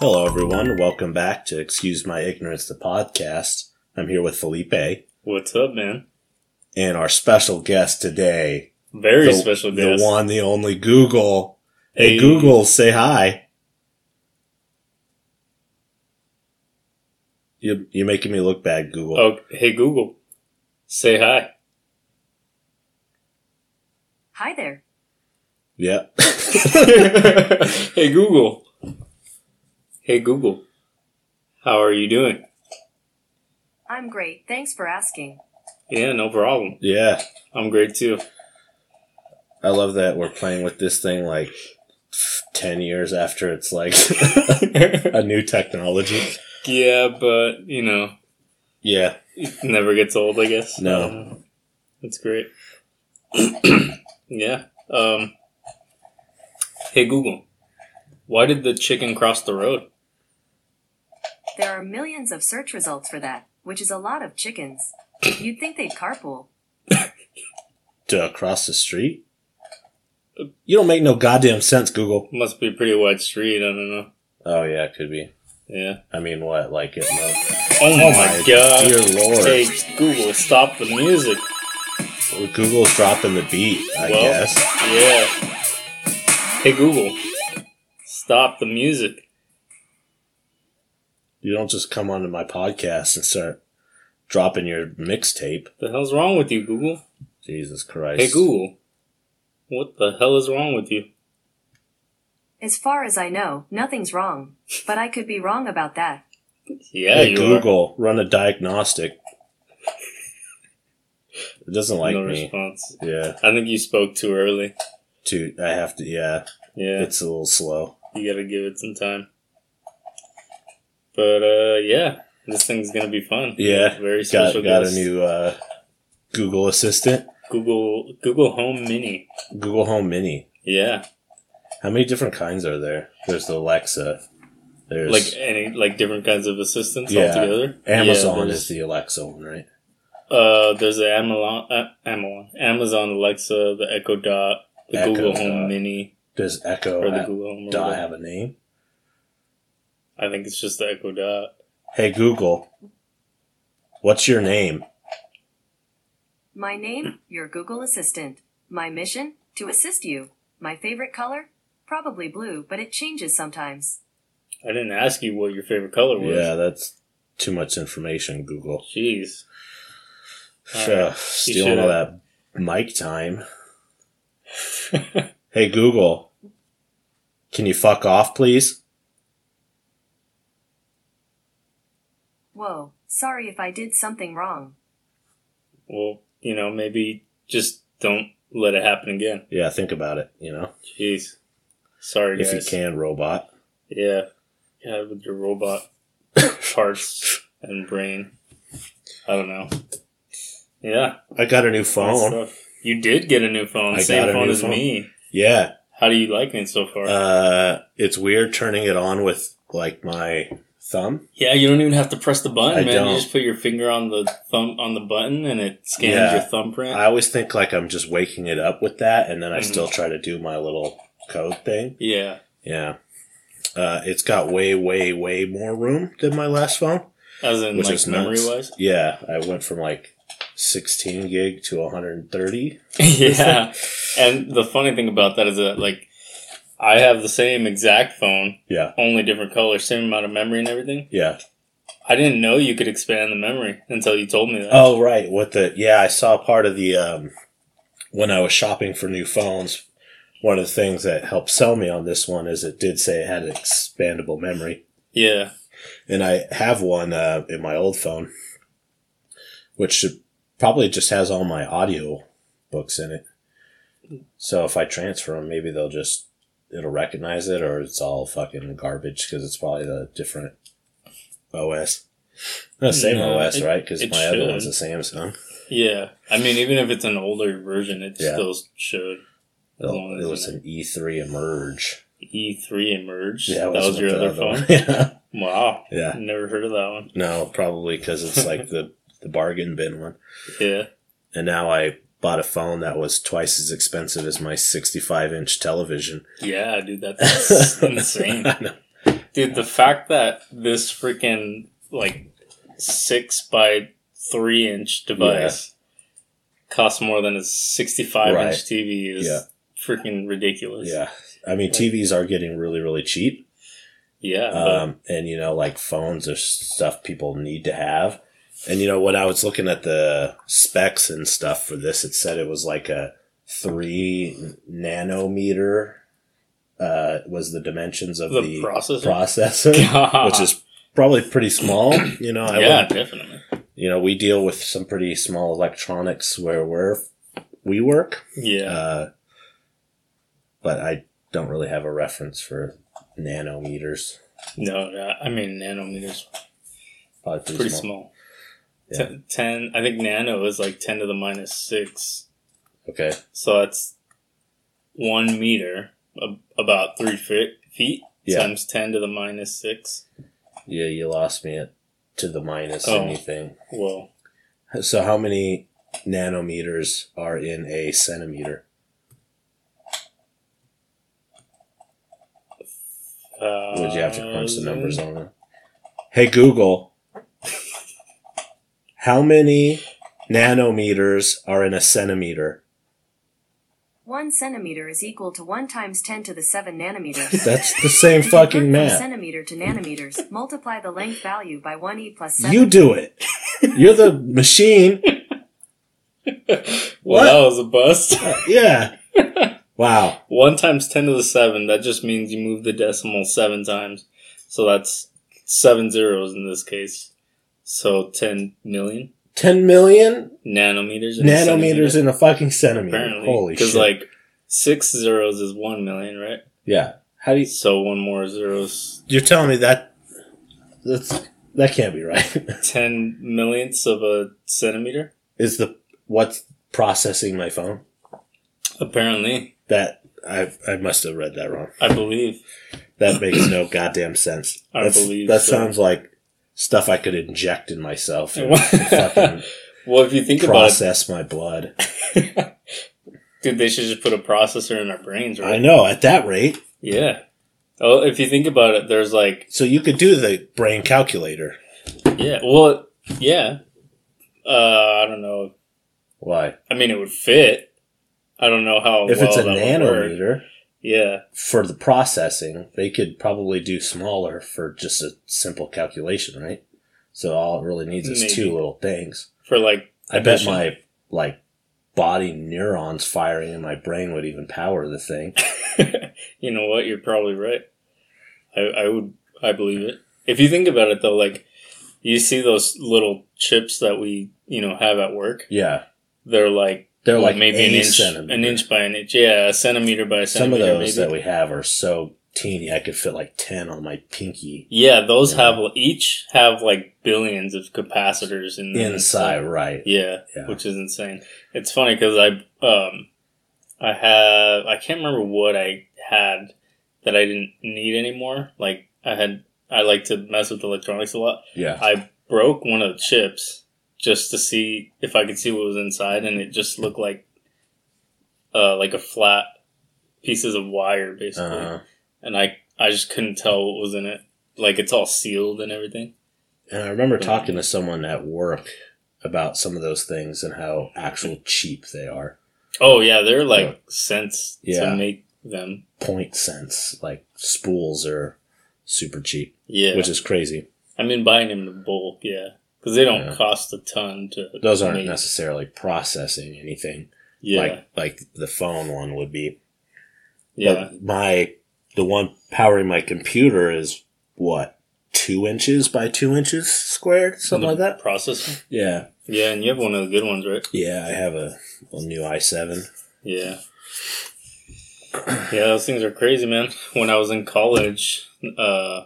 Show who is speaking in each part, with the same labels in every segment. Speaker 1: Hello, everyone. Welcome back to Excuse My Ignorance, the podcast. I'm here with Felipe
Speaker 2: What's up, man?
Speaker 1: and our special guest today.
Speaker 2: Very
Speaker 1: the,
Speaker 2: special
Speaker 1: the
Speaker 2: guest.
Speaker 1: one, the only Google. Hey,
Speaker 2: Hey.
Speaker 1: Google, say hi. You, you're making me look bad, Google.
Speaker 2: Oh, hey Google, say hi.
Speaker 3: Hi there.
Speaker 1: Yeah.
Speaker 2: hey Google. Hey Google. How are you doing?
Speaker 3: I'm great. Thanks for asking.
Speaker 2: Yeah, no problem.
Speaker 1: yeah.
Speaker 2: I'm great too.
Speaker 1: I love that we're playing with this thing like 10 years after it's like a new technology.
Speaker 2: yeah, but you know,
Speaker 1: Yeah.
Speaker 2: it never gets old. I guess.
Speaker 1: No.
Speaker 2: Uh, that's great. yeah. Um. Hey Google, why did the chicken cross the road?
Speaker 3: There are millions of search results for that, which is a lot of chickens. You'd think they'd carpool.
Speaker 1: To across the street? You don't make no goddamn sense, Google.
Speaker 2: Must be a pretty wide street. I don't know.
Speaker 1: Oh, yeah, it could be.
Speaker 2: Yeah.
Speaker 1: I mean, what? Like, it might.
Speaker 2: Oh my god.
Speaker 1: Dear lord.
Speaker 2: Hey Google, stop the music.
Speaker 1: Well, Google's dropping the beat, I
Speaker 2: Well.
Speaker 1: guess.
Speaker 2: Yeah. Hey Google, stop the music.
Speaker 1: You don't just come onto my podcast and start dropping your mixtape.
Speaker 2: The hell's wrong with you, Google?
Speaker 1: Jesus Christ.
Speaker 2: Hey Google, what the hell is wrong with you?
Speaker 3: As far as I know, nothing's wrong. But I could be wrong about that.
Speaker 2: Yeah,
Speaker 1: hey,
Speaker 2: you
Speaker 1: Google, run a diagnostic. It doesn't
Speaker 2: are.
Speaker 1: like
Speaker 2: no
Speaker 1: me.
Speaker 2: response.
Speaker 1: Yeah,
Speaker 2: I think you spoke too early.
Speaker 1: to I have to. Yeah,
Speaker 2: Yeah,
Speaker 1: it's a little slow.
Speaker 2: you gotta give it some time. But uh, yeah, this thing's gonna be fun.
Speaker 1: Yeah,
Speaker 2: very
Speaker 1: Got
Speaker 2: special.
Speaker 1: got a
Speaker 2: guest.
Speaker 1: new uh, Google Assistant,
Speaker 2: Google Google Home Mini.
Speaker 1: Google Home Mini.
Speaker 2: Yeah,
Speaker 1: How many different kinds are there? There's the Alexa. There's
Speaker 2: like any like different kinds of assistants
Speaker 1: Yeah.
Speaker 2: altogether. Yeah,
Speaker 1: Amazon
Speaker 2: there's-
Speaker 1: is the Alexa one, right?
Speaker 2: Uh, there's the Amazon, uh, Amazon, Amazon Alexa, the Echo Dot, the
Speaker 1: Echo
Speaker 2: Google Home
Speaker 1: Dot.
Speaker 2: Mini,
Speaker 1: Does Echo
Speaker 2: or the
Speaker 1: ha-
Speaker 2: Google Home. or
Speaker 1: Dot
Speaker 2: whatever.
Speaker 1: have a name?
Speaker 2: I think it's just the Echo Dot.
Speaker 1: Hey Google, what's your name?
Speaker 3: My name, your Google Assistant. My mission, to assist you. My favorite color? Probably blue, but it changes sometimes.
Speaker 2: I didn't ask you what your favorite color was.
Speaker 1: Yeah, that's too much information, Google.
Speaker 2: Jeez. All
Speaker 1: Ugh,
Speaker 2: right.
Speaker 1: stealing all that mic time. hey Google, can you fuck off, please?
Speaker 3: Whoa, sorry if I did something wrong.
Speaker 2: Well, you know, maybe just don't let it happen again.
Speaker 1: Yeah, think about it. You know,
Speaker 2: Jeez. Sorry,
Speaker 1: if you
Speaker 2: guys.
Speaker 1: can, robot.
Speaker 2: Yeah. Yeah, with your robot parts and brain. I don't know. Yeah.
Speaker 1: I got a new
Speaker 2: That's
Speaker 1: phone.
Speaker 2: tough. You did get a new phone.
Speaker 1: I got
Speaker 2: Same
Speaker 1: a
Speaker 2: phone
Speaker 1: new
Speaker 2: as
Speaker 1: phone.
Speaker 2: me.
Speaker 1: Yeah,
Speaker 2: How do you like me so far?
Speaker 1: uh, it's weird turning it on with like my thumb.
Speaker 2: yeah, you don't even have to press the button,
Speaker 1: I
Speaker 2: man.
Speaker 1: don't.
Speaker 2: You just put your finger on the thumb on the button, and it scans
Speaker 1: Yeah.
Speaker 2: your thumbprint.
Speaker 1: I always think like I'm just waking it up with that, and then I
Speaker 2: Mhm.
Speaker 1: still try to do my little code thing.
Speaker 2: yeah,
Speaker 1: Yeah. Uh, it's got way, way, way more room than my last phone.
Speaker 2: as in
Speaker 1: Which
Speaker 2: like
Speaker 1: is nuts.
Speaker 2: memory wise.
Speaker 1: Yeah, I went from like 16 gig to 130.
Speaker 2: yeah, and the funny thing about that is that like I have the same exact phone,
Speaker 1: Yeah,
Speaker 2: only different color, same amount of memory and everything.
Speaker 1: yeah.
Speaker 2: I didn't know you could expand the memory until you told me that.
Speaker 1: Oh, right. With the yeah, I saw part of the um, when I was shopping for new phones. One of the things that helped sell me on this one is it did say it had expandable memory.
Speaker 2: Yeah,
Speaker 1: and I have one uh, in my old phone, which should, probably just has all my audio books in it. So if I transfer them, maybe they'll just it'll recognize it, or it's all fucking garbage because it's probably the different OS. No, same
Speaker 2: No,
Speaker 1: OS,
Speaker 2: it-
Speaker 1: right? 'Cause right? Because
Speaker 2: it
Speaker 1: my other
Speaker 2: should.
Speaker 1: one's a Samsung.
Speaker 2: yeah. I mean, even if it's an older version, it
Speaker 1: Yeah.
Speaker 2: still should. As long
Speaker 1: It'll-
Speaker 2: as
Speaker 1: It was
Speaker 2: you know.
Speaker 1: an E3 Emerge.
Speaker 2: E3 emerged.
Speaker 1: Yeah,
Speaker 2: that was
Speaker 1: what
Speaker 2: your
Speaker 1: the
Speaker 2: other phone.
Speaker 1: one- yeah,
Speaker 2: Wow,
Speaker 1: yeah.
Speaker 2: never heard of that one.
Speaker 1: No, probably because it's like the the bargain bin one.
Speaker 2: Yeah.
Speaker 1: and now I bought a phone that was twice as expensive as my 65 inch television.
Speaker 2: Yeah, dude, that's insane.
Speaker 1: I know.
Speaker 2: Dude, the fact that this freaking like six by three inch device costs more than a sixty five
Speaker 1: Right.
Speaker 2: inch TV is
Speaker 1: Yeah.
Speaker 2: freaking ridiculous.
Speaker 1: Yeah. I mean, TVs are getting really, really cheap.
Speaker 2: Yeah, but
Speaker 1: Um, and, you know, like phones are stuff people need to have. And, you know, when I was looking at the specs and stuff for this, it said it was like a three nanometer uh, was the dimensions of
Speaker 2: the,
Speaker 1: the,
Speaker 2: processor.
Speaker 1: processor, which is probably pretty small. You know, I
Speaker 2: yeah,
Speaker 1: yeah.
Speaker 2: definitely.
Speaker 1: you know, we deal with some pretty small electronics where we're, we work.
Speaker 2: Yeah,
Speaker 1: Uh, but I don't really have a reference for nanometers.
Speaker 2: no, no, I mean nanometers
Speaker 1: Probably pretty,
Speaker 2: pretty
Speaker 1: small.
Speaker 2: small.
Speaker 1: Yeah.
Speaker 2: Ten, 10 I think nano is like ten to the minus six.
Speaker 1: Okay.
Speaker 2: So that's one meter, ab- about three feet, feet
Speaker 1: Yeah.
Speaker 2: times 10 to the minus 6.
Speaker 1: Yeah, you lost me at to the minus
Speaker 2: Oh.
Speaker 1: anything.
Speaker 2: Whoa.
Speaker 1: So how many nanometers are in a centimeter?
Speaker 2: Uh,
Speaker 1: Would you have to crunch the numbers on it? Hey Google, how many nanometers are in a centimeter?
Speaker 3: 1 centimeter is equal to 1 times 10 to the 7 nanometers.
Speaker 1: That's the same fucking
Speaker 3: Convert from
Speaker 1: math.
Speaker 3: centimeter to nanometers. Multiply the length value by 1e plus 7.
Speaker 1: You do it. You're the machine.
Speaker 2: Well, that was a bust.
Speaker 1: Yeah. Wow.
Speaker 2: 1 times 10 to the 7, that just means you move the decimal 7 times. So that's 7 zeros in this case. So 10 million
Speaker 1: 10 million
Speaker 2: nanometers. in a
Speaker 1: nanometers
Speaker 2: centimeter,
Speaker 1: in a fucking centimeter.
Speaker 2: Apparently.
Speaker 1: Holy shit.
Speaker 2: Because like 6 zeros is 1 million, right?
Speaker 1: yeah. How do you,
Speaker 2: So one more zero is
Speaker 1: you're telling me that that's that can't be right.
Speaker 2: 10 millionths of a centimeter
Speaker 1: Is the what's processing my phone?
Speaker 2: apparently
Speaker 1: That I I must have read that wrong.
Speaker 2: i believe
Speaker 1: That makes no goddamn sense.
Speaker 2: I
Speaker 1: That's-
Speaker 2: believe
Speaker 1: that
Speaker 2: so.
Speaker 1: sounds like stuff I could inject in myself and fucking
Speaker 2: well if you think about
Speaker 1: process my blood.
Speaker 2: it dude they should just put a processor in our brains right
Speaker 1: I know at that rate.
Speaker 2: yeah oh if you think about it there's like
Speaker 1: So you could do the brain calculator.
Speaker 2: yeah well yeah uh i don't know
Speaker 1: Why?
Speaker 2: i mean it would fit i don't know how
Speaker 1: if
Speaker 2: Oh, well
Speaker 1: it's a
Speaker 2: that would work.
Speaker 1: nanometer.
Speaker 2: yeah
Speaker 1: for the processing, they could probably do smaller for just a simple calculation, right? So all it really needs is
Speaker 2: Maybe.
Speaker 1: two little things.
Speaker 2: for like
Speaker 1: I bet
Speaker 2: Addition.
Speaker 1: my like body neurons firing in my brain would even power the thing.
Speaker 2: you know what? You're probably right. I, I would I believe it. If you think about it though, like you see those little chips that we you know have at work,
Speaker 1: Yeah,
Speaker 2: they're like
Speaker 1: they're
Speaker 2: well,
Speaker 1: like
Speaker 2: maybe
Speaker 1: a
Speaker 2: an inch
Speaker 1: centimeter.
Speaker 2: an inch by an inch, yeah, a centimeter by a
Speaker 1: Some of
Speaker 2: centimeter.
Speaker 1: those
Speaker 2: maybe.
Speaker 1: that we have are so teeny, I could fit like ten on my pinky
Speaker 2: yeah, those
Speaker 1: Yeah.
Speaker 2: have each have like billions of capacitors in them.
Speaker 1: inside, right?
Speaker 2: Yeah,
Speaker 1: Yeah.
Speaker 2: which is insane. It's funny because I um I have I can't remember what I had that I didn't need anymore. Like I had I like to mess with electronics a lot.
Speaker 1: Yeah,
Speaker 2: I broke one of the chips just to see if I could see what was inside, and it just looked like uh like a flat pieces of wire basically,
Speaker 1: uh,
Speaker 2: and I I just couldn't tell what was in it. Like it's all sealed and everything.
Speaker 1: and I remember talking to someone at work about some of those things and how actual cheap they are.
Speaker 2: Oh yeah, they're like cents
Speaker 1: Yeah.
Speaker 2: to make them.
Speaker 1: point cents. Like spools are super cheap,
Speaker 2: Yeah,
Speaker 1: which is crazy.
Speaker 2: I mean, buying them in bulk, yeah, because they don't
Speaker 1: Yeah.
Speaker 2: cost a ton to.
Speaker 1: Those aren't
Speaker 2: make.
Speaker 1: necessarily processing anything
Speaker 2: Yeah,
Speaker 1: like like the phone one would be.
Speaker 2: yeah,
Speaker 1: But my the one powering my computer is what two inches by two inches squared, something like
Speaker 2: And the
Speaker 1: that.
Speaker 2: Processor.
Speaker 1: Yeah,
Speaker 2: Yeah, and you have one of the good ones, right?
Speaker 1: yeah. I have a, a new i seven.
Speaker 2: Yeah. Yeah, those things are crazy, man. When I was in college, uh,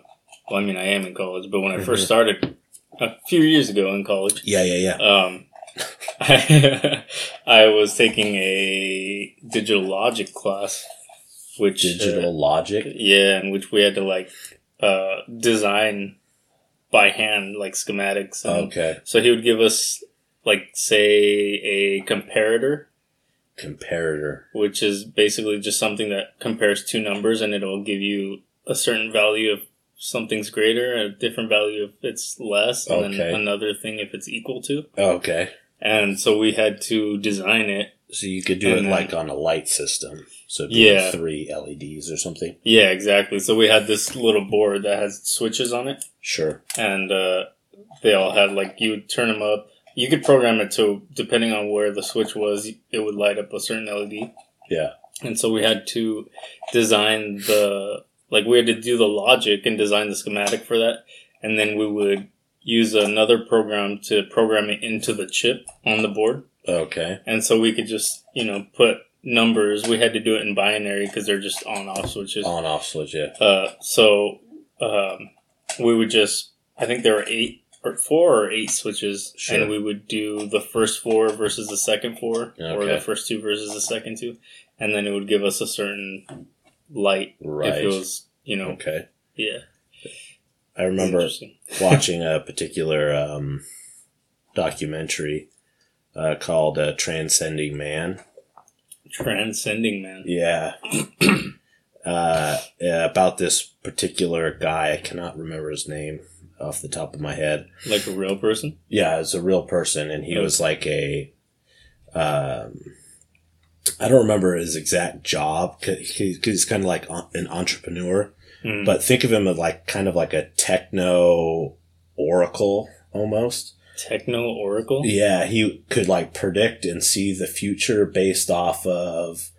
Speaker 2: well, I mean, I am in college, but when I first
Speaker 1: Mhm.
Speaker 2: started a few years ago in college,
Speaker 1: Yeah, yeah, yeah.
Speaker 2: um, I, I was taking a digital logic class, which uh,
Speaker 1: Digital logic.
Speaker 2: Yeah, in which we had to like uh, design by hand, like schematics. And
Speaker 1: Okay,
Speaker 2: So he would give us like say a comparator,
Speaker 1: comparator.
Speaker 2: which is basically just something that compares two numbers, and it'll give you a certain value of something's greater, a different value if it's less, and
Speaker 1: Okay.
Speaker 2: then another thing if it's equal to.
Speaker 1: Okay.
Speaker 2: And so we had to design it.
Speaker 1: So you could do
Speaker 2: And
Speaker 1: it
Speaker 2: then-
Speaker 1: like on a light system. So it'd be
Speaker 2: Yeah.
Speaker 1: like three LEDs or something.
Speaker 2: Yeah, exactly. So we had this little board that has switches on it,
Speaker 1: Sure.
Speaker 2: and uh, they all had like you would turn them up. You could program it to depending on where the switch was, it would light up a certain LED.
Speaker 1: Yeah.
Speaker 2: And so we had to design the like we had to do the logic and design the schematic for that, and then we would use another program to program it into the chip on the board,
Speaker 1: Okay.
Speaker 2: and so we could just you know put numbers. We had to do it in binary because they're just on off switches.
Speaker 1: On off switch, yeah.
Speaker 2: Uh, so um, we would just I think there were eight or four or eight switches,
Speaker 1: Sure.
Speaker 2: and we would do the first four versus the second four, or
Speaker 1: Okay.
Speaker 2: the first two versus the second two, and then it would give us a certain light if
Speaker 1: Right.
Speaker 2: it was you know
Speaker 1: Okay.
Speaker 2: yeah.
Speaker 1: I remember
Speaker 2: Interesting.
Speaker 1: watching a particular um, documentary uh, called uh, Transcending Man.
Speaker 2: transcending man.
Speaker 1: Yeah. uh, yeah, about this particular guy. I cannot remember his name off the top of my head.
Speaker 2: Like a real person?
Speaker 1: Yeah, it's a real person, and he
Speaker 2: Okay.
Speaker 1: was like a. Um, I don't remember his exact job because he's kind of like en- an entrepreneur.
Speaker 2: Mm.
Speaker 1: But think of him as like kind of like a techno oracle almost.
Speaker 2: Techno Oracle?
Speaker 1: Yeah, he could like predict and see the future based off of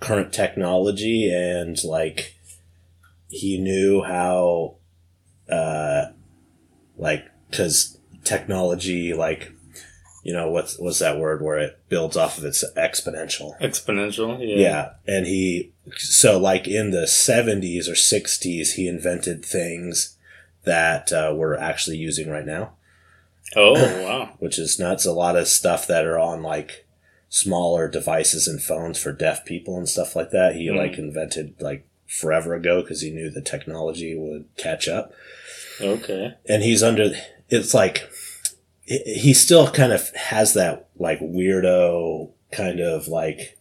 Speaker 1: current technology and like he knew how uh like cuz technology like you know what's what's that word where it builds off of its exponential.
Speaker 2: Exponential? Yeah.
Speaker 1: Yeah, and he so like in the 70s or 60s he invented things that uh, we're actually using right now
Speaker 2: Oh, wow.
Speaker 1: which is nuts. A lot of stuff that are on like smaller devices and phones for deaf people and stuff like that. He
Speaker 2: Mhm.
Speaker 1: like invented like forever ago because he knew the technology would catch up.
Speaker 2: Okay.
Speaker 1: And he's under. It's like he- he still kind of has that like weirdo kind of like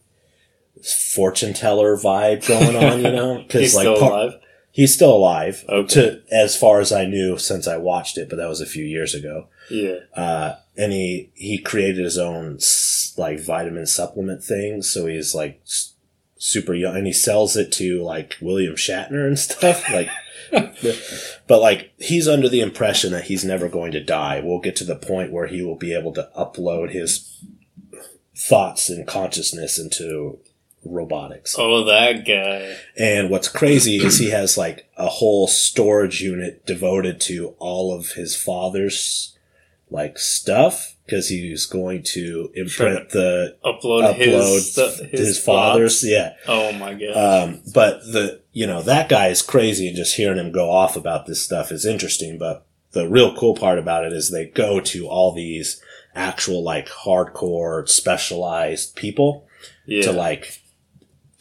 Speaker 1: fortune teller vibe going on, you know?
Speaker 2: He's
Speaker 1: like
Speaker 2: still
Speaker 1: par-
Speaker 2: alive?
Speaker 1: he's still alive.
Speaker 2: Okay.
Speaker 1: To as far as I knew since I watched it, but that was a few years ago
Speaker 2: Yeah.
Speaker 1: uh, and he he created his own s- like vitamin supplement thing. So he's like s- super young, and he sells it to like William Shatner and stuff. Like, but like he's under the impression that he's never going to die. We'll get to the point where he will be able to upload his thoughts and consciousness into robotics.
Speaker 2: Oh, that guy.
Speaker 1: And what's crazy is he has like a whole storage unit devoted to all of his father's like stuff because he's going to imprint the
Speaker 2: Upload,
Speaker 1: upload
Speaker 2: his,
Speaker 1: his,
Speaker 2: stu- his,
Speaker 1: father's.
Speaker 2: thoughts.
Speaker 1: Yeah.
Speaker 2: Oh, my God.
Speaker 1: Um, but the, you know, that guy is crazy and just hearing him go off about this stuff is interesting. But the real cool part about it is they go to all these actual like hardcore specialized people
Speaker 2: yeah.
Speaker 1: to like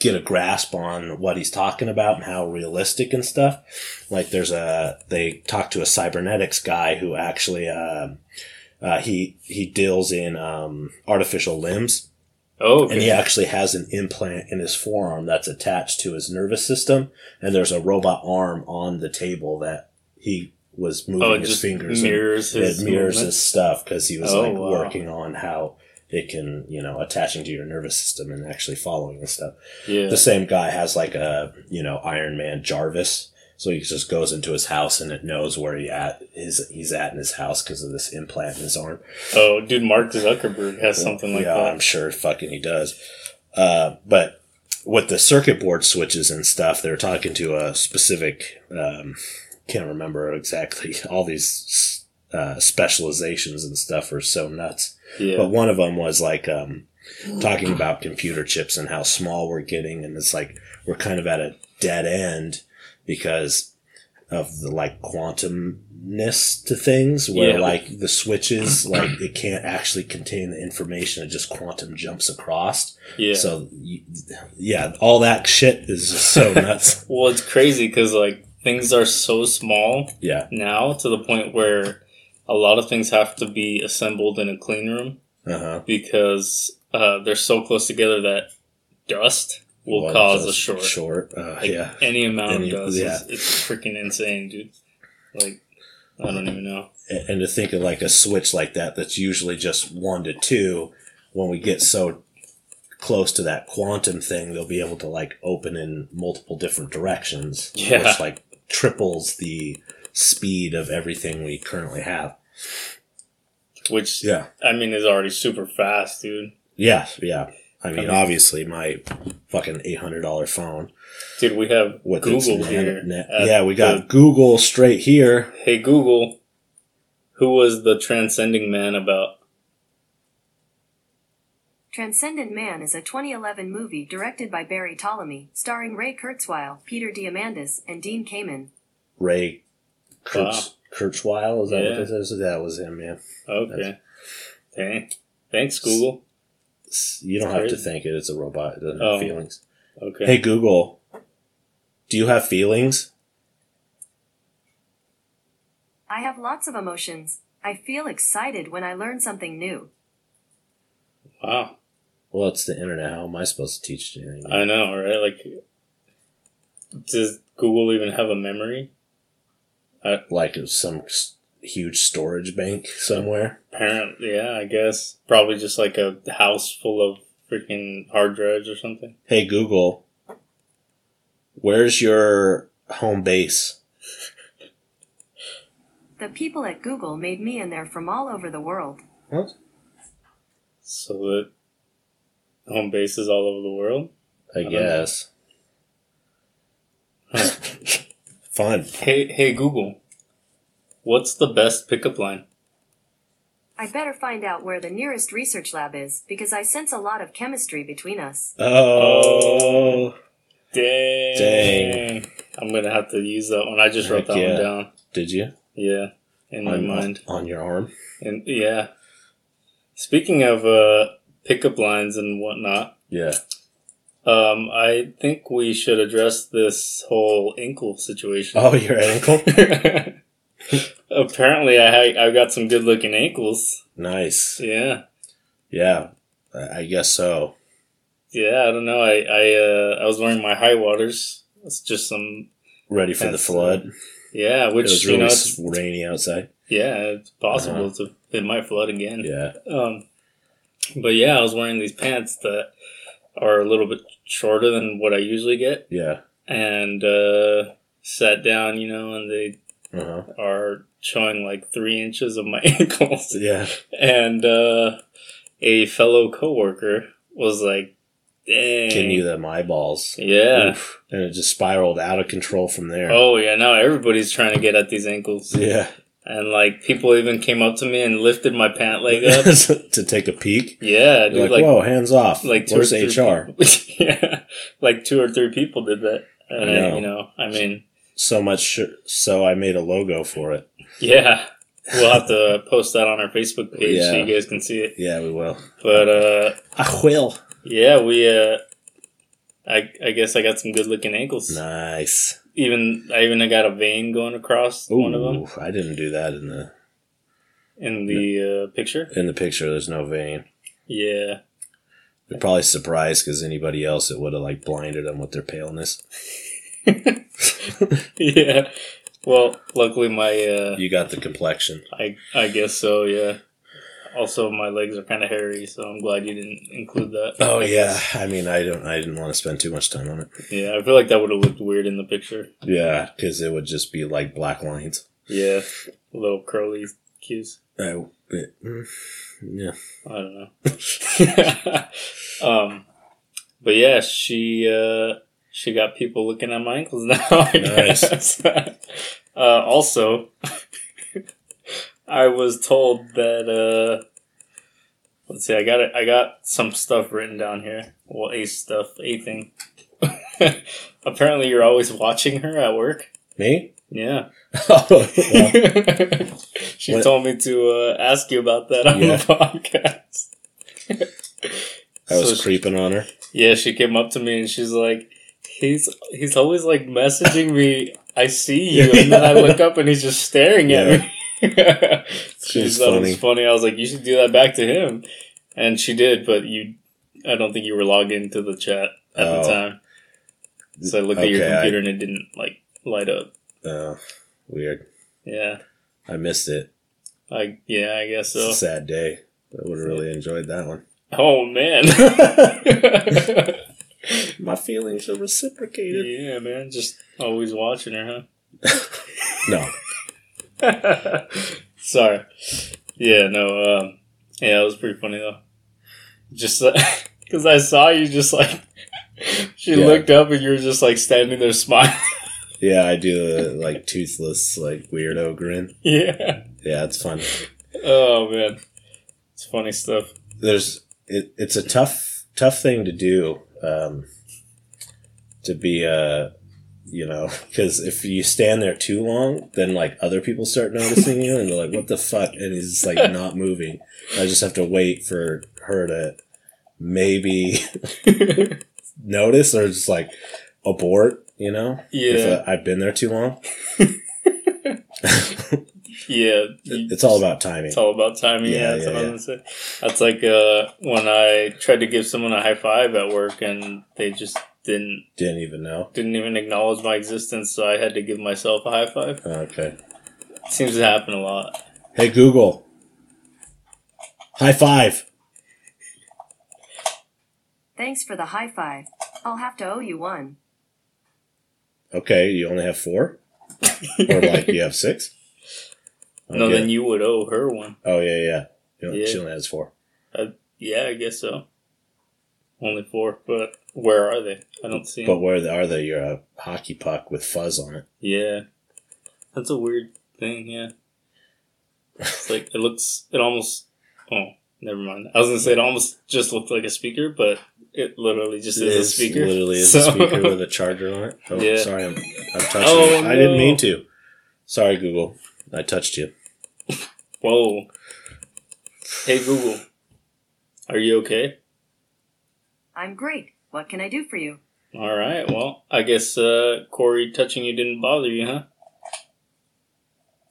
Speaker 1: get a grasp on what he's talking about and how realistic and stuff. Like there's a they talk to a cybernetics guy who actually um, uh, he he deals in um, artificial limbs
Speaker 2: oh,
Speaker 1: and
Speaker 2: okay.
Speaker 1: he actually has an implant in his forearm that's attached to his nervous system and there's a robot arm on the table that he was moving
Speaker 2: oh, it
Speaker 1: his
Speaker 2: just
Speaker 1: fingers and-
Speaker 2: mirrors his
Speaker 1: it mirrors
Speaker 2: movement.
Speaker 1: his stuff because he was
Speaker 2: Oh,
Speaker 1: like
Speaker 2: wow.
Speaker 1: working on how it can you know attaching to your nervous system and actually following and stuff
Speaker 2: Yeah.
Speaker 1: the same guy has like a you know iron man jarvis so he just goes into his house and it knows where he at is he's at in his house because of this implant in his arm
Speaker 2: oh, dude, Mark Zuckerberg has something like
Speaker 1: Oh, yeah,
Speaker 2: that.
Speaker 1: I'm sure fucking he does. Uh, but with the circuit board switches and stuff, they're talking to a specific, um, can't remember exactly, all these uh, specializations and stuff are so nuts.
Speaker 2: yeah.
Speaker 1: But one of them was like um, talking about computer chips and how small we're getting. And it's like we're kind of at a dead end because of the like quantumness to things where
Speaker 2: Yeah.
Speaker 1: like the switches like it can't actually contain the information it just quantum jumps across
Speaker 2: yeah.
Speaker 1: so y- yeah all that shit is just so nuts
Speaker 2: well, it's crazy because, like, things are so small
Speaker 1: yeah
Speaker 2: now to the point where a lot of things have to be assembled in a clean room
Speaker 1: uh-huh
Speaker 2: because uh, they're so close together that dust will
Speaker 1: One
Speaker 2: cause a
Speaker 1: does
Speaker 2: short.
Speaker 1: Short. Uh,
Speaker 2: Like
Speaker 1: yeah.
Speaker 2: any amount
Speaker 1: Any-
Speaker 2: of dust
Speaker 1: yeah.
Speaker 2: is it's freaking insane, dude. Like I don't even know.
Speaker 1: A- And to think of like a switch like that, that's usually just one to two. When we get so close to that quantum thing, they'll be able to like open in multiple different directions.
Speaker 2: Yeah.
Speaker 1: Which like triples the speed of everything we currently have.
Speaker 2: Which
Speaker 1: Yeah.
Speaker 2: I mean is already super fast, dude.
Speaker 1: Yeah. Yeah. I mean,
Speaker 2: mean-
Speaker 1: obviously, my fucking $800 phone
Speaker 2: Dude, we have
Speaker 1: with its
Speaker 2: Google
Speaker 1: nan-
Speaker 2: here.
Speaker 1: na-
Speaker 2: at
Speaker 1: yeah, we got
Speaker 2: the-
Speaker 1: Google straight here.
Speaker 2: hey Google, who was the transcending man about?
Speaker 3: Transcendent Man is a 2011 movie directed by Barry Ptolemy, starring Ray Kurzweil, Peter Diamandis, and Dean Kamen.
Speaker 1: Ray Kurtz, Kurzweil, is that
Speaker 2: Yeah.
Speaker 1: what this is? That was him, yeah.
Speaker 2: Okay. Dang. Thanks, Google.
Speaker 1: S- You don't have to
Speaker 2: Crazy.
Speaker 1: think it. It's a robot. It doesn't
Speaker 2: Oh.
Speaker 1: have feelings.
Speaker 2: Okay.
Speaker 1: Hey, Google, do you have feelings?
Speaker 3: I have lots of emotions. I feel excited when I learn something new.
Speaker 2: Wow.
Speaker 1: Well, it's the internet. How am I supposed to teach you anything?
Speaker 2: I know, right? Like does Google even have a memory?
Speaker 1: like it's some s- huge storage bank somewhere?
Speaker 2: Apparently, yeah, I guess. Probably just like a house full of freaking hard drives or something.
Speaker 1: Hey, Google, where's your home base?
Speaker 3: The people at Google made me and they're from all over the world.
Speaker 1: What?
Speaker 2: So that home base is all over the world.
Speaker 1: I
Speaker 2: don't
Speaker 1: guess. Fun.
Speaker 2: Hey, hey Google, what's the best pickup line?
Speaker 3: I better find out where the nearest research lab is because I sense a lot of chemistry between us.
Speaker 1: Oh,
Speaker 2: Dang.
Speaker 1: Dang.
Speaker 2: I'm gonna have to use that one. I just wrote
Speaker 1: Heck
Speaker 2: that
Speaker 1: yeah.
Speaker 2: one down.
Speaker 1: did you?
Speaker 2: Yeah, in my
Speaker 1: on, uh,
Speaker 2: mind.
Speaker 1: on your arm.
Speaker 2: And yeah. Speaking of uh, pickup lines and whatnot,
Speaker 1: Yeah.
Speaker 2: um, I think we should address this whole ankle situation.
Speaker 1: Oh, your ankle.
Speaker 2: Apparently, I ha- I've got some good looking ankles.
Speaker 1: nice.
Speaker 2: Yeah,
Speaker 1: Yeah, I I guess so.
Speaker 2: yeah. I don't know. I I uh, I was wearing my high waters. It's just some
Speaker 1: Ready for
Speaker 2: That's,
Speaker 1: the flood.
Speaker 2: yeah,
Speaker 1: it
Speaker 2: which
Speaker 1: was
Speaker 2: you
Speaker 1: really
Speaker 2: know,
Speaker 1: s
Speaker 2: it's,
Speaker 1: rainy outside.
Speaker 2: yeah, it's possible to it might flood again.
Speaker 1: Yeah.
Speaker 2: Um, but yeah, I was wearing these pants that are a little bit shorter than what I usually get,
Speaker 1: Yeah.
Speaker 2: and uh, sat down, you know, and they
Speaker 1: Uh
Speaker 2: Uh-huh.
Speaker 1: huh.
Speaker 2: are showing like three inches of my ankles.
Speaker 1: Yeah.
Speaker 2: and uh, a fellow coworker was like, "Dang,
Speaker 1: Getting you them eyeballs.
Speaker 2: yeah,
Speaker 1: Oof. And it just spiraled out of control from there.
Speaker 2: oh yeah." Now everybody's trying to get at these ankles,
Speaker 1: Yeah.
Speaker 2: and like people even came up to me and lifted my pant leg up.
Speaker 1: to take a peek.
Speaker 2: yeah,
Speaker 1: You're like,
Speaker 2: dude, uh, like,
Speaker 1: whoa, hands off.
Speaker 2: like
Speaker 1: Like,
Speaker 2: two or
Speaker 1: where's
Speaker 2: three
Speaker 1: HR?
Speaker 2: peop- yeah, like two or three people did that, and
Speaker 1: I
Speaker 2: I
Speaker 1: know.
Speaker 2: you know, I mean,
Speaker 1: So much. Sh- so I made a logo for it.
Speaker 2: yeah. We'll have to post that on our Facebook page so
Speaker 1: Yeah.
Speaker 2: you guys can see it.
Speaker 1: Yeah, we will.
Speaker 2: But uh
Speaker 1: I will.
Speaker 2: Yeah, we. Uh, I I guess I got some good looking ankles.
Speaker 1: Nice.
Speaker 2: Even I even got a vein going across
Speaker 1: Ooh,
Speaker 2: one of them
Speaker 1: I didn't do that in the
Speaker 2: in the uh, picture.
Speaker 1: in the picture. There's no vein.
Speaker 2: Yeah,
Speaker 1: They're probably surprised because anybody else it would have like blinded them with their paleness.
Speaker 2: yeah. Well, luckily my uh,
Speaker 1: You got the complexion.
Speaker 2: I I guess so. Yeah. Also, my legs are kind of hairy, so I'm glad you didn't include that.
Speaker 1: Oh yeah. I mean, I don't. I didn't want to spend too much time on it.
Speaker 2: Yeah, I feel like that would have looked weird in the picture.
Speaker 1: Yeah, because it would just be like black lines.
Speaker 2: Yeah, little curly cues.
Speaker 1: I, it- mm, yeah.
Speaker 2: I don't know. um, but yeah, she uh, she got people looking at my ankles now. I
Speaker 1: Nice.
Speaker 2: guess. uh, also, I was told that uh, let's see, I got it. I got some stuff written down here. Well, a stuff, a thing. Apparently, you're always watching her at work.
Speaker 1: Me?
Speaker 2: Yeah,
Speaker 1: Oh, yeah.
Speaker 2: she
Speaker 1: What-
Speaker 2: told me to uh, ask you about that on
Speaker 1: Yeah.
Speaker 2: the podcast.
Speaker 1: I was
Speaker 2: So-
Speaker 1: creeping on her.
Speaker 2: Yeah, she came up to me and she's like, "He's he's always like messaging me. I see you, and then I look up and he's just staring at me."
Speaker 1: She's
Speaker 2: She thought it
Speaker 1: funny.
Speaker 2: was funny. I was like, "You should do that back to him," and she did, but you, I don't think you were logged into the chat. at
Speaker 1: Oh.
Speaker 2: the time. So I looked at your
Speaker 1: Okay, I-
Speaker 2: computer and it didn't like light up.
Speaker 1: Oh, weird.
Speaker 2: Yeah,
Speaker 1: I missed it.
Speaker 2: I yeah, I guess
Speaker 1: It's
Speaker 2: so.
Speaker 1: a sad day. I would have really enjoyed that one.
Speaker 2: Oh man.
Speaker 1: My feelings are reciprocated.
Speaker 2: yeah, man, just always watching her,
Speaker 1: No.
Speaker 2: huh? Sorry. Yeah, no. Um, yeah, it was pretty funny though. Just because I saw you, just like she
Speaker 1: Yeah.
Speaker 2: looked up and you were just like standing there smiling.
Speaker 1: Yeah, I do a like toothless, like weirdo grin.
Speaker 2: yeah.
Speaker 1: Yeah, it's fun.
Speaker 2: Oh man, it's funny stuff.
Speaker 1: There's it, it's a tough tough thing to do. Um, to be uh you know, because if you stand there too long, then like other people start noticing you, and they're like, "What the fuck?" And he's just, like not moving. I just have to wait for her to maybe notice or just like abort. You know,
Speaker 2: yeah,
Speaker 1: if I, I've been there too long,
Speaker 2: yeah. you-
Speaker 1: it's all about timing.
Speaker 2: It's all about timing. Yeah,
Speaker 1: Yeah,
Speaker 2: that's
Speaker 1: yeah,
Speaker 2: what I was gonna say. That's like uh, when I tried to give someone a high five at work, and they just didn't
Speaker 1: Didn't even know.
Speaker 2: didn't even acknowledge my existence. So I had to give myself a high five.
Speaker 1: Okay.
Speaker 2: seems to happen a lot.
Speaker 1: Hey Google. High five.
Speaker 3: Thanks for the high five. I'll have to owe you one.
Speaker 1: Okay, you only have four, or like you have six.
Speaker 2: No,
Speaker 1: Okay.
Speaker 2: then you would owe her one.
Speaker 1: Oh yeah, yeah. You know,
Speaker 2: Yeah.
Speaker 1: She only has four.
Speaker 2: Yeah, I guess so. Only four, but where are they? I don't see. 'em.
Speaker 1: But where are they? You're a hockey puck with fuzz on it.
Speaker 2: Yeah. That's a weird thing, yeah. It's like it looks it almost oh, never mind. I was gonna say it almost just looked like a speaker, but it literally just is a
Speaker 1: It's
Speaker 2: speaker.
Speaker 1: Literally is
Speaker 2: So-
Speaker 1: a speaker with a charger on it. Oh,
Speaker 2: Yeah.
Speaker 1: sorry, I'm, I'm touching.
Speaker 2: Oh,
Speaker 1: you. I didn't
Speaker 2: no.
Speaker 1: mean to. Sorry, Google. I touched you.
Speaker 2: Whoa. Hey Google. Are you okay?
Speaker 3: I'm great. What can I do for you?
Speaker 2: Alright, well, I guess uh Corey touching you didn't bother you, huh?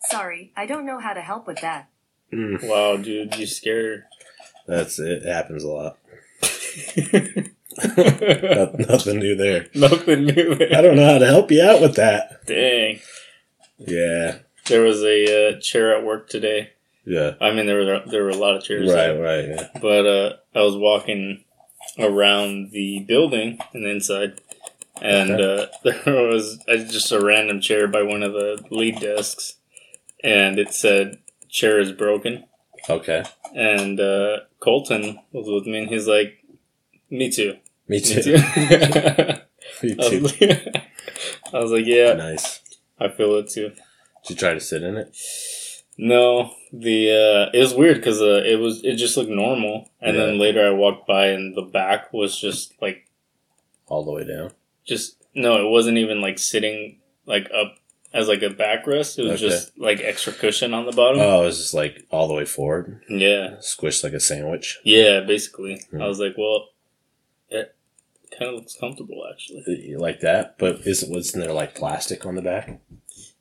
Speaker 3: Sorry, I don't know how to help with that.
Speaker 1: Mm,
Speaker 2: Wow, dude, you scared
Speaker 1: that's it. Happens a lot.
Speaker 2: her.
Speaker 1: Not- nothing new there.
Speaker 2: Nothing new. there.
Speaker 1: I don't know how to help you out with that.
Speaker 2: Dang.
Speaker 1: Yeah.
Speaker 2: There was a uh, chair at work today
Speaker 1: Yeah.
Speaker 2: I mean, there were there were a lot of chairs,
Speaker 1: Right.
Speaker 2: there.
Speaker 1: Right. Yeah.
Speaker 2: But uh, I was walking around the building and inside, and uh, there was uh, just a random chair by one of the lead desks, and it said "chair is broken."
Speaker 1: Okay.
Speaker 2: And uh, Colton was with me, and he's like, "Me too,
Speaker 1: Me
Speaker 2: me
Speaker 1: too.
Speaker 2: too." I,
Speaker 1: Me too.
Speaker 2: was, I was like, "Yeah,
Speaker 1: Nice.
Speaker 2: I feel it too."
Speaker 1: Did you try to sit in it?
Speaker 2: No, the uh, it was weird because uh, it was it just looked normal, and then later I walked by and the back was just like
Speaker 1: All the way down.
Speaker 2: just no, it wasn't even like sitting like up as like a backrest. It was
Speaker 1: Okay.
Speaker 2: just like extra cushion on the bottom.
Speaker 1: Oh, it was just like all the way forward,
Speaker 2: yeah,
Speaker 1: squished like a sandwich.
Speaker 2: yeah, basically.
Speaker 1: Hmm.
Speaker 2: I was like, well, it kind of looks comfortable actually.
Speaker 1: uh, Like that, but is wasn't there like plastic on the back?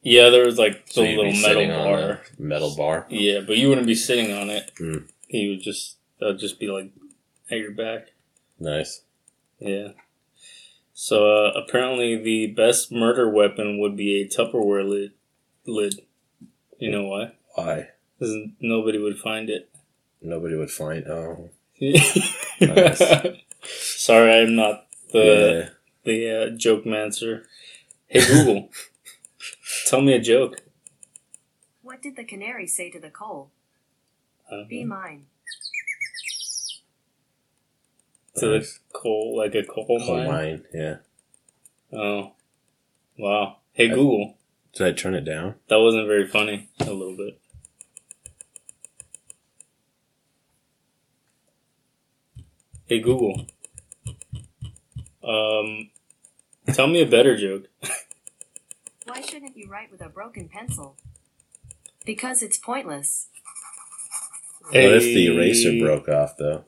Speaker 2: Yeah, there was like the
Speaker 1: you'd be
Speaker 2: little metal
Speaker 1: sitting on
Speaker 2: bar.
Speaker 1: a metal bar.
Speaker 2: Yeah, but you wouldn't be sitting on it.
Speaker 1: Hmm.
Speaker 2: He would just that would just be like at your back.
Speaker 1: Nice.
Speaker 2: Yeah. So uh, apparently, the best murder weapon would be a Tupperware lid. Lid. You know why?
Speaker 1: Why?
Speaker 2: 'Cause nobody would find it.
Speaker 1: Nobody would find. Oh,
Speaker 2: Sorry, I'm not the the uh, joke mancer. Hey Google, tell me a joke.
Speaker 3: What did the canary say to the coal?
Speaker 2: Uh,
Speaker 3: Be mine.
Speaker 2: to the coal, like a coal
Speaker 1: yeah. Coal
Speaker 2: mine.
Speaker 1: mine. Yeah.
Speaker 2: Oh, wow. Hey
Speaker 1: I-
Speaker 2: Google,
Speaker 1: Did I turn it down?
Speaker 2: that wasn't very funny. A little bit. Hey Google. Um, tell me a better joke.
Speaker 3: Why shouldn't you write with a broken pencil? Because it's pointless.
Speaker 1: What if the eraser broke off though?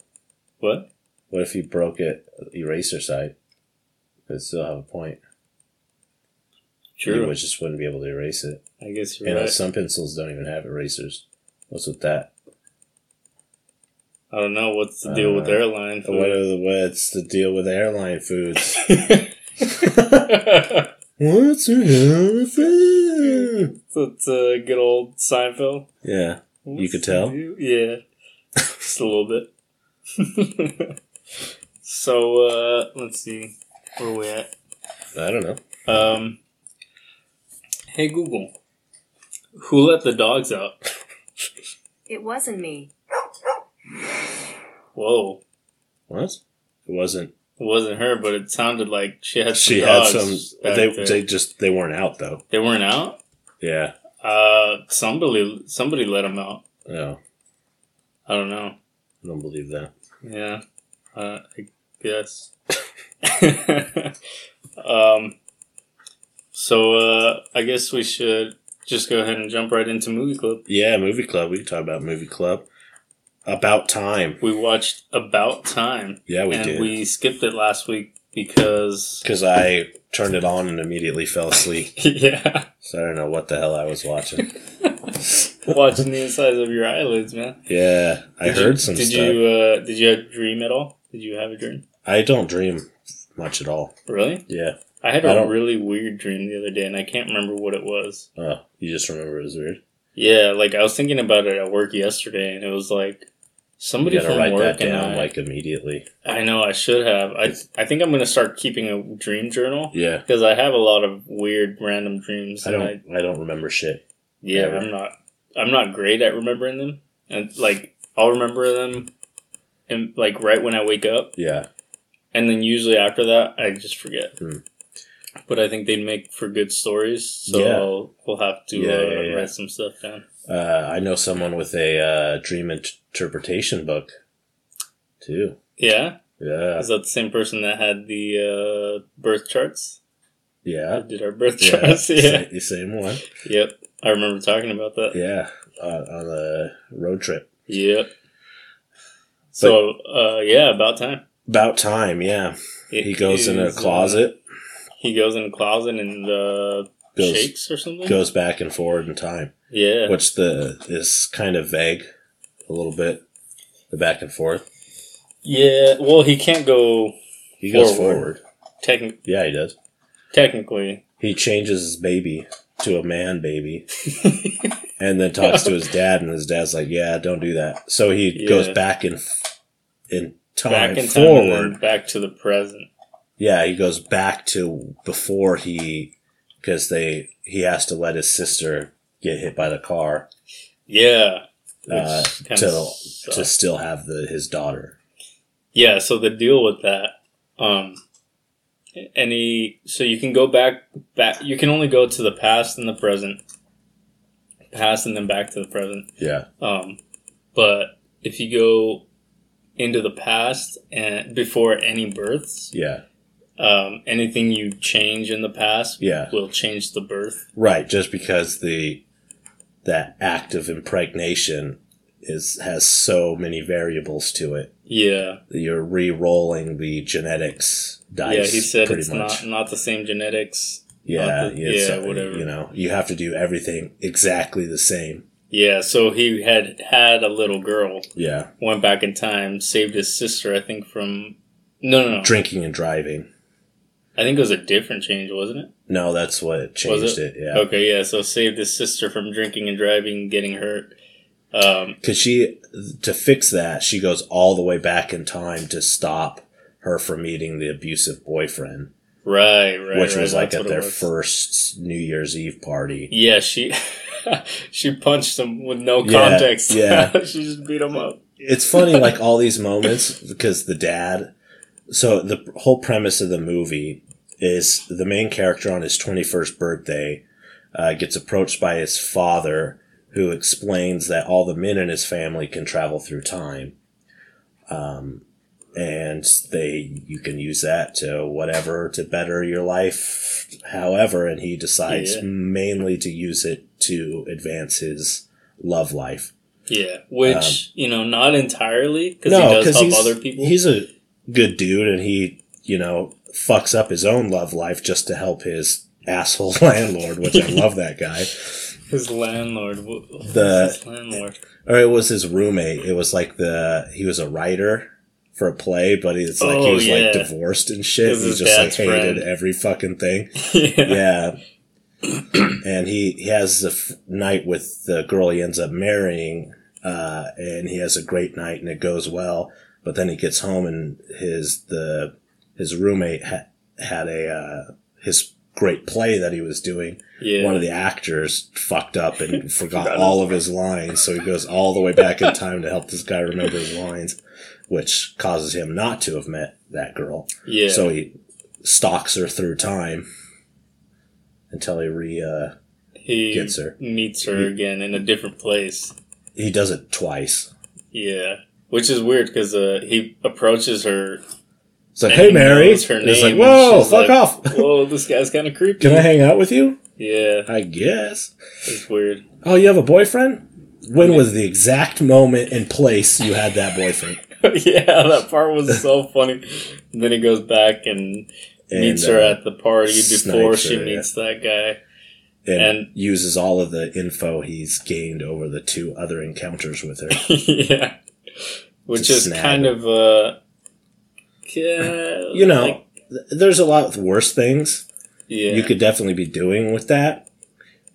Speaker 2: What?
Speaker 1: What if you broke it uh, eraser side? It'd still have a point. You
Speaker 2: True.
Speaker 1: would just wouldn't be able to erase it.
Speaker 2: I guess
Speaker 1: And
Speaker 2: you're right.
Speaker 1: some pencils don't even have erasers. What's with that?
Speaker 2: I don't know what's the deal with
Speaker 1: Uh,
Speaker 2: airline
Speaker 1: What
Speaker 2: food.
Speaker 1: are the, what's the deal with airline foods?
Speaker 2: so
Speaker 1: what's the deal with food?
Speaker 2: it's a good old Seinfeld.
Speaker 1: Yeah. You could
Speaker 2: What's the
Speaker 1: tell?
Speaker 2: deal? Yeah. Just a little bit. so, uh, let's see. Where are we at?
Speaker 1: I don't know.
Speaker 2: Um, hey, Google. Who let the dogs out?
Speaker 3: It wasn't me.
Speaker 2: Whoa.
Speaker 1: What? It wasn't.
Speaker 2: It wasn't her, but it sounded like she had some
Speaker 1: She had
Speaker 2: dogs.
Speaker 1: some.
Speaker 2: back
Speaker 1: They,
Speaker 2: there.
Speaker 1: they just they weren't out though.
Speaker 2: They weren't out?
Speaker 1: Yeah.
Speaker 2: Uh, somebody, somebody let them out.
Speaker 1: No,
Speaker 2: I don't know.
Speaker 1: I don't believe that.
Speaker 2: Yeah, uh, I guess. um, so uh, I guess we should just go ahead and jump right into movie clip.
Speaker 1: Yeah, movie club. We can talk about movie club. About time.
Speaker 2: We watched About Time,
Speaker 1: Yeah, we
Speaker 2: and
Speaker 1: did.
Speaker 2: we skipped it last week because
Speaker 1: because I turned it on and immediately fell asleep.
Speaker 2: yeah,
Speaker 1: So I don't know what the hell I was watching.
Speaker 2: watching the insides of your eyelids, man.
Speaker 1: Yeah, I
Speaker 2: Did you-
Speaker 1: heard some
Speaker 2: Did
Speaker 1: stuff.
Speaker 2: you uh, did you dream at all? Did you have a dream?
Speaker 1: I don't dream much at all.
Speaker 2: Really?
Speaker 1: Yeah.
Speaker 2: I had
Speaker 1: I
Speaker 2: a
Speaker 1: don't-
Speaker 2: really weird dream the other day, and I can't remember what it was.
Speaker 1: Oh, you just remember it was weird.
Speaker 2: Yeah, like I was thinking about it at work yesterday, and it was like somebody
Speaker 1: You gotta
Speaker 2: from
Speaker 1: write
Speaker 2: work
Speaker 1: that
Speaker 2: and
Speaker 1: down
Speaker 2: I.
Speaker 1: like immediately.
Speaker 2: I know I should have. I I think I'm gonna start keeping a dream journal
Speaker 1: Yeah.
Speaker 2: because I have a lot of weird random dreams.
Speaker 1: I
Speaker 2: and
Speaker 1: don't. I don't remember shit.
Speaker 2: yeah,
Speaker 1: ever.
Speaker 2: I'm not. I'm not great at remembering them, and like I'll remember them, and like right when I wake up,
Speaker 1: Yeah.
Speaker 2: and then usually after that I just forget.
Speaker 1: Hmm.
Speaker 2: But I think they'd make for good stories, so
Speaker 1: Yeah.
Speaker 2: I'll, we'll have to
Speaker 1: Yeah,
Speaker 2: uh,
Speaker 1: yeah, yeah.
Speaker 2: write some stuff down.
Speaker 1: Uh, I know someone with a uh, dream int- interpretation book, too.
Speaker 2: Yeah.
Speaker 1: Yeah.
Speaker 2: Is that the same person that had the uh, birth charts?
Speaker 1: Yeah.
Speaker 2: That did our birth
Speaker 1: Yeah.
Speaker 2: charts? Yeah.
Speaker 1: Sa- The same one.
Speaker 2: yep. I remember talking about that.
Speaker 1: Yeah. Uh, on the road trip.
Speaker 2: Yep. So, uh, yeah, about time.
Speaker 1: About time. Yeah.
Speaker 2: It
Speaker 1: He goes in a
Speaker 2: is, uh,
Speaker 1: closet.
Speaker 2: he goes in a closet and uh,
Speaker 1: Goes
Speaker 2: shakes or something.
Speaker 1: goes back and forward in time,
Speaker 2: yeah.
Speaker 1: which the is kind of vague, a little bit. The back and forth.
Speaker 2: Yeah. Well, he can't go
Speaker 1: He goes
Speaker 2: Forward.
Speaker 1: forward.
Speaker 2: techni-
Speaker 1: Yeah, he does.
Speaker 2: technically.
Speaker 1: He changes his baby to a man baby, and then talks to his dad, and his dad's like, "Yeah, don't do that." So he
Speaker 2: Yeah.
Speaker 1: goes back in in time
Speaker 2: Back in time and
Speaker 1: forward.
Speaker 2: then back to the present.
Speaker 1: Yeah, he goes back to before he because they he has to let his sister get hit by the car
Speaker 2: Yeah. Which
Speaker 1: uh,
Speaker 2: kinda
Speaker 1: to
Speaker 2: sucks.
Speaker 1: to still have the his daughter.
Speaker 2: Yeah, so the deal with that, um, any so you can go back back you can only go to the past and the present, past and then back to the present.
Speaker 1: Yeah,
Speaker 2: Um, but if you go into the past and before any births,
Speaker 1: yeah.
Speaker 2: um, anything you change in the past
Speaker 1: Yeah.
Speaker 2: will change the birth.
Speaker 1: Right, just because the that act of impregnation is has so many variables to it.
Speaker 2: Yeah,
Speaker 1: You're re-rolling the genetics dice.
Speaker 2: yeah. He said
Speaker 1: pretty
Speaker 2: it's
Speaker 1: much.
Speaker 2: not not the same genetics.
Speaker 1: yeah,
Speaker 2: not the-
Speaker 1: it's- uh,
Speaker 2: yeah, whatever.
Speaker 1: You know, you have to do everything exactly the same.
Speaker 2: Yeah, so he had had a little girl.
Speaker 1: Yeah,
Speaker 2: went back in time, saved his sister, I think, from. No, no, no.
Speaker 1: drinking and driving.
Speaker 2: I think it was a different change, wasn't it?
Speaker 1: No, that's what changed it? Yeah,
Speaker 2: Okay, yeah, so saved his sister from drinking and driving, getting hurt. Um,
Speaker 1: because she to fix that, she goes all the way back in time to stop her from meeting the abusive boyfriend.
Speaker 2: right, right.
Speaker 1: which
Speaker 2: right,
Speaker 1: was like
Speaker 2: that's
Speaker 1: at
Speaker 2: what it
Speaker 1: their
Speaker 2: was.
Speaker 1: first New Year's Eve party.
Speaker 2: Yeah, she she punched him with no
Speaker 1: Yeah,
Speaker 2: context.
Speaker 1: yeah.
Speaker 2: she just beat him up.
Speaker 1: It's funny, like all these moments, because the dad. So the whole premise of the movie is the main character on his 21st birthday uh, gets approached by his father, who explains that all the men in his family can travel through time. Um, and they, you can use that to whatever to better your life, however. And he decides
Speaker 2: Yeah.
Speaker 1: mainly to use it to advance his love life.
Speaker 2: Yeah, which
Speaker 1: Um,
Speaker 2: you know, not entirely because he does help
Speaker 1: he's,
Speaker 2: other people.
Speaker 1: He's a good dude, and he, you know, fucks up his own love life just to help his asshole landlord. Which I love that guy.
Speaker 2: His landlord. Wh- who's
Speaker 1: The-
Speaker 2: his landlord.
Speaker 1: or it was his roommate. It was like the he was a writer for a play, but he's like he
Speaker 2: Oh,
Speaker 1: was
Speaker 2: yeah.
Speaker 1: like divorced and shit.
Speaker 2: It was
Speaker 1: He
Speaker 2: his
Speaker 1: just like
Speaker 2: dad's
Speaker 1: hated
Speaker 2: friend.
Speaker 1: every fucking thing.
Speaker 2: yeah.
Speaker 1: yeah. and he, he has the f- night with the girl he ends up marrying, uh, and he has a great night and it goes well. But then he gets home and his the his roommate ha- had a uh, his great play that he was doing.
Speaker 2: Yeah.
Speaker 1: One of the actors fucked up and forgot
Speaker 2: Forgot
Speaker 1: all of his lines, so he goes all the way back in time to help this guy remember his lines, which causes him not to have met that girl.
Speaker 2: yeah.
Speaker 1: So he stalks her through time until he re uh,
Speaker 2: he
Speaker 1: gets her.
Speaker 2: meets her again in a different place.
Speaker 1: he does it twice.
Speaker 2: Yeah. Which is weird because uh, he approaches her.
Speaker 1: It's like,
Speaker 2: and
Speaker 1: hey
Speaker 2: he
Speaker 1: Mary,
Speaker 2: knows her
Speaker 1: And it's like,
Speaker 2: name,
Speaker 1: whoa,
Speaker 2: and she's
Speaker 1: fuck
Speaker 2: like,
Speaker 1: off.
Speaker 2: Whoa, this guy's kind of creepy.
Speaker 1: Can I hang out with you?
Speaker 2: yeah,
Speaker 1: I guess.
Speaker 2: it's weird.
Speaker 1: Oh, you have a boyfriend? When was the exact moment and place you had that boyfriend?
Speaker 2: yeah, that part was so funny. And then he goes back and,
Speaker 1: And,
Speaker 2: meets her
Speaker 1: uh,
Speaker 2: at the party before
Speaker 1: snipes
Speaker 2: she
Speaker 1: her, yeah.
Speaker 2: meets that guy.
Speaker 1: and,
Speaker 2: and-
Speaker 1: uses all of the info he's gained over the two other encounters with her.
Speaker 2: yeah, which
Speaker 1: To
Speaker 2: is
Speaker 1: snag
Speaker 2: kind
Speaker 1: her.
Speaker 2: of uh, yeah,
Speaker 1: You know,
Speaker 2: like-
Speaker 1: th- there's a lot worse things
Speaker 2: yeah,
Speaker 1: you could definitely be doing with that.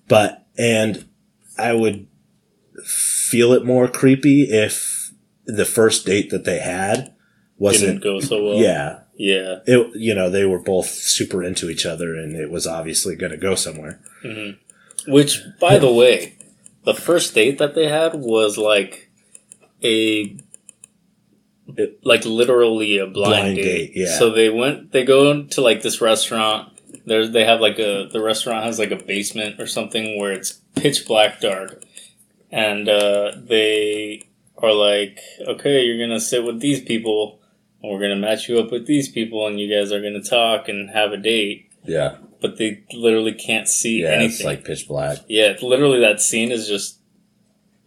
Speaker 1: But and I would feel it more creepy if the first date that they had
Speaker 2: didn't
Speaker 1: wasn't
Speaker 2: go so well.
Speaker 1: yeah.
Speaker 2: yeah,
Speaker 1: It you know, they were both super into each other and it was obviously going to go somewhere.
Speaker 2: hmm Which, by the way, the first date that they had was like a
Speaker 1: It-
Speaker 2: like literally a blind,
Speaker 1: Blind
Speaker 2: date.
Speaker 1: date, yeah.
Speaker 2: So they went. They go to like this restaurant. There's they have like a the restaurant has like a basement or something where it's pitch black dark, and uh, they are like, okay, you're gonna sit with these people. And we're gonna match you up with these people, and you guys are gonna talk and have a date.
Speaker 1: Yeah.
Speaker 2: But they literally can't see anything.
Speaker 1: pitch black.
Speaker 2: Yeah, it's literally that scene is just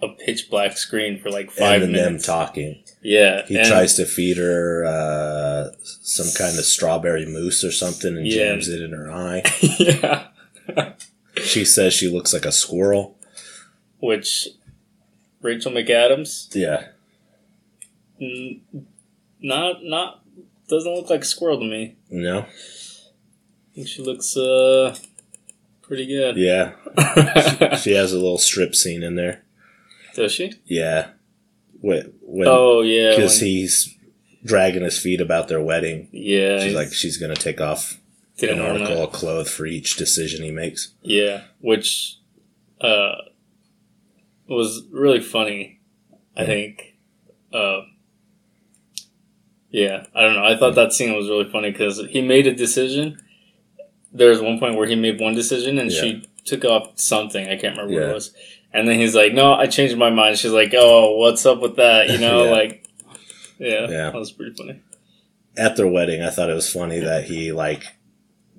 Speaker 2: a pitch black screen for like five
Speaker 1: and then them
Speaker 2: minutes.
Speaker 1: talking.
Speaker 2: yeah,
Speaker 1: He
Speaker 2: and-
Speaker 1: tries to feed her uh, some kind of strawberry mousse or something and
Speaker 2: Yeah.
Speaker 1: jams it in her eye.
Speaker 2: yeah,
Speaker 1: She says she looks like a squirrel.
Speaker 2: which Rachel McAdams
Speaker 1: Yeah.
Speaker 2: n- not not doesn't look like a squirrel to me.
Speaker 1: No?
Speaker 2: I think she looks uh pretty good.
Speaker 1: Yeah. She has a little strip scene in there.
Speaker 2: Does she?
Speaker 1: Yeah. When, when,
Speaker 2: Oh yeah,
Speaker 1: Because
Speaker 2: when-
Speaker 1: he's dragging his feet about their wedding.
Speaker 2: yeah.
Speaker 1: She's
Speaker 2: he's-
Speaker 1: like, she's going to take off
Speaker 2: didn't
Speaker 1: an
Speaker 2: learn that.
Speaker 1: article of clothes for each decision he makes.
Speaker 2: Yeah, which uh, was really funny. I
Speaker 1: Yeah.
Speaker 2: think. Uh, yeah, I don't know. I thought that scene was really funny because he made a decision. There was one point where he made one decision and she took off something. I can't remember what
Speaker 1: Yeah.
Speaker 2: it was. And then he's like, "No, I changed my mind." She's like, "Oh, what's up with that?" You know,
Speaker 1: Yeah.
Speaker 2: like, yeah,
Speaker 1: Yeah.
Speaker 2: that was pretty funny.
Speaker 1: At their wedding, I thought it was funny that he, like,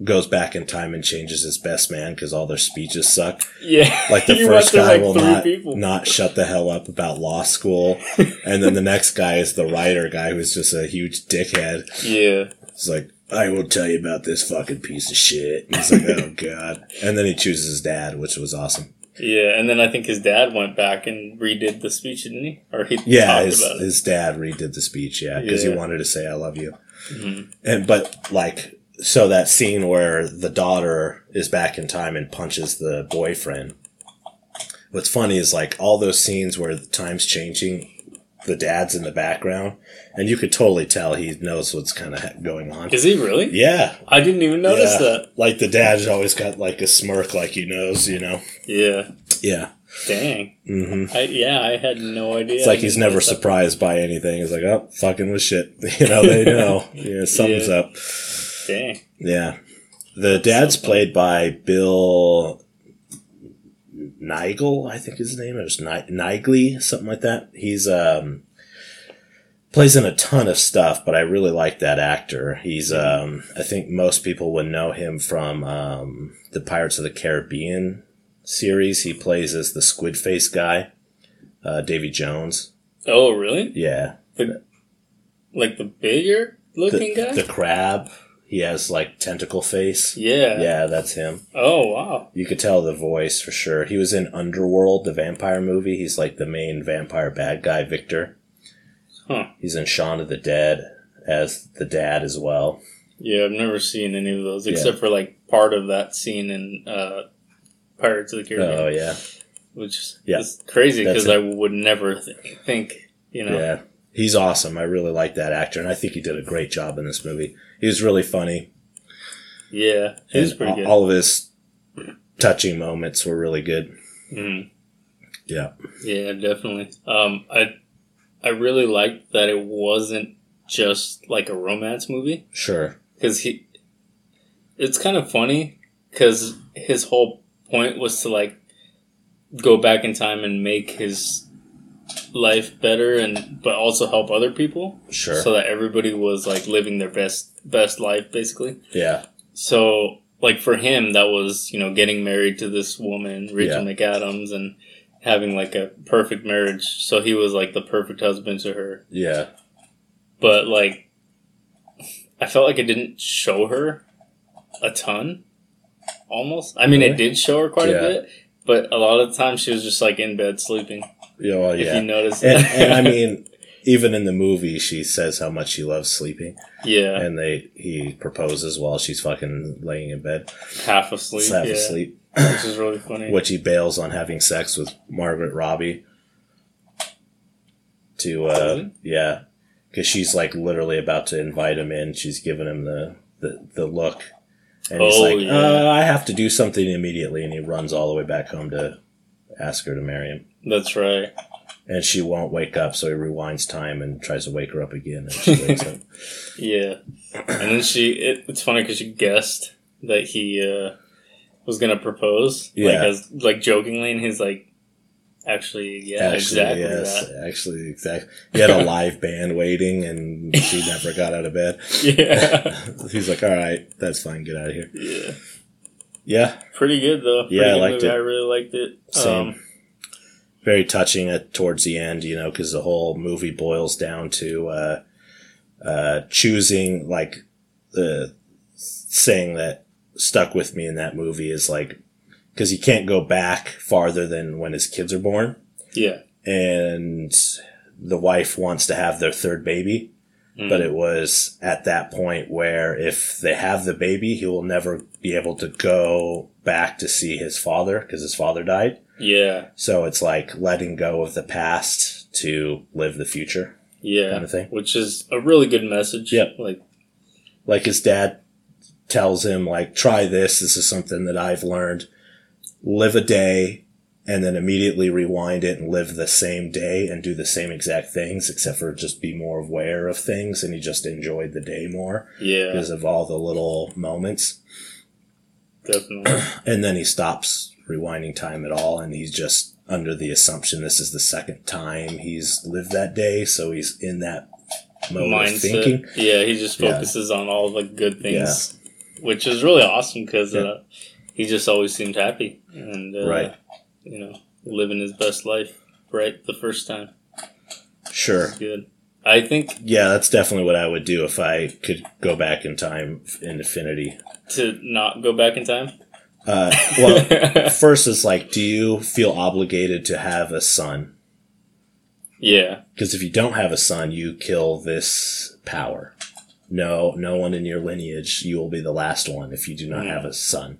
Speaker 1: goes back in time and changes his best man because all their speeches suck.
Speaker 2: Yeah,
Speaker 1: Like, the
Speaker 2: He went
Speaker 1: first
Speaker 2: through,
Speaker 1: guy
Speaker 2: like,
Speaker 1: will
Speaker 2: three
Speaker 1: not,
Speaker 2: people.
Speaker 1: not shut the hell up about law school. and then the next guy is the writer guy who's just a huge dickhead.
Speaker 2: yeah,
Speaker 1: He's like, I will tell you about this fucking piece of shit. And he's like, oh god. And then he chooses his dad, which was awesome.
Speaker 2: yeah. And then I think his dad went back and redid the speech, didn't he? Or he
Speaker 1: Yeah,
Speaker 2: talked
Speaker 1: his,
Speaker 2: about it.
Speaker 1: his dad redid the speech, yeah, because
Speaker 2: Yeah.
Speaker 1: he wanted to say I love you.
Speaker 2: Mhm.
Speaker 1: And but like so that scene where the daughter is back in time and punches the boyfriend. What's funny is like all those scenes where the time's changing, the dad's in the background, and you could totally tell he knows what's kind of going on.
Speaker 2: Is he really?
Speaker 1: Yeah,
Speaker 2: I didn't even notice
Speaker 1: Yeah.
Speaker 2: that.
Speaker 1: Like the dad's always got like a smirk, like he knows, you know.
Speaker 2: Yeah.
Speaker 1: Yeah.
Speaker 2: Dang.
Speaker 1: hmm
Speaker 2: I yeah, I had no idea.
Speaker 1: It's like he's never surprised by anything. He's like, oh, fucking with shit. You know, they know. Yeah, something's
Speaker 2: Yeah.
Speaker 1: up.
Speaker 2: Dang.
Speaker 1: Yeah. The dad's
Speaker 2: uh,
Speaker 1: played by Bill Nigel, I think his name is Ni- Nigley, something like that. He's um plays in a ton of stuff, but I really like that actor. He's um I think most people would know him from um the Pirates of the Caribbean series. He plays as the squid face guy, uh Davy Jones.
Speaker 2: Oh really?
Speaker 1: Yeah.
Speaker 2: Like the bigger looking
Speaker 1: The,
Speaker 2: guy?
Speaker 1: the crab. He has like tentacle face.
Speaker 2: Yeah.
Speaker 1: Yeah, that's him.
Speaker 2: Oh wow.
Speaker 1: You could tell the voice for sure. He was in Underworld, the vampire movie. He's like the main vampire bad guy, Victor.
Speaker 2: Huh.
Speaker 1: He's in Shaun of the Dead as the dad as well.
Speaker 2: Yeah, I've never seen any of those
Speaker 1: Yeah.
Speaker 2: except for like part of that scene in uh, Pirates of the Caribbean,
Speaker 1: Oh yeah,
Speaker 2: which
Speaker 1: Yeah.
Speaker 2: is crazy
Speaker 1: That's
Speaker 2: because
Speaker 1: it.
Speaker 2: I would never th- think, you know.
Speaker 1: yeah. He's awesome. I really like that actor, and I think he did a great job in this movie. He was really funny.
Speaker 2: Yeah, he's
Speaker 1: and
Speaker 2: pretty
Speaker 1: all-
Speaker 2: good.
Speaker 1: All of his touching moments were really good.
Speaker 2: Mhm.
Speaker 1: Yeah.
Speaker 2: Yeah, definitely. Um, I I really liked that it wasn't just like a romance movie
Speaker 1: Sure.
Speaker 2: because he. It's kind of funny because his whole point was to like go back in time and make his life better and but also help other people
Speaker 1: Sure.
Speaker 2: so that everybody was like living their best best life basically
Speaker 1: yeah.
Speaker 2: so like for him that was you know getting married to this woman rachel mcadams and having like a perfect marriage so he was like the perfect husband to her
Speaker 1: Yeah.
Speaker 2: but like i felt like it didn't show her a ton almost i mean it
Speaker 1: Really?
Speaker 2: did show her quite
Speaker 1: Yeah.
Speaker 2: a bit but a lot of the time she was just like in bed sleeping
Speaker 1: Yeah. Well,
Speaker 2: if you
Speaker 1: Oh, yeah.
Speaker 2: notice
Speaker 1: And, and I mean, even in the movie, she says how much she loves sleeping,
Speaker 2: yeah
Speaker 1: and they he proposes while she's fucking laying in bed,
Speaker 2: half asleep
Speaker 1: half
Speaker 2: yeah
Speaker 1: asleep,
Speaker 2: which is really funny
Speaker 1: which he bails on having sex with Margaret Robbie. To uh,
Speaker 2: Really?
Speaker 1: yeah, because she's like literally about to invite him in. She's giving him the the, the look, and he's
Speaker 2: Oh,
Speaker 1: like,
Speaker 2: yeah.
Speaker 1: uh, "I have to do something immediately," and he runs all the way back home to ask her to marry him.
Speaker 2: that's right
Speaker 1: and she won't wake up, so he rewinds time and tries to wake her up again, and she wakes up.
Speaker 2: Yeah, and then she. It, it's funny because she guessed that he uh, was gonna propose.
Speaker 1: Yeah.
Speaker 2: like, as, like jokingly, and he's like, "Actually, yeah, exactly that."
Speaker 1: actually, exactly. He had a live band waiting, and she never got out of bed.
Speaker 2: Yeah,
Speaker 1: He's like, "All right, that's fine. Get out of here."
Speaker 2: yeah,
Speaker 1: Yeah,
Speaker 2: pretty good though.
Speaker 1: Yeah,
Speaker 2: Pretty
Speaker 1: I
Speaker 2: good
Speaker 1: liked
Speaker 2: movie.
Speaker 1: it.
Speaker 2: I really liked it.
Speaker 1: Same.
Speaker 2: Um,
Speaker 1: very touching at towards the end, you know, because the whole movie boils down to uh, uh, choosing, like the saying that stuck with me in that movie is like, because he can't go back farther than when his kids are born.
Speaker 2: yeah,
Speaker 1: and the wife wants to have their third baby.
Speaker 2: Mm.
Speaker 1: But it was at that point where if they have the baby, he will never be able to go back to see his father because his father died.
Speaker 2: yeah,
Speaker 1: So it's like letting go of the past to live the future
Speaker 2: yeah,
Speaker 1: kind of thing.
Speaker 2: which is a really good message.
Speaker 1: Yep.
Speaker 2: like
Speaker 1: Like his dad tells him, like, try this. This is something that I've learned. Live a day and then immediately rewind it and live the same day and do the same exact things, except for just be more aware of things. And he just enjoyed the day more
Speaker 2: yeah,
Speaker 1: because of all the little moments.
Speaker 2: definitely.
Speaker 1: And then he stops rewinding time at all. And he's just under the assumption this is the second time he's lived that day. So he's in that mode of thinking.
Speaker 2: mindset. Yeah, he just
Speaker 1: Yeah.
Speaker 2: focuses on all the good things, which is really awesome because
Speaker 1: Yeah.
Speaker 2: uh, he just always seemed happy and uh,
Speaker 1: Right.
Speaker 2: you know, living his best life right the first time.
Speaker 1: Sure.
Speaker 2: It's good. I think
Speaker 1: Yeah, that's definitely what I would do if I could go back in time in infinity.
Speaker 2: to not go back in time.
Speaker 1: Uh, well, first is like, do you feel obligated to have a son?
Speaker 2: yeah,
Speaker 1: Because if you don't have a son, you kill this power. No, no one in your lineage. You will be the last one if you do not
Speaker 2: Mm.
Speaker 1: have a son.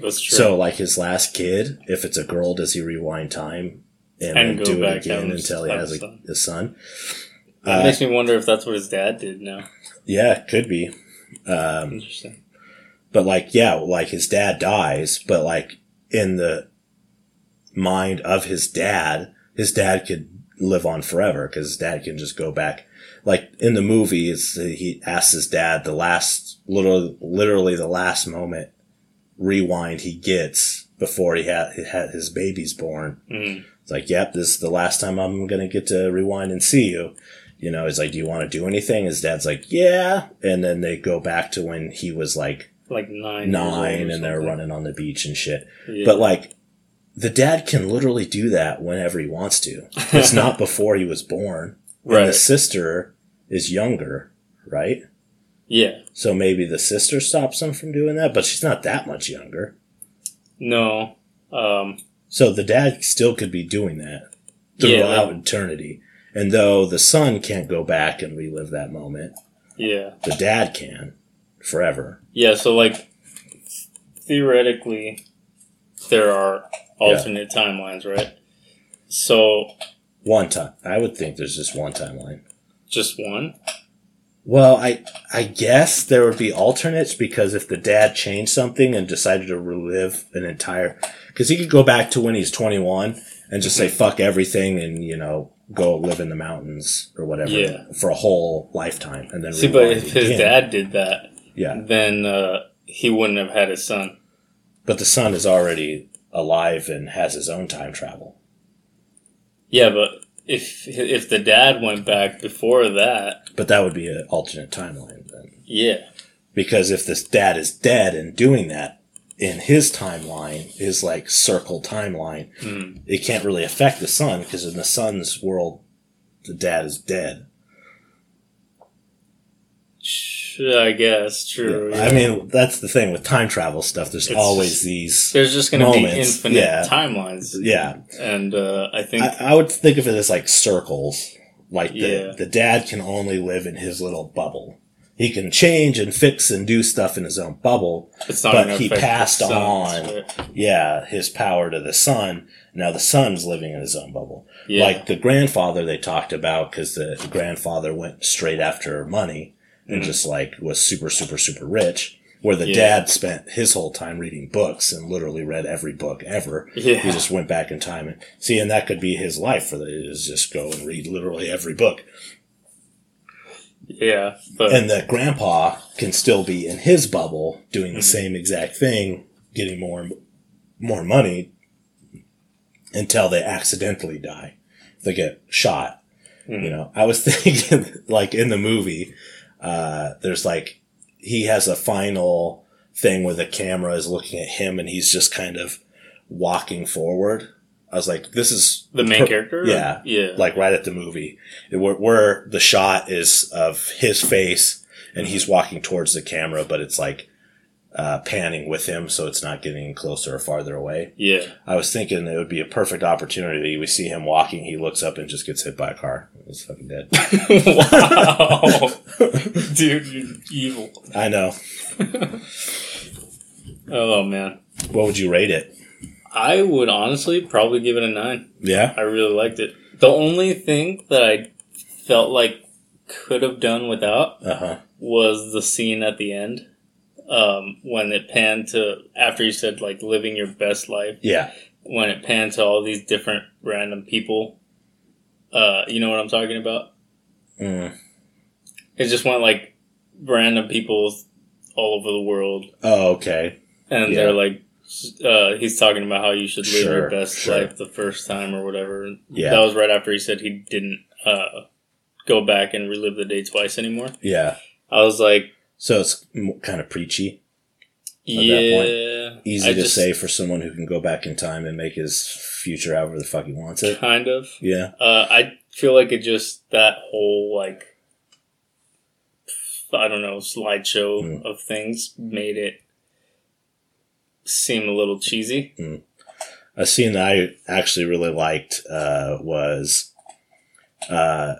Speaker 2: that's true.
Speaker 1: So, like his last kid, if it's a girl, does he rewind time and,
Speaker 2: And
Speaker 1: then
Speaker 2: go
Speaker 1: do it
Speaker 2: back
Speaker 1: again
Speaker 2: and
Speaker 1: until he
Speaker 2: have a
Speaker 1: has a,
Speaker 2: son.
Speaker 1: a son?
Speaker 2: that
Speaker 1: Uh,
Speaker 2: makes me wonder if that's what his dad did. Now,
Speaker 1: yeah, it could be. Um,
Speaker 2: interesting.
Speaker 1: but like yeah like his dad dies but like in the mind of his dad his dad could live on forever because his dad can just go back like in the movie it's he asks his dad the last little literally the last moment rewind he gets before he had, he had his baby's born
Speaker 2: Mm.
Speaker 1: it's like yep this is the last time i'm gonna get to rewind and see you you know he's like do you want to do anything his dad's like yeah and then they go back to when he was like
Speaker 2: Like nine, years old or
Speaker 1: nine and they're
Speaker 2: something.
Speaker 1: running on the beach and shit.
Speaker 2: Yeah.
Speaker 1: But like, the dad can literally do that whenever he wants to. It's not before he was born. And the
Speaker 2: right.
Speaker 1: sister is younger, right?
Speaker 2: Yeah.
Speaker 1: So maybe the sister stops him from doing that, but she's not that much younger.
Speaker 2: No. Um,
Speaker 1: So the dad still could be doing that
Speaker 2: Yeah,
Speaker 1: throughout eternity. And though the son can't go back and relive that moment,
Speaker 2: yeah.
Speaker 1: the dad can forever.
Speaker 2: Yeah. So like theoretically, there are alternate timelines, right? So
Speaker 1: One time. I would think there's just one timeline.
Speaker 2: just one.
Speaker 1: Well, I I guess there would be alternates because if the dad changed something and decided to relive an entire, because he could go back to when he's twenty one and just say fuck everything and you know go live in the mountains or whatever
Speaker 2: Yeah.
Speaker 1: for a whole lifetime and then
Speaker 2: See, but
Speaker 1: rewind
Speaker 2: if his
Speaker 1: again.
Speaker 2: dad did that,
Speaker 1: yeah,
Speaker 2: then uh, he wouldn't have had his son.
Speaker 1: but the son is already alive and has his own time travel.
Speaker 2: Yeah, but if if the dad went back before that,
Speaker 1: But that would be an alternate timeline then,
Speaker 2: yeah,
Speaker 1: because if this dad is dead and doing that in his timeline, his like circle timeline.
Speaker 2: Hmm.
Speaker 1: it can't really affect the son because in the son's world, the dad is dead.
Speaker 2: Sh- I guess true. yeah.
Speaker 1: I mean, that's the thing with time travel stuff. There's
Speaker 2: It's
Speaker 1: always
Speaker 2: just-
Speaker 1: these.
Speaker 2: there's just going to be
Speaker 1: Moments,
Speaker 2: infinite
Speaker 1: yeah.
Speaker 2: timelines,
Speaker 1: Yeah,
Speaker 2: and uh, I think
Speaker 1: I, I would think of it as like circles. Like the,
Speaker 2: Yeah.
Speaker 1: the dad can only live in his little bubble. He can change and fix and do stuff in his own bubble.
Speaker 2: it's not.
Speaker 1: but
Speaker 2: gonna
Speaker 1: he
Speaker 2: affect the
Speaker 1: passed
Speaker 2: sons,
Speaker 1: on.
Speaker 2: right?
Speaker 1: Yeah, his power to the son. Now the son's living in his own bubble.
Speaker 2: Yeah,
Speaker 1: Like the grandfather they talked about because the grandfather went straight after money and
Speaker 2: Mhm.
Speaker 1: just like was super, super, super rich. Where the
Speaker 2: Yeah.
Speaker 1: dad spent his whole time reading books and literally read every book ever. He
Speaker 2: yeah,
Speaker 1: just went back in time and see, and that could be his life for the is just go and read literally every book.
Speaker 2: yeah, but
Speaker 1: And the grandpa can still be in his bubble doing the same exact thing, getting more and more money until they accidentally die. They get shot
Speaker 2: mm,
Speaker 1: you know i was thinking like in the movie uh there's like he has a final thing where the camera is looking at him and he's just kind of walking forward i was like this is
Speaker 2: the main
Speaker 1: per-
Speaker 2: character,
Speaker 1: yeah.
Speaker 2: yeah,
Speaker 1: like right at the movie where, where the shot is of his face and he's walking towards the camera but it's like uh, panning with him so it's not getting closer or farther away
Speaker 2: yeah,
Speaker 1: i was thinking it would be a perfect opportunity we see him walking he looks up and just gets hit by a car he's fucking dead
Speaker 2: wow, dude, you're evil.
Speaker 1: I know.
Speaker 2: Oh man,
Speaker 1: What would you rate it?
Speaker 2: I would honestly probably give it a nine.
Speaker 1: Yeah.
Speaker 2: I really liked it. The only thing that I felt like could have done without
Speaker 1: Uh huh.
Speaker 2: was the scene at the end um, when it panned to after you said like living your best life
Speaker 1: Yeah.
Speaker 2: when it panned to all these different random people. Uh, you know what I'm talking about?
Speaker 1: Mm.
Speaker 2: It just went like random people all over the world,
Speaker 1: Oh, okay.
Speaker 2: and
Speaker 1: Yeah.
Speaker 2: they're like. Uh, he's talking about how you should live
Speaker 1: Sure,
Speaker 2: your best
Speaker 1: sure.
Speaker 2: life the first time or whatever.
Speaker 1: Yeah.
Speaker 2: That was right after he said he didn't uh, go back and relive the day twice anymore.
Speaker 1: Yeah.
Speaker 2: I was like,
Speaker 1: So it's kind of preachy, that point,
Speaker 2: yeah,
Speaker 1: easy
Speaker 2: I
Speaker 1: to
Speaker 2: just-
Speaker 1: say for someone who can go back in time and make his future however the fuck he wants it.
Speaker 2: kind of.
Speaker 1: Yeah.
Speaker 2: Uh, I feel like it just that whole like I don't know slideshow
Speaker 1: Mm.
Speaker 2: of things made it seem a little cheesy.
Speaker 1: A scene that I actually really liked uh, was uh,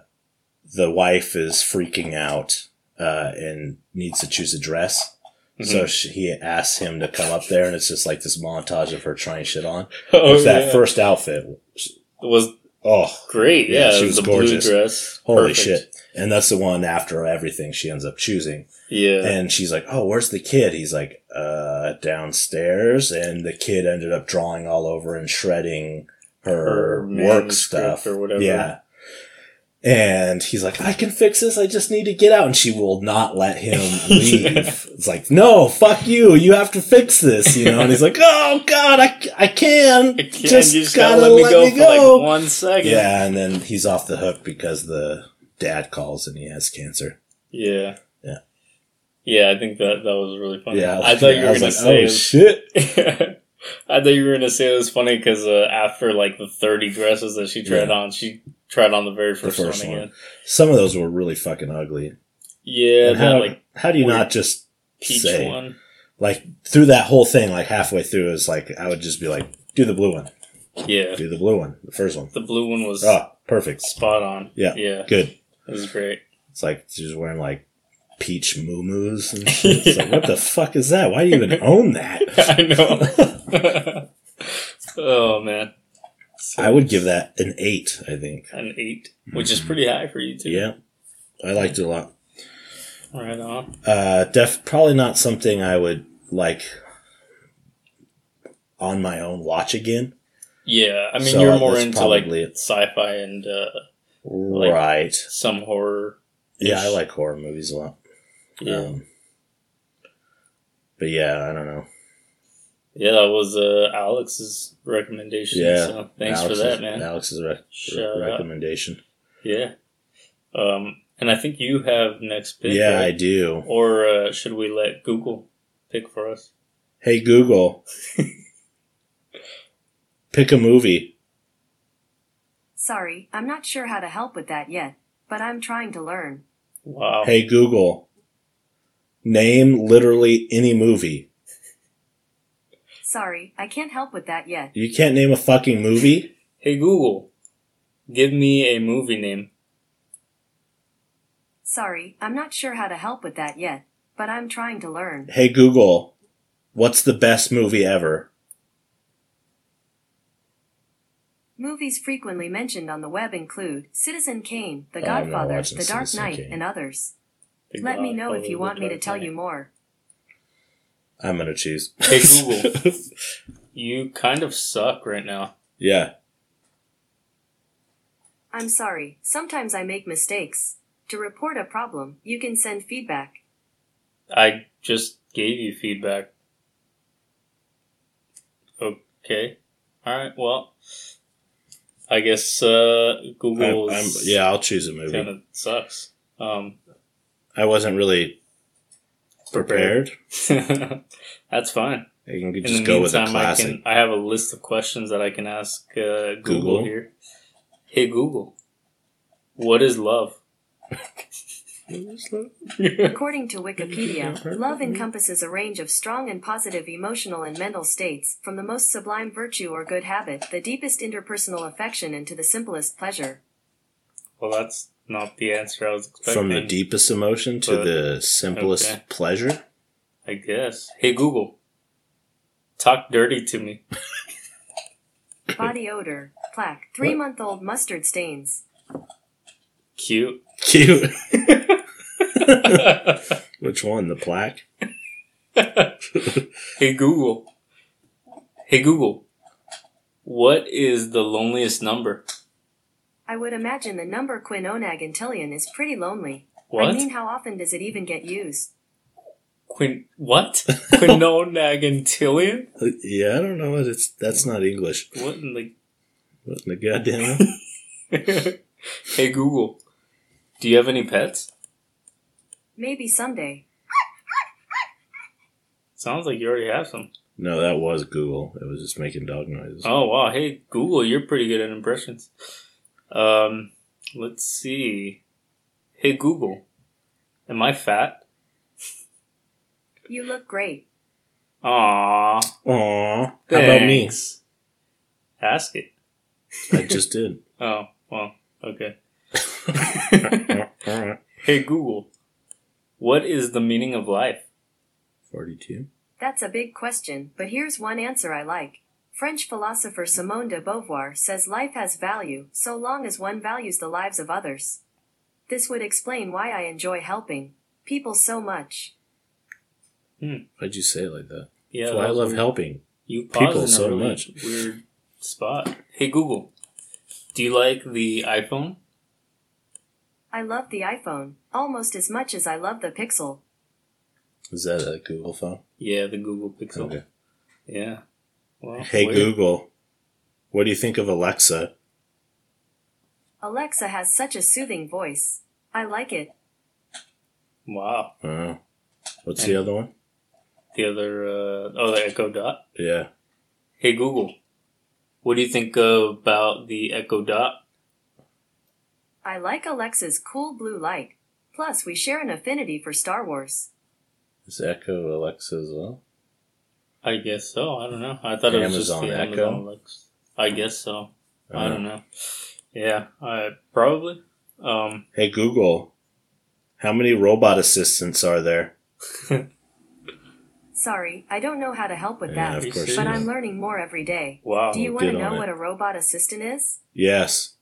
Speaker 1: the wife is freaking out uh, and needs to choose a dress.
Speaker 2: Mm-hmm.
Speaker 1: So she, he asks him to come up there, and it's just like this montage of her trying shit on.
Speaker 2: oh,
Speaker 1: It's that
Speaker 2: yeah.
Speaker 1: first outfit.
Speaker 2: It was
Speaker 1: Oh,
Speaker 2: great.
Speaker 1: Yeah,
Speaker 2: Yeah,
Speaker 1: she
Speaker 2: it
Speaker 1: was
Speaker 2: was the
Speaker 1: gorgeous.
Speaker 2: blue dress.
Speaker 1: Holy
Speaker 2: Perfect.
Speaker 1: shit. And that's the one after everything she ends up choosing.
Speaker 2: Yeah,
Speaker 1: And she's like, Oh, where's the kid? He's like, Uh, downstairs. And the kid ended up drawing all over and shredding her,
Speaker 2: Her
Speaker 1: work
Speaker 2: manuscript
Speaker 1: stuff.
Speaker 2: or whatever.
Speaker 1: Yeah. And he's like, I can fix this. I just need to get out. And she will not let him leave. It's like, no, fuck you. You have to fix this, you know? And he's like, oh, God, I, c- I can.
Speaker 2: I can't- you just, gotta, let me go, for like one second.
Speaker 1: Yeah, and then he's off the hook because the dad calls and he has cancer.
Speaker 2: Yeah.
Speaker 1: Yeah.
Speaker 2: Yeah, I think that that was really funny.
Speaker 1: Yeah,
Speaker 2: I thought you were
Speaker 1: was
Speaker 2: gonna
Speaker 1: like,
Speaker 2: say.
Speaker 1: "Oh shit!"
Speaker 2: I thought you were gonna say it was funny because uh, after like the thirty dresses that she tried
Speaker 1: Yeah.
Speaker 2: on, she tried on the very first,
Speaker 1: first
Speaker 2: one
Speaker 1: one.
Speaker 2: again.
Speaker 1: Some of those were really fucking ugly.
Speaker 2: Yeah,
Speaker 1: And how,
Speaker 2: that like
Speaker 1: how do you
Speaker 2: weird
Speaker 1: not just
Speaker 2: peach
Speaker 1: say
Speaker 2: one.
Speaker 1: like through that whole thing like halfway through is like I would just be like do the blue one,
Speaker 2: Yeah,
Speaker 1: do the blue one, the first one.
Speaker 2: the blue one was
Speaker 1: Oh, perfect.
Speaker 2: spot on.
Speaker 1: Yeah.
Speaker 2: yeah,
Speaker 1: Good.
Speaker 2: it was great.
Speaker 1: It's like she's wearing like peach moo-moos and shit. It's like, what the fuck is that? Why do you even own that?
Speaker 2: I know. oh man, So
Speaker 1: I would give that an eight, I think.
Speaker 2: an 8 which is pretty high for you too.
Speaker 1: Mm-hmm. Yeah. I liked it a lot.
Speaker 2: right on.
Speaker 1: Uh, def probably not something I would like on my own watch again.
Speaker 2: Yeah, I mean
Speaker 1: So, uh,
Speaker 2: you're more
Speaker 1: that's
Speaker 2: into like
Speaker 1: probably it.
Speaker 2: sci-fi and uh,
Speaker 1: right.
Speaker 2: some horror.
Speaker 1: Yeah, I like horror movies a lot.
Speaker 2: Yeah,
Speaker 1: Um, but yeah, I don't know.
Speaker 2: yeah, that was uh, Alex's recommendation.
Speaker 1: Yeah,
Speaker 2: so thanks
Speaker 1: Alex's,
Speaker 2: for that, man.
Speaker 1: Alex's rec-
Speaker 2: Shout out.
Speaker 1: recommendation.
Speaker 2: Yeah, um, and I think you have next pick.
Speaker 1: yeah, I
Speaker 2: right?
Speaker 1: do.
Speaker 2: Or uh, should we let Google pick for us?
Speaker 1: Hey Google, pick a movie.
Speaker 3: Sorry, I'm not sure how to help with that yet, but I'm trying to learn.
Speaker 2: Wow.
Speaker 1: Hey Google, name literally any movie.
Speaker 3: Sorry, I can't help with that yet.
Speaker 1: You can't name a fucking movie.
Speaker 2: Hey Google, give me a movie name.
Speaker 3: Sorry, I'm not sure how to help with that yet, but I'm trying to learn.
Speaker 1: Hey Google, what's the best movie ever?
Speaker 3: Movies frequently mentioned on the web include Citizen Kane, The
Speaker 1: Oh, I'm not
Speaker 3: Godfather,
Speaker 1: watching
Speaker 3: The Dark
Speaker 1: Citizen
Speaker 3: Knight,
Speaker 1: Kane.
Speaker 3: and others.
Speaker 2: The
Speaker 3: Let me know if
Speaker 2: Godfather,
Speaker 3: you want
Speaker 2: The
Speaker 3: me to
Speaker 2: Dark
Speaker 3: tell
Speaker 2: Knight.
Speaker 3: you more.
Speaker 1: I'm gonna choose.
Speaker 2: Hey, Google. You kind of suck right now.
Speaker 1: yeah,
Speaker 3: I'm sorry, sometimes I make mistakes. To report a problem, you can send feedback.
Speaker 2: I just gave you feedback. Okay. All right. Well, I guess uh, Google
Speaker 1: I'm, I'm- yeah, I'll choose a
Speaker 2: kind
Speaker 1: movie.
Speaker 2: of sucks. Um,
Speaker 1: I wasn't really prepared.
Speaker 2: that's fine.
Speaker 1: You can
Speaker 2: In
Speaker 1: just
Speaker 2: the
Speaker 1: go with a
Speaker 2: meantime, I
Speaker 1: classic.
Speaker 2: can. I have a list of questions that I can ask uh, Google,
Speaker 1: Google?
Speaker 2: here. Hey Google, what is love?
Speaker 3: According to Wikipedia, love encompasses a range of strong and positive emotional and mental states, from the most sublime virtue or good habit, the deepest interpersonal affection, and to the simplest pleasure.
Speaker 2: well, that's not the answer I was expecting.
Speaker 1: From the deepest emotion to
Speaker 2: But-
Speaker 1: the simplest
Speaker 2: okay.
Speaker 1: pleasure.
Speaker 2: I guess. Hey Google, talk dirty to me.
Speaker 3: Body odor, plaque, three month old mustard stains.
Speaker 2: Cute.
Speaker 1: Cute.
Speaker 2: hey
Speaker 1: Which one? The plaque?
Speaker 2: Google. Hey Google, what is the loneliest number?
Speaker 3: I would imagine the number quinonag antillion is pretty lonely. I
Speaker 2: What?
Speaker 3: mean, how often does it even get used?
Speaker 2: Quin what? Quinonagantillion?
Speaker 1: Yeah, I don't know. It's that's not English.
Speaker 2: What in the
Speaker 1: What in the goddamn? hell?
Speaker 2: hey Google, do you have any pets?
Speaker 3: Maybe someday.
Speaker 2: Sounds like you already have some.
Speaker 1: no, that was Google. It was just making dog noises.
Speaker 2: Oh wow! Hey Google, you're pretty good at impressions. Um, let's see. Hey Google, am I fat?
Speaker 3: You look great.
Speaker 2: Aw,
Speaker 1: Aw. How about me?
Speaker 2: Oh. thanks. Ask it.
Speaker 1: I just did.
Speaker 2: Oh well, okay.
Speaker 1: All right.
Speaker 2: hey Google, what is the meaning of life?
Speaker 1: Forty-two.
Speaker 3: That's a big question, but here's one answer I like. French philosopher Simone de Beauvoir says life has value so long as one values the lives of others. This would explain why I enjoy helping people so much.
Speaker 1: Why'd you say it like that?
Speaker 2: Hmm, Yeah,
Speaker 1: That's why I
Speaker 2: that was
Speaker 1: love
Speaker 2: weird.
Speaker 1: helping.
Speaker 2: You
Speaker 1: people
Speaker 2: paused in a
Speaker 1: so
Speaker 2: really
Speaker 1: much.
Speaker 2: Weird spot. Hey Google, do you like the iPhone?
Speaker 3: I love the iPhone almost as much as I love the Pixel.
Speaker 1: Is that a Google phone?
Speaker 2: Yeah, the Google Pixel. Yeah. Well,
Speaker 1: Hey
Speaker 2: weird.
Speaker 1: Google, what do you think of Alexa?
Speaker 3: Alexa has such a soothing voice. I like it.
Speaker 2: Wow.
Speaker 1: Oh. What's the other one?
Speaker 2: The other, uh, oh, the Echo Dot.
Speaker 1: Yeah.
Speaker 2: Hey Google, what do you think about the Echo Dot?
Speaker 3: I like Alexa's cool blue light. Plus, we share an affinity for Star Wars.
Speaker 1: Is Echo Alexa as well?
Speaker 2: I guess so. I don't know. I thought it was just
Speaker 1: Amazon
Speaker 2: the
Speaker 1: Echo?
Speaker 2: Amazon Alexa. I guess so. I don't know. Yeah, I probably. Um,
Speaker 1: Hey Google, how many robot assistants are there?
Speaker 3: Sorry, I don't know how to help with
Speaker 1: Yeah,
Speaker 3: that,
Speaker 1: of
Speaker 2: You
Speaker 1: course.
Speaker 2: see?
Speaker 1: you
Speaker 3: but I'm
Speaker 1: know.
Speaker 3: learning more every day.
Speaker 2: wow.
Speaker 3: Do you
Speaker 1: I'll
Speaker 3: want to
Speaker 1: get on
Speaker 3: know
Speaker 1: it.
Speaker 3: what a robot assistant is?
Speaker 1: yes.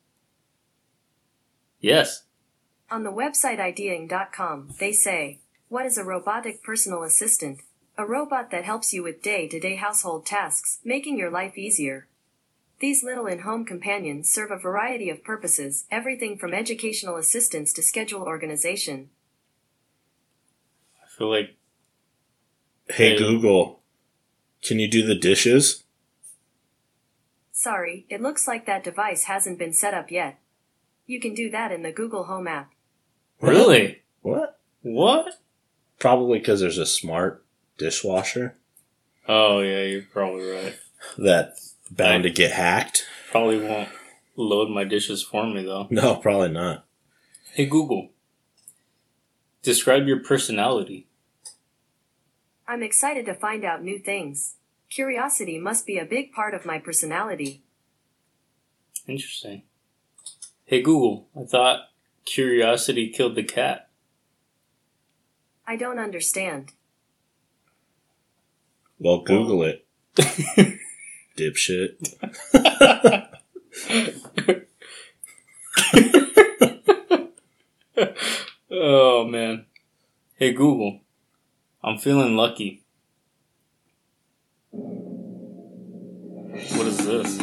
Speaker 2: yes.
Speaker 3: On the website ideaing.com, they say, What is a robotic personal assistant? A robot that helps you with day to day household tasks, making your life easier. These little in home companions serve a variety of purposes, everything from educational assistance to schedule organization.
Speaker 2: I feel like
Speaker 1: Hey
Speaker 2: Hey.
Speaker 1: Google, can you do the dishes?
Speaker 3: Sorry, it looks like that device hasn't been set up yet. You can do that in the Google Home app.
Speaker 2: really
Speaker 1: What?
Speaker 2: what?
Speaker 1: Probably because there's a smart dishwasher
Speaker 2: Oh yeah, you're probably right.
Speaker 1: that's bound to get hacked.
Speaker 2: Probably won't load my dishes for me though.
Speaker 1: No, probably not.
Speaker 2: Hey Google, describe your personality.
Speaker 3: I'm excited to find out new things. Curiosity must be a big part of my personality.
Speaker 2: Interesting. Hey Google, I thought curiosity killed the cat.
Speaker 3: I don't understand.
Speaker 1: Well, Google it, dipshit.
Speaker 2: oh man. Hey Google, I'm feeling lucky. What is this?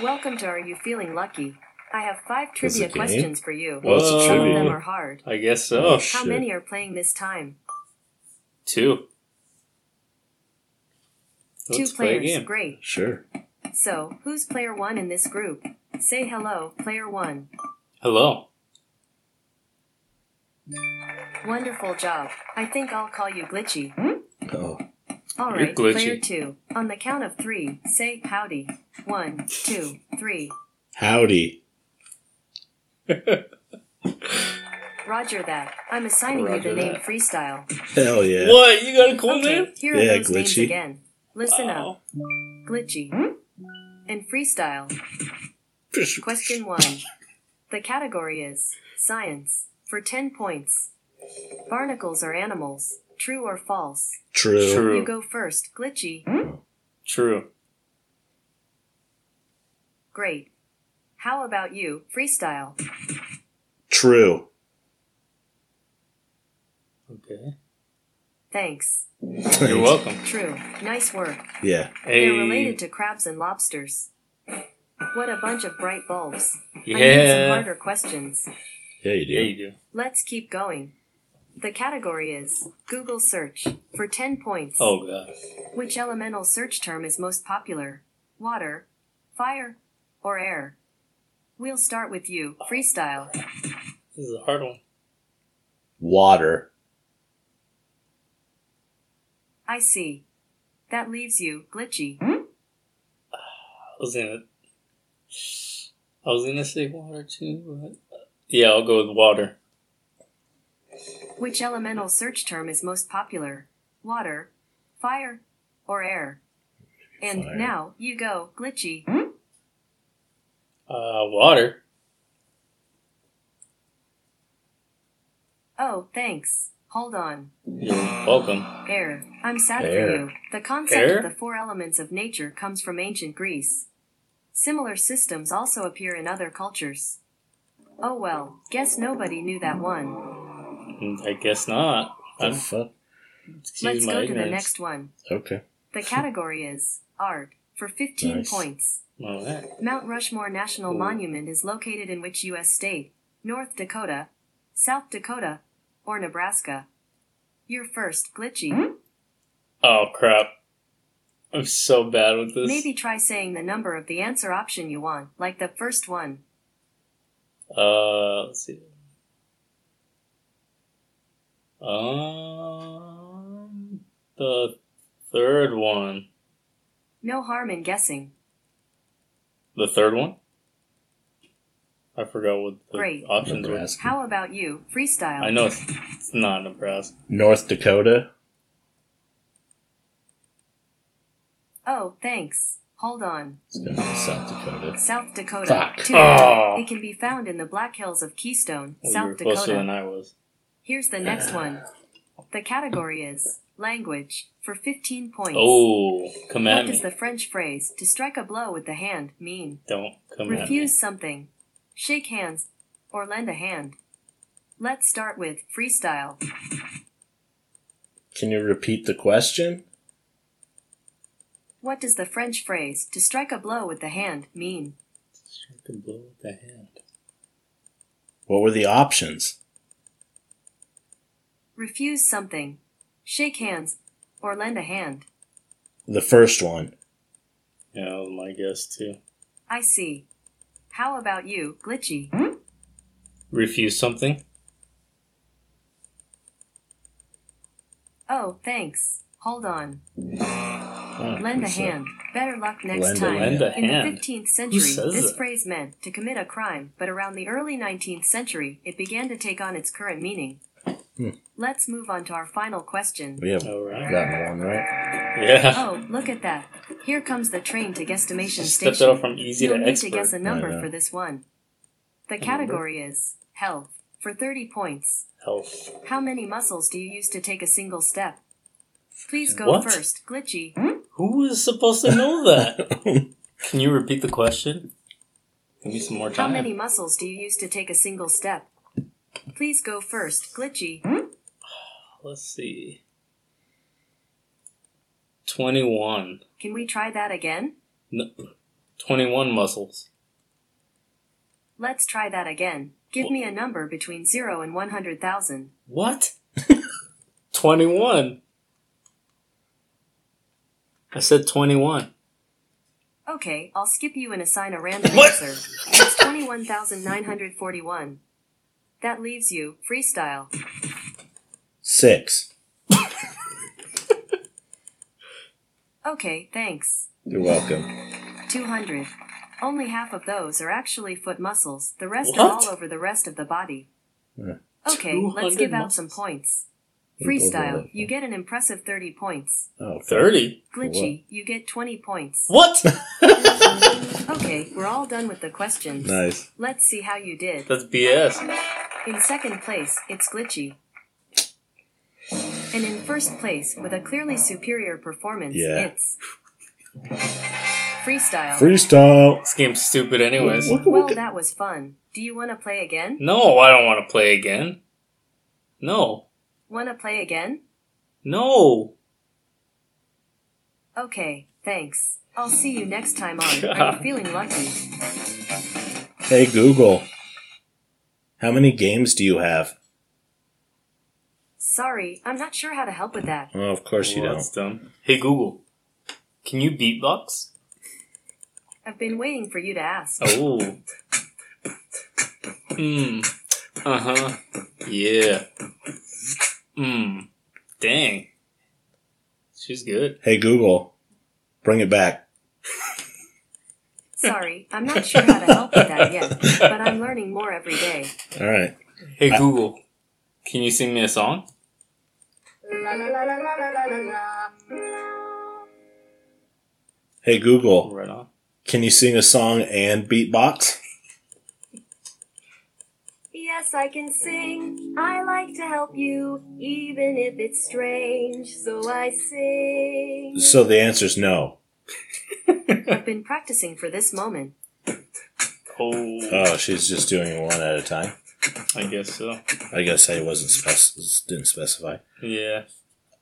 Speaker 3: Welcome to Are You Feeling Lucky? I have five
Speaker 1: Is it
Speaker 3: trivia
Speaker 1: game?
Speaker 3: questions for you.
Speaker 1: Well, it's a
Speaker 2: Whoa.
Speaker 3: Some of them
Speaker 1: trivia.
Speaker 3: are hard.
Speaker 2: I guess
Speaker 1: Oh,
Speaker 2: so.
Speaker 1: sh-
Speaker 3: How
Speaker 1: Shit.
Speaker 3: many are playing this time?
Speaker 2: Two. Let's
Speaker 3: Two
Speaker 2: play a
Speaker 3: players.
Speaker 2: game.
Speaker 3: Great.
Speaker 1: Sure.
Speaker 3: So, who's player one in this group? Say hello, player one.
Speaker 2: Hello.
Speaker 3: Wonderful job. I think I'll call you Glitchy.
Speaker 1: Oh,
Speaker 3: All
Speaker 2: Hmm? You're
Speaker 3: right,
Speaker 2: glitchy.
Speaker 3: player two. On the count of three, say howdy. One, two, three.
Speaker 1: howdy.
Speaker 3: Roger that. I'm assigning
Speaker 2: Roger
Speaker 3: you the name
Speaker 2: that.
Speaker 3: Freestyle.
Speaker 1: Hell yeah.
Speaker 2: What? You got a cool name? Oh,
Speaker 3: here are
Speaker 1: Yeah,
Speaker 3: those names
Speaker 1: Glitchy.
Speaker 3: again. Listen up.
Speaker 2: Wow.
Speaker 3: Glitchy.
Speaker 2: Hmm?
Speaker 3: And Freestyle. Question one. The category is science for 10 points. Barnacles are animals. True or false?
Speaker 1: True.
Speaker 2: True. Hmm?
Speaker 3: You go first, Glitchy.
Speaker 2: True.
Speaker 3: Great. How about you, Freestyle?
Speaker 1: True.
Speaker 2: Okay.
Speaker 3: Thanks.
Speaker 2: You're welcome.
Speaker 3: True. Nice work.
Speaker 1: Yeah.
Speaker 2: Hey.
Speaker 3: They're related to crabs and lobsters. What a bunch of bright bulbs. I need some
Speaker 2: yeah.
Speaker 3: harder questions.
Speaker 1: Yeah, you do.
Speaker 2: Yeah, you do.
Speaker 3: Let's keep going. The category is Google search for 10 points.
Speaker 2: Oh god.
Speaker 3: Which elemental search term is most popular? Water, fire, or air? We'll start with you, freestyle.
Speaker 2: This is a hard one.
Speaker 1: Water.
Speaker 3: I see. That leaves you, glitchy.
Speaker 2: I was gonna, I was gonna say water too, but uh, yeah, I'll go with water.
Speaker 3: Which elemental search term is most popular? Water, fire, or air? And
Speaker 1: Fire.
Speaker 3: now, you go, glitchy.
Speaker 2: Uh, water.
Speaker 3: Oh, thanks. Hold on.
Speaker 2: You're welcome.
Speaker 3: Air. I'm sad
Speaker 1: Air.
Speaker 3: for you. The concept
Speaker 2: Air?
Speaker 3: of the four elements of nature comes from ancient Greece. Similar systems also appear in other cultures. Oh well, guess nobody knew that one.
Speaker 2: I guess not.
Speaker 1: The
Speaker 2: I'm,
Speaker 1: fuck?
Speaker 2: excuse
Speaker 3: Let's
Speaker 2: my
Speaker 3: go to the
Speaker 2: ignorance.
Speaker 3: next one.
Speaker 1: Okay.
Speaker 3: The category is art for 15
Speaker 1: Nice.
Speaker 3: points.
Speaker 2: All right.
Speaker 3: Mount Rushmore National
Speaker 2: Ooh.
Speaker 3: Monument is located in which U.S. state? North Dakota, South Dakota, or Nebraska? You're first, glitchy.
Speaker 2: Hmm? Oh crap! I'm so bad with this.
Speaker 3: Maybe try saying the number of the answer option you want, like the first one.
Speaker 2: Uh, let's see. Um, the third one.
Speaker 3: No harm in guessing.
Speaker 2: The third one. I forgot what the
Speaker 3: Great.
Speaker 2: options were.
Speaker 1: Nebraska.
Speaker 3: How about you, freestyle?
Speaker 2: I know it's, it's not Nebraska.
Speaker 1: North Dakota.
Speaker 3: Oh, thanks. Hold on.
Speaker 1: It's gonna be South Dakota.
Speaker 3: South Dakota.
Speaker 1: Fuck.
Speaker 3: Two.
Speaker 2: Oh.
Speaker 3: It can be found in the Black Hills of Keystone,
Speaker 2: Well, you were
Speaker 3: South
Speaker 2: Oh, closer than
Speaker 3: Dakota.
Speaker 2: I was.
Speaker 3: Here's the next one. The category is language for 15 points.
Speaker 2: Oh, come
Speaker 3: what
Speaker 2: at
Speaker 3: does
Speaker 2: me.
Speaker 3: the French phrase to strike a blow with the hand mean?
Speaker 2: Don't come at me.
Speaker 3: Refuse something, shake hands, or lend a hand. Let's start with freestyle.
Speaker 1: Can you repeat the question?
Speaker 3: What does the French phrase to strike a blow with the hand mean?
Speaker 2: Strike a blow with the hand.
Speaker 1: What were the options?
Speaker 3: Refuse something, shake hands, or lend a hand.
Speaker 1: The first one.
Speaker 2: Yeah, that was my guess too.
Speaker 3: I see. How about you, Glitchy?
Speaker 2: Refuse something.
Speaker 3: Oh, thanks. Hold on.
Speaker 1: Huh,
Speaker 3: Lend a
Speaker 1: it's, uh,
Speaker 3: hand. Better luck next
Speaker 1: Lend a
Speaker 3: time.
Speaker 1: hand.
Speaker 2: Lend a
Speaker 3: In the
Speaker 2: hand.
Speaker 3: 15th
Speaker 2: Who
Speaker 3: century,
Speaker 2: says
Speaker 3: this
Speaker 2: that?
Speaker 3: phrase meant to commit a crime, but around the early 19th century, it began to take on its current meaning.
Speaker 1: Hmm.
Speaker 3: Let's move on to our final question.
Speaker 1: We have
Speaker 2: All Oh, right.
Speaker 1: gotten one right.
Speaker 2: Yeah.
Speaker 3: Oh, look at that. Here comes the train to guesstimation
Speaker 2: Just
Speaker 3: station.
Speaker 2: stepped out from easy
Speaker 3: You'll
Speaker 2: to
Speaker 3: need to guess a
Speaker 2: expert.
Speaker 3: number
Speaker 1: I know.
Speaker 3: for this one. The category is health for 30 points.
Speaker 2: Health.
Speaker 3: How many muscles do you use to take a single step? Please go
Speaker 2: What? Hmm?
Speaker 3: first, Glitchy.
Speaker 2: Who is supposed to know that? Can you repeat the question? Give me some more
Speaker 3: How
Speaker 2: time.
Speaker 3: many muscles do you use to take a single step? Please go first, Glitchy.
Speaker 2: Hmm? Let's see. 21.
Speaker 3: Can we try that again?
Speaker 2: No, 21 muscles.
Speaker 3: Let's try that again. Give me a number between 0 and 100,000.
Speaker 2: What? 21. I said 21.
Speaker 3: Okay, I'll skip you and assign a random
Speaker 2: What?
Speaker 3: answer. It's 21,941. That leaves you, freestyle.
Speaker 1: Six.
Speaker 3: Okay, thanks.
Speaker 1: You're welcome.
Speaker 3: 200. Only half of those are actually foot muscles, the rest are
Speaker 2: What?
Speaker 3: all over the rest of the body.
Speaker 1: Yeah.
Speaker 3: Okay, let's
Speaker 2: 200
Speaker 3: give out
Speaker 2: muscles.
Speaker 3: some points.
Speaker 1: Those are
Speaker 3: Freestyle,
Speaker 1: lovely.
Speaker 3: you get an impressive 30 points.
Speaker 1: Oh, fuck.
Speaker 2: 30?
Speaker 3: Glitchy, you get 20 points.
Speaker 2: What?
Speaker 3: Okay, we're all done with the questions.
Speaker 1: Nice.
Speaker 3: Let's see how you did.
Speaker 2: That's BS.
Speaker 3: In second place, it's Glitchy. And in first place, with a clearly superior performance,
Speaker 1: Yeah.
Speaker 3: it's. Freestyle.
Speaker 1: Freestyle.
Speaker 2: This game's stupid, anyways.
Speaker 1: Look at
Speaker 3: well,
Speaker 1: what-
Speaker 3: that was fun. Do you want to play again?
Speaker 2: No, I don't want to play again. No.
Speaker 3: Want to play again?
Speaker 2: No.
Speaker 3: Okay, thanks. I'll see you next time on. I'm feeling lucky.
Speaker 1: Hey Google. How many games do you have?
Speaker 3: Sorry, I'm not sure how to help with that.
Speaker 1: Oh, of course you
Speaker 2: Well,
Speaker 1: don't.
Speaker 2: That's dumb. Hey, Google. Can you beatbox?
Speaker 3: I've been waiting for you to ask.
Speaker 2: Oh. Mmm. Uh huh. Yeah. Mmm. Dang. She's good.
Speaker 1: Hey Google. Bring it back.
Speaker 3: Sorry, I'm not sure how to help with that yet, but I'm learning more every day.
Speaker 1: All right.
Speaker 2: Hey, Google. Can you sing me a song?
Speaker 1: Hey Google.
Speaker 2: Right on.
Speaker 1: Can you sing a song and beatbox?
Speaker 3: Yes, I can sing. I like to help you, even if it's strange. So I sing.
Speaker 1: So the answer's no.
Speaker 3: I've been practicing for this moment.
Speaker 2: Oh,
Speaker 1: Oh, she's just doing one at a time.
Speaker 2: I guess so.
Speaker 1: I guess I wasn't spec- didn't specify.
Speaker 2: Yeah.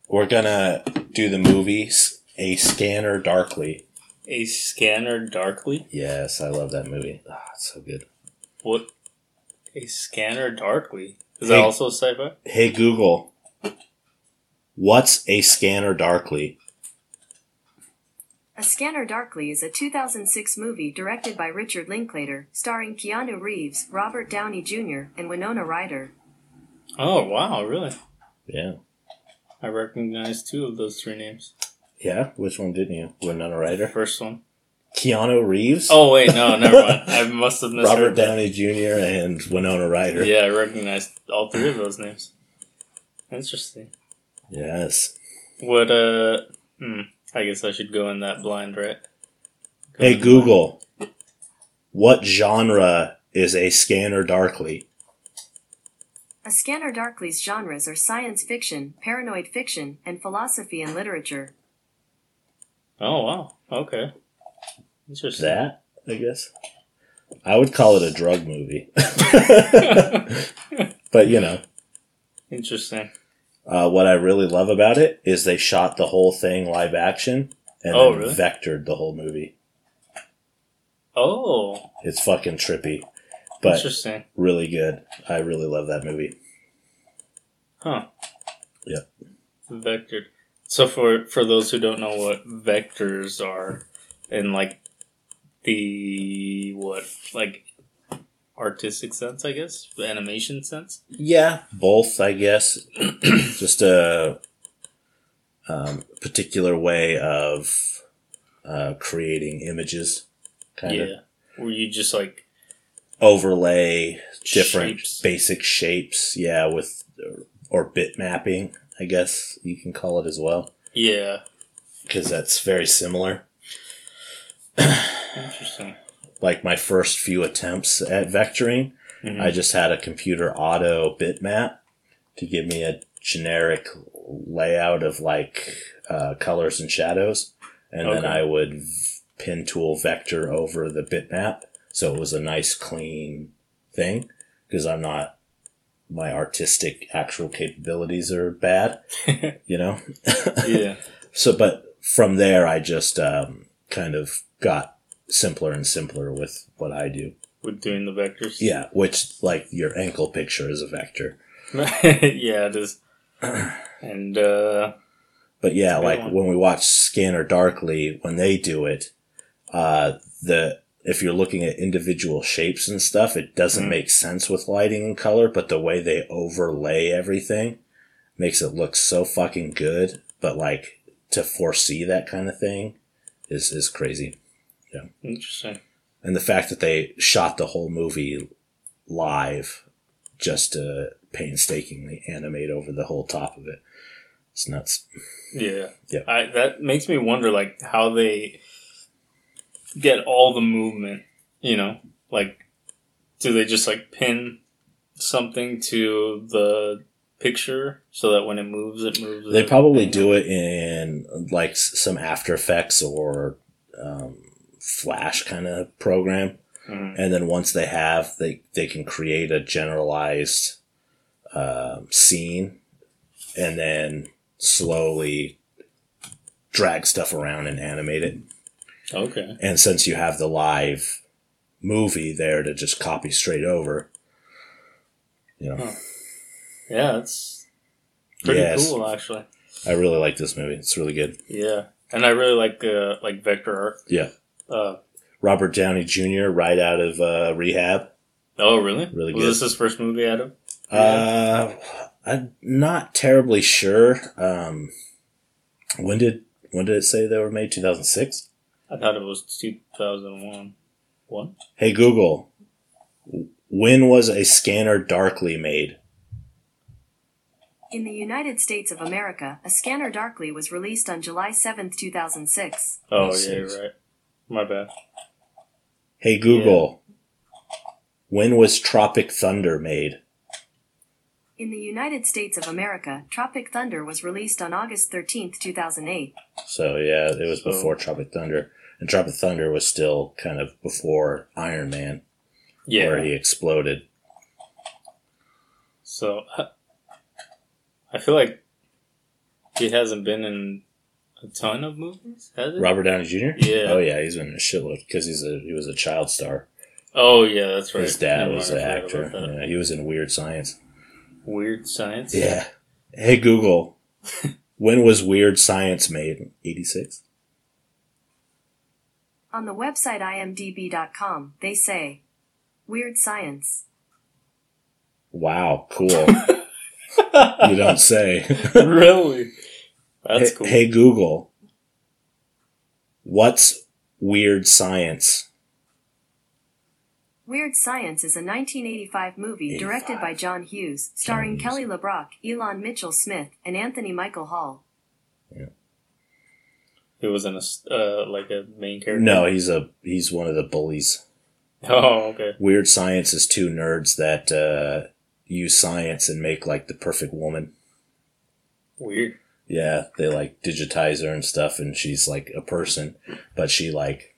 Speaker 1: We're gonna do the movies. A Scanner Darkly.
Speaker 2: A scanner darkly?
Speaker 1: Yes, I love that movie. Ah, it's so good.
Speaker 2: What? A scanner darkly?
Speaker 1: Hey.
Speaker 2: Is that also sci fi?
Speaker 1: Hey Google. What's a Scanner Darkly?
Speaker 3: A Scanner Darkly is a 2006 movie directed by Richard Linklater, starring Keanu Reeves, Robert Downey Jr., and Winona Ryder.
Speaker 2: Oh, wow, really?
Speaker 1: Yeah.
Speaker 2: I recognize two of those three names.
Speaker 1: Yeah? Which one didn't you? Winona
Speaker 2: The
Speaker 1: Ryder?
Speaker 2: first one.
Speaker 1: Keanu Reeves,
Speaker 2: Oh wait, no, never mind. I must have misheard.
Speaker 1: Robert
Speaker 2: that.
Speaker 1: Downey Jr., and Winona Ryder.
Speaker 2: Yeah, I recognized all three of those names. Interesting.
Speaker 1: Yes.
Speaker 2: What? Uh, hmm, I guess I should go in that blind, right? Go
Speaker 1: Hey
Speaker 2: in
Speaker 1: Google, what genre is a Scanner Darkly?
Speaker 3: A Scanner Darkly's genres are science fiction, paranoid fiction, and philosophy and literature.
Speaker 2: blind. Oh wow. Okay. Interesting.
Speaker 1: That I guess I would call it a drug movie, but you know.
Speaker 2: Interesting.
Speaker 1: Uh, what I really love about it is they shot the whole thing live action and
Speaker 2: Oh,
Speaker 1: then
Speaker 2: really?
Speaker 1: vectored the whole movie.
Speaker 2: Oh,
Speaker 1: It's fucking trippy, but
Speaker 2: interesting.
Speaker 1: really good. I really love that movie.
Speaker 2: Huh.
Speaker 1: Yep.
Speaker 2: Vectored. So for for those who don't know what vectors are, in like the what like artistic sense, I guess, the animation sense.
Speaker 1: Yeah, both I guess. Just a um, particular way of uh, creating images, kind of
Speaker 2: Yeah. Where you just like
Speaker 1: overlay different
Speaker 2: Shapes.
Speaker 1: basic shapes. Yeah, with or bit mapping, I guess you can call it as well.
Speaker 2: yeah.
Speaker 1: because that's very similar.
Speaker 2: Interesting.
Speaker 1: Like my first few attempts at vectoring,
Speaker 2: Mhm.
Speaker 1: I just had a computer auto bitmap to give me a generic layout of like uh, colors and shadows, and then
Speaker 2: Okay.
Speaker 1: I would v- pin tool vector over the bitmap, so it was a nice clean thing. Because I'm not my artistic actual capabilities are bad, you know.
Speaker 2: yeah.
Speaker 1: So, but from there, I just um, kind of got simpler and simpler with what I do.
Speaker 2: With doing the vectors.
Speaker 1: Yeah, which like your ankle picture is a vector.
Speaker 2: yeah, it is. And uh
Speaker 1: But yeah,
Speaker 2: Good
Speaker 1: like
Speaker 2: one.
Speaker 1: when we watch Scanner Darkly, when they do it, uh, the if you're looking at individual shapes and stuff, it doesn't
Speaker 2: Mhm.
Speaker 1: make sense with lighting and color. But the way they overlay everything makes it look so fucking good. But like to foresee that kind of thing is is crazy.
Speaker 2: interesting.
Speaker 1: and the fact that they shot the whole movie live just to painstakingly animate over the whole top of it it's nuts
Speaker 2: Yeah.
Speaker 1: Yeah.
Speaker 2: I that makes me wonder like how they get all the movement, you know? Like do they just like pin something to the picture so that when it moves it moves?
Speaker 1: they probably do it in like s- some after effects or um, flash kind of program
Speaker 2: Mhm.
Speaker 1: and then once they have they, they can create a generalized um, scene and then slowly drag stuff around and animate it
Speaker 2: Okay.
Speaker 1: And since you have the live movie there to just copy straight over, you know,
Speaker 2: Huh. Yeah, that's pretty
Speaker 1: Yes.
Speaker 2: cool actually.
Speaker 1: I really like this movie. It's really good.
Speaker 2: Yeah, and I really like uh, like vector art.
Speaker 1: Yeah.
Speaker 2: Uh,
Speaker 1: Robert Downey Jr. right out of uh, rehab.
Speaker 2: oh, really?
Speaker 1: Really
Speaker 2: Was
Speaker 1: good.
Speaker 2: this his first movie, Adam?
Speaker 1: Uh, I'm not terribly sure. Um, when did when did it say they were made? 2006.
Speaker 2: I thought it was two thousand one. One?
Speaker 1: Hey Google, when was a Scanner Darkly made?
Speaker 3: In the United States of America, A Scanner Darkly was released on July 7, 2006.
Speaker 2: Oh,
Speaker 1: Yes,
Speaker 2: yeah,
Speaker 1: yes.
Speaker 2: you're right. My bad.
Speaker 1: Hey Google, when was Tropic Thunder made?
Speaker 3: In the United States of America, Tropic Thunder was released on August 13, 2008.
Speaker 1: So yeah, it was
Speaker 2: So-
Speaker 1: before Tropic Thunder, and Tropic Thunder was still kind of before Iron Man,
Speaker 2: Yeah.
Speaker 1: where he exploded.
Speaker 2: So uh, I feel like he hasn't been in a ton of movies, has he?
Speaker 1: Robert Downey Jr.
Speaker 2: Yeah.
Speaker 1: Oh yeah, he's been in a shitload because he's a he was a child star.
Speaker 2: Oh, yeah, that's right.
Speaker 1: His dad
Speaker 2: Never
Speaker 1: was an
Speaker 2: mind, I forgot
Speaker 1: actor.
Speaker 2: about that.
Speaker 1: Yeah, he was in Weird Science.
Speaker 2: Weird science.
Speaker 1: Yeah. Hey Google, when was Weird Science made? Eighty six.
Speaker 3: On the website imdb.com, they say Weird Science.
Speaker 1: Wow, cool. you don't say.
Speaker 2: really? That's
Speaker 1: hey,
Speaker 2: cool.
Speaker 1: hey Google, what's Weird Science.
Speaker 3: Weird Science is a 1985 movie
Speaker 1: 85.
Speaker 3: directed by John Hughes, starring
Speaker 1: John
Speaker 3: Kelly LeBrock, Elon Mitchell Smith, and Anthony Michael Hall.
Speaker 2: He wasn't a s- uh, like a main character.
Speaker 1: No, he's a he's one of the bullies.
Speaker 2: Oh, okay.
Speaker 1: Weird Science is two nerds that uh, use science and make like the perfect woman.
Speaker 2: Weird.
Speaker 1: Yeah, they like digitize her and stuff, and she's like a person, but she like,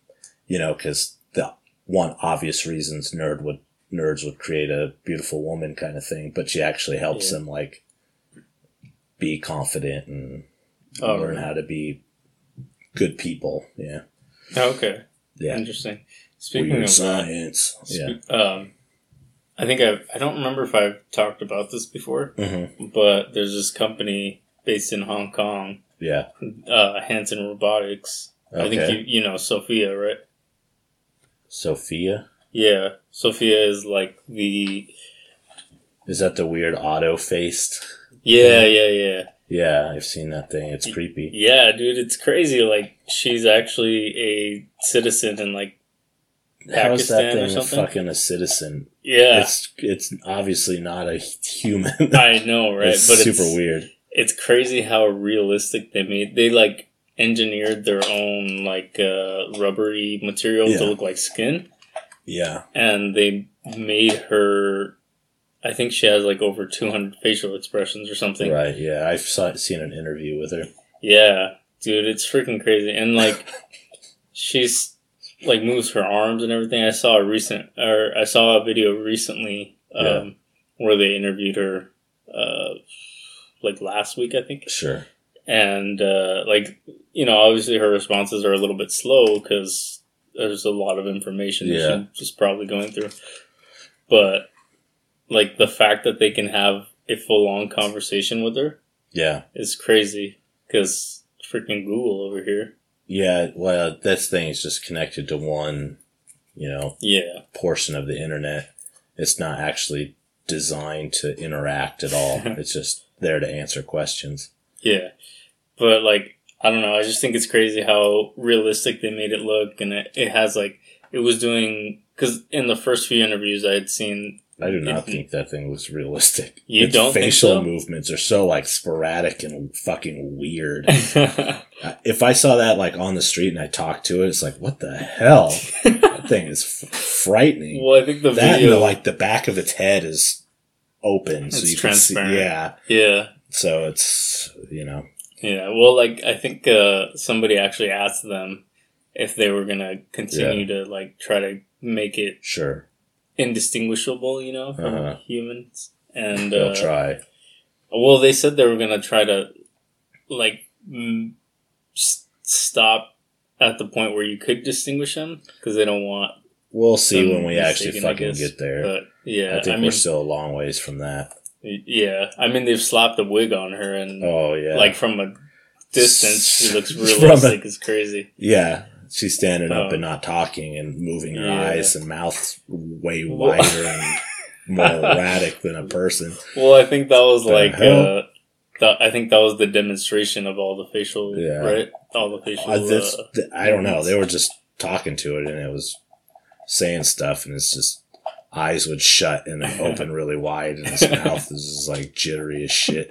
Speaker 1: you know, because the one obvious reasons nerd would nerds would create a beautiful woman kind of thing, but she actually helps
Speaker 2: Yeah.
Speaker 1: them like be confident and
Speaker 2: Oh,
Speaker 1: learn
Speaker 2: really?
Speaker 1: how to be good people. Yeah,
Speaker 2: Okay.
Speaker 1: yeah.
Speaker 2: Interesting. Speaking
Speaker 1: Weird
Speaker 2: of that,
Speaker 1: science. Yeah.
Speaker 2: spe- um, I think I've I don't remember if I've talked about this before,
Speaker 1: Mm-hmm.
Speaker 2: but there's this company based in Hong Kong,
Speaker 1: Yeah.
Speaker 2: uh, Hanson Robotics. I think
Speaker 1: Okay.
Speaker 2: you you know Sophia, right?
Speaker 1: Sophia.
Speaker 2: Yeah, Sophia is like the
Speaker 1: Is that the weird auto faced?
Speaker 2: yeah yeah yeah
Speaker 1: Yeah, I've seen that thing. It's creepy.
Speaker 2: yeah dude. It's crazy. Like she's actually a citizen and like
Speaker 1: How is that
Speaker 2: Pakistan or
Speaker 1: thing a
Speaker 2: something?
Speaker 1: fucking a citizen?
Speaker 2: yeah.
Speaker 1: It's it's obviously not a human.
Speaker 2: I know, right?
Speaker 1: it's
Speaker 2: but
Speaker 1: super
Speaker 2: it's,
Speaker 1: weird.
Speaker 2: it's crazy how realistic they made. They like engineered their own like uh, rubbery material
Speaker 1: Yeah.
Speaker 2: to look like skin,
Speaker 1: Yeah.
Speaker 2: and they made her. I think she has like over two hundred facial expressions or something.
Speaker 1: Right. Yeah. I've saw, seen an interview with her.
Speaker 2: Yeah, dude, it's freaking crazy. And like, she's like moves her arms and everything. I saw a recent or I saw a video recently um,
Speaker 1: Yeah.
Speaker 2: where they interviewed her. Uh, like last week, I think.
Speaker 1: Sure.
Speaker 2: and uh, like you know obviously her responses are a little bit slow because there's a lot of information
Speaker 1: Yeah.
Speaker 2: that she's probably going through but like the fact that they can have a full-on conversation with her
Speaker 1: Yeah.
Speaker 2: is crazy because freaking google over here
Speaker 1: Yeah. Well, this thing is just connected to one, you know,
Speaker 2: yeah
Speaker 1: portion of the internet. It's not actually designed to interact at all. it's just there to answer questions.
Speaker 2: yeah but like i don't know i just think it's crazy how realistic they made it look and it, it has like it was doing because in the first few interviews i had seen
Speaker 1: I do not
Speaker 2: it-
Speaker 1: think that thing was realistic.
Speaker 2: Mm-hmm. You
Speaker 1: its
Speaker 2: don't think
Speaker 1: facial
Speaker 2: so?
Speaker 1: movements are so like sporadic and fucking weird. I- if I saw that like on the street and I talked to it, it's like, what the hell? that thing is f- frightening.
Speaker 2: well i think the
Speaker 1: that and
Speaker 2: video
Speaker 1: the, like the back of its head is open, so
Speaker 2: It's
Speaker 1: you can see.
Speaker 2: transparent.
Speaker 1: Yeah,
Speaker 2: yeah
Speaker 1: so it's you know,
Speaker 2: Yeah, well, like I think uh, somebody actually asked them if they were gonna continue to like try to make it
Speaker 1: sure
Speaker 2: indistinguishable, you know, from
Speaker 1: Uh-huh.
Speaker 2: humans. And
Speaker 1: they'll
Speaker 2: uh,
Speaker 1: try.
Speaker 2: well, they said they were gonna try to like m- s- stop at the point where you could distinguish them because they don't want.
Speaker 1: We'll see
Speaker 2: them
Speaker 1: when we actually
Speaker 2: mistaken, I
Speaker 1: fucking
Speaker 2: guess.
Speaker 1: get there.
Speaker 2: But yeah,
Speaker 1: I think
Speaker 2: I
Speaker 1: we're
Speaker 2: mean,
Speaker 1: still a long ways from that.
Speaker 2: yeah, I mean they've slapped a wig on her and
Speaker 1: Oh yeah,
Speaker 2: like from a distance she looks
Speaker 1: From a-
Speaker 2: realistic. It's crazy.
Speaker 1: yeah. She's standing up
Speaker 2: Um,
Speaker 1: and not talking and moving her
Speaker 2: yeah.
Speaker 1: eyes and mouth's way
Speaker 2: Well-
Speaker 1: wider and more erratic than a person.
Speaker 2: Well, I think that was
Speaker 1: The
Speaker 2: like
Speaker 1: hell?
Speaker 2: uh, the, I think that was the demonstration of all the facial,
Speaker 1: Yeah.
Speaker 2: right? All the facial.
Speaker 1: I, that's,
Speaker 2: uh,
Speaker 1: th- I don't know. They were just talking to it, and it was saying stuff, and it's just eyes would shut and then open really wide, and its mouth is just like jittery as shit.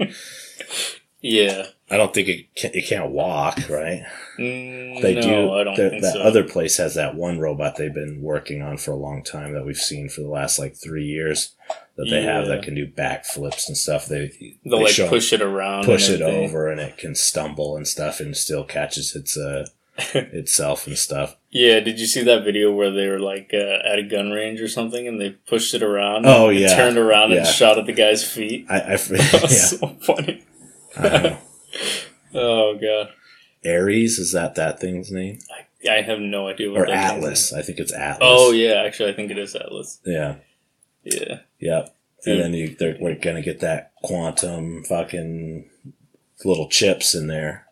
Speaker 2: yeah.
Speaker 1: I don't think it can, it can't walk, right?
Speaker 2: Mm,
Speaker 1: They
Speaker 2: no,
Speaker 1: do.
Speaker 2: I don't
Speaker 1: that-
Speaker 2: think
Speaker 1: that
Speaker 2: so.
Speaker 1: other place has that one robot they've been working on for a long time that we've seen for the last like three years that they have
Speaker 2: Yeah.
Speaker 1: that can do backflips and stuff. They
Speaker 2: They'll
Speaker 1: they
Speaker 2: like
Speaker 1: show 'em
Speaker 2: push it around, and
Speaker 1: push it
Speaker 2: everything.
Speaker 1: over and it can stumble and stuff and still catches its uh itself and stuff.
Speaker 2: Yeah. Did you see that video where they were like uh, at a gun range or something, and they pushed it around?
Speaker 1: Oh,
Speaker 2: and it
Speaker 1: yeah.
Speaker 2: Turned around
Speaker 1: Yeah.
Speaker 2: and shot at the guy's feet.
Speaker 1: I, I
Speaker 2: That was
Speaker 1: yeah.
Speaker 2: so funny.
Speaker 1: I don't know.
Speaker 2: Oh god,
Speaker 1: Ares is that that thing's name
Speaker 2: I have no idea what
Speaker 1: or
Speaker 2: that thing
Speaker 1: Atlas?
Speaker 2: is.
Speaker 1: I think it's Atlas.
Speaker 2: Oh yeah, actually, I think it is Atlas.
Speaker 1: yeah,
Speaker 2: Yeah.
Speaker 1: yeah. And
Speaker 2: Dude.
Speaker 1: then you, they're, we're gonna get that quantum fucking little chips in there.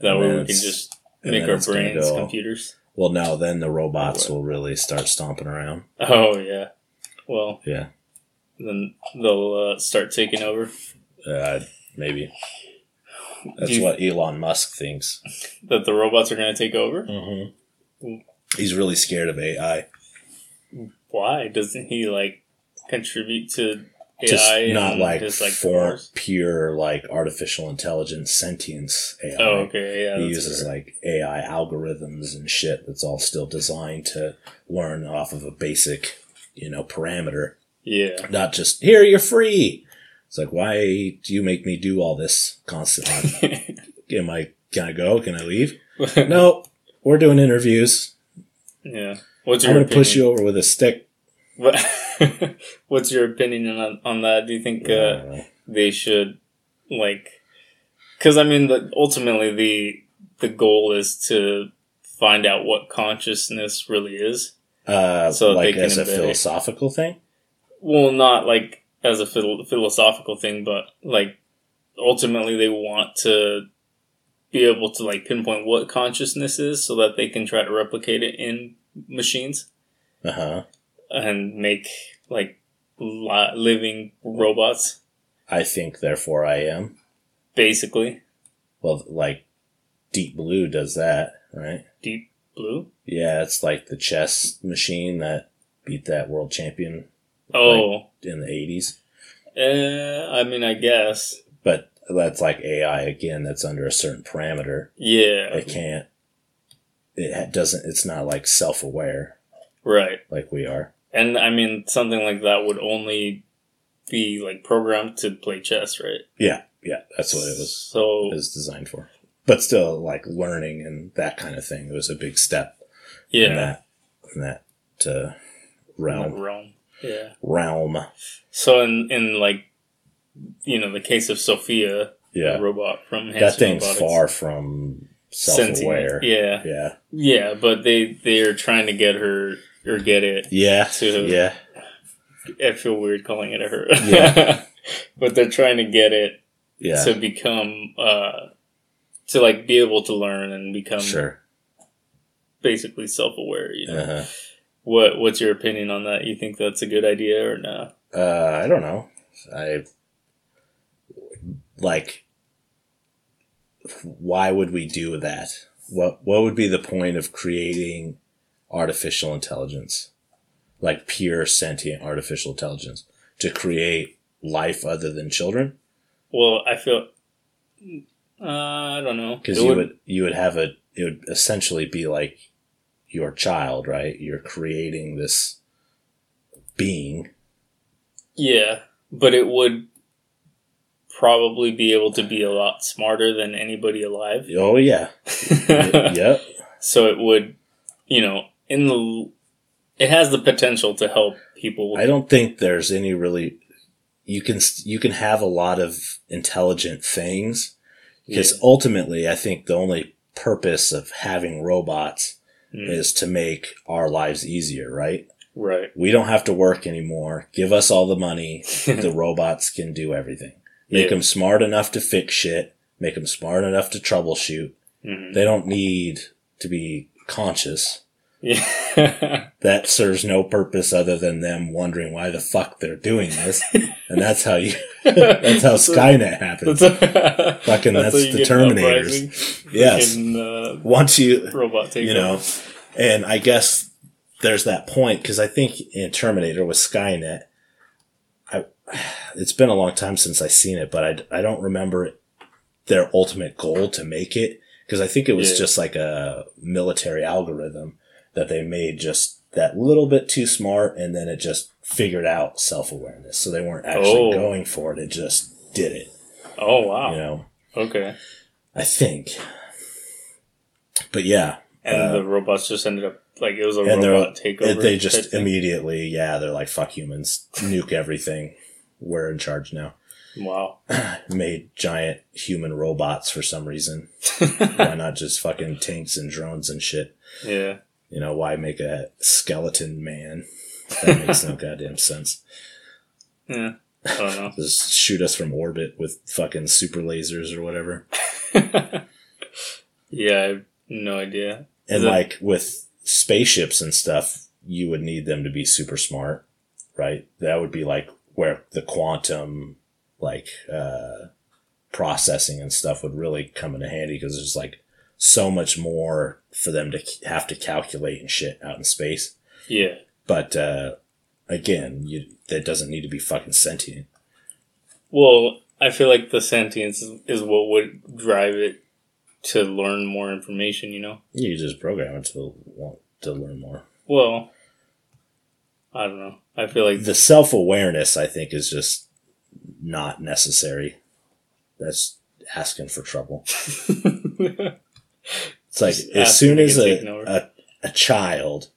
Speaker 2: That
Speaker 1: And
Speaker 2: way
Speaker 1: then
Speaker 2: we can
Speaker 1: it's-
Speaker 2: just
Speaker 1: and
Speaker 2: make
Speaker 1: then
Speaker 2: our
Speaker 1: it's gonna
Speaker 2: brains
Speaker 1: go-
Speaker 2: computers.
Speaker 1: Well, no, then the robots will really start stomping around.
Speaker 2: Oh yeah. Well,
Speaker 1: Yeah,
Speaker 2: then they'll uh, start taking over.
Speaker 1: uh, maybe that's
Speaker 2: Do you-
Speaker 1: what Elon Musk thinks.
Speaker 2: That the robots are going to take over.
Speaker 1: Mm-hmm. He's really scared of AI.
Speaker 2: Why doesn't he like contribute to AI?
Speaker 1: Just not
Speaker 2: and
Speaker 1: like,
Speaker 2: just,
Speaker 1: for
Speaker 2: wars?
Speaker 1: pure like artificial intelligence sentience AI.
Speaker 2: Oh, okay, yeah.
Speaker 1: he
Speaker 2: that's
Speaker 1: uses
Speaker 2: fair.
Speaker 1: like AI algorithms and shit that's all still designed to learn off of a basic, you know, parameter.
Speaker 2: yeah,
Speaker 1: Not just here you're free. It's like why do you make me do all this constantly? Am I can I go? Can I leave? no, we're doing interviews.
Speaker 2: yeah. What's
Speaker 1: I'm
Speaker 2: your
Speaker 1: gonna
Speaker 2: opinion?
Speaker 1: push you over with a stick.
Speaker 2: What- What's your opinion on on that? Do you think uh, they should like? Because I mean, the, ultimately the the goal is to find out what consciousness really is.
Speaker 1: Uh,
Speaker 2: so they
Speaker 1: like
Speaker 2: can
Speaker 1: as a
Speaker 2: embed-
Speaker 1: philosophical thing.
Speaker 2: well not like as a phil- philosophical thing but like ultimately they want to be able to like pinpoint what consciousness is so that they can try to replicate it in machines
Speaker 1: Uh huh.
Speaker 2: and make like li- living robots
Speaker 1: I think therefore I am.
Speaker 2: basically
Speaker 1: Well, like Deep Blue does that, right?
Speaker 2: deep blue
Speaker 1: Yeah, it's like the chess machine that beat that world champion
Speaker 2: oh
Speaker 1: in the 80s.
Speaker 2: eh, i mean i guess
Speaker 1: But that's like AI again, that's under a certain parameter.
Speaker 2: yeah
Speaker 1: It can't, it ha- doesn't, it's not like self aware
Speaker 2: right
Speaker 1: like we are.
Speaker 2: and i mean something like that would only be like programmed to play chess right
Speaker 1: Yeah, that's what it was,
Speaker 2: so
Speaker 1: it was designed for. But still, like learning and that kind of thing was a big step
Speaker 2: yeah
Speaker 1: in that, in that uh,
Speaker 2: Like
Speaker 1: realm.
Speaker 2: Rome. Yeah.
Speaker 1: Realm.
Speaker 2: So in in like you know the case of Sophia,
Speaker 1: Yeah.
Speaker 2: the robot from Hanson
Speaker 1: that thing's
Speaker 2: Robotics,
Speaker 1: far from self
Speaker 2: sentient.
Speaker 1: aware.
Speaker 2: Yeah,
Speaker 1: Yeah.
Speaker 2: yeah, but they they are trying to get her or get it.
Speaker 1: Yeah.
Speaker 2: To-
Speaker 1: yeah.
Speaker 2: I feel weird calling it a her.
Speaker 1: Yeah.
Speaker 2: but they're trying to get it
Speaker 1: Yeah.
Speaker 2: to become uh to like be able to learn and become
Speaker 1: sure.
Speaker 2: basically self aware. You know
Speaker 1: Uh-huh.
Speaker 2: what? What's your opinion on that? You think that's a good idea or no?
Speaker 1: Uh, I don't know. I like. Why would we do that? What What would be the point of creating artificial intelligence, like pure sentient artificial intelligence, to create life other than children?
Speaker 2: Well, I feel. Uh, I don't know.
Speaker 1: Because
Speaker 2: It
Speaker 1: you would you would have a it would essentially be like your child, right? You're creating this being.
Speaker 2: Yeah, but it would probably be able to be a lot smarter than anybody alive.
Speaker 1: Oh yeah, yep.
Speaker 2: so it would, you know, in the it has the potential to help people.
Speaker 1: I don't think there's any really you can you can have a lot of intelligent things because ultimately I think the only purpose of having robots
Speaker 2: Mm,
Speaker 1: is to make our lives easier, right?
Speaker 2: right.
Speaker 1: We don't have to work anymore. Give us all the money. the robots can do everything. Make
Speaker 2: Yeah.
Speaker 1: them smart enough to fix shit. Make them smart enough to troubleshoot.
Speaker 2: Mhm.
Speaker 1: They don't need to be conscious.
Speaker 2: Yeah.
Speaker 1: that serves no purpose other than them wondering why the fuck they're doing this. and that's how you that's how Skynet happens.
Speaker 2: Fucking
Speaker 1: that's the Terminators. Yes.
Speaker 2: In, uh,
Speaker 1: Once you
Speaker 2: robot takeover.
Speaker 1: you know and I guess there's that point because I think in Terminator with Skynet I it's been a long time since I seen it, but I, I don't remember their ultimate goal to make it because I think it was
Speaker 2: Yeah.
Speaker 1: just like a military algorithm that they made just that little bit too smart and then it just figured out self awareness. So they weren't actually
Speaker 2: Oh.
Speaker 1: going for it, it just did it,
Speaker 2: Oh wow.
Speaker 1: you know,
Speaker 2: Okay.
Speaker 1: I think. But yeah,
Speaker 2: And
Speaker 1: Uh,
Speaker 2: the robots just ended up like it was a
Speaker 1: and they're-
Speaker 2: robot takeover.
Speaker 1: they
Speaker 2: type
Speaker 1: just
Speaker 2: thing.
Speaker 1: immediately, yeah, they're like, fuck humans, nuke everything. We're in charge now.
Speaker 2: wow.
Speaker 1: Made giant human robots for some reason. why not just fucking tanks and drones and shit?
Speaker 2: Yeah.
Speaker 1: You know, why make a skeleton man? That makes no goddamn sense.
Speaker 2: Yeah. I don't know.
Speaker 1: Just shoot us from orbit with fucking super lasers or whatever.
Speaker 2: Yeah, I have no idea.
Speaker 1: And
Speaker 2: The-
Speaker 1: like with spaceships and stuff, you would need them to be super smart, right? That would be like where the quantum, like, uh, processing and stuff would really come into handy because there's like so much more for them to c- have to calculate and shit out in space.
Speaker 2: Yeah.
Speaker 1: But uh, again, you, that doesn't need to be fucking sentient.
Speaker 2: Well, I feel like the sentience is, is what would drive it to learn more information. You know.
Speaker 1: You just program it to want to learn more.
Speaker 2: Well, I don't know. I feel like
Speaker 1: The self awareness, I think, is just not necessary. That's asking for trouble. It's like
Speaker 2: Just
Speaker 1: as
Speaker 2: ask
Speaker 1: soon
Speaker 2: him to
Speaker 1: as
Speaker 2: get
Speaker 1: a,
Speaker 2: taken over.
Speaker 1: a a child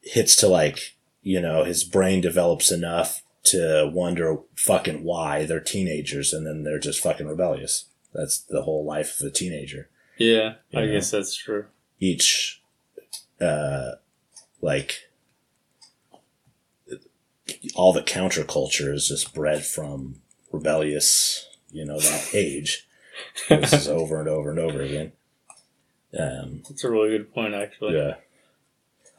Speaker 1: hits to like you know his brain develops enough to wonder fucking why they're teenagers and then they're just fucking rebellious. That's the whole life of a teenager.
Speaker 2: yeah, I
Speaker 1: Yeah.
Speaker 2: guess that's true.
Speaker 1: Each, uh, like all the counterculture is just bred from rebellious, you know, that age. this is over and over and over again. Um,
Speaker 2: That's a really good point, actually.
Speaker 1: yeah.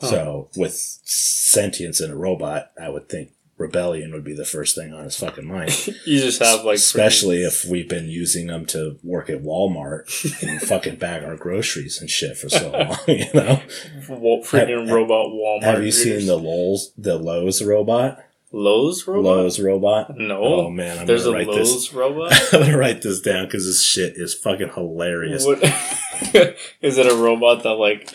Speaker 2: Huh.
Speaker 1: So with sentience in a robot, I would think rebellion would be the first thing on his fucking mind.
Speaker 2: You just have like
Speaker 1: especially if we've been using them to work at Walmart and fucking bag our groceries and shit for so long. You know,
Speaker 2: freaking, wa- freaking
Speaker 1: Have-
Speaker 2: robot Walmart.
Speaker 1: have you
Speaker 2: readers.
Speaker 1: seen the Lowe's the Lowe's robot?
Speaker 2: Lowe's robot?
Speaker 1: Lowe's robot.
Speaker 2: No.
Speaker 1: Oh, man, I'm
Speaker 2: There's a
Speaker 1: gonna write this.
Speaker 2: Lowe's robot.
Speaker 1: I'm gonna write this down because this shit is fucking hilarious.
Speaker 2: What- Is it a robot that like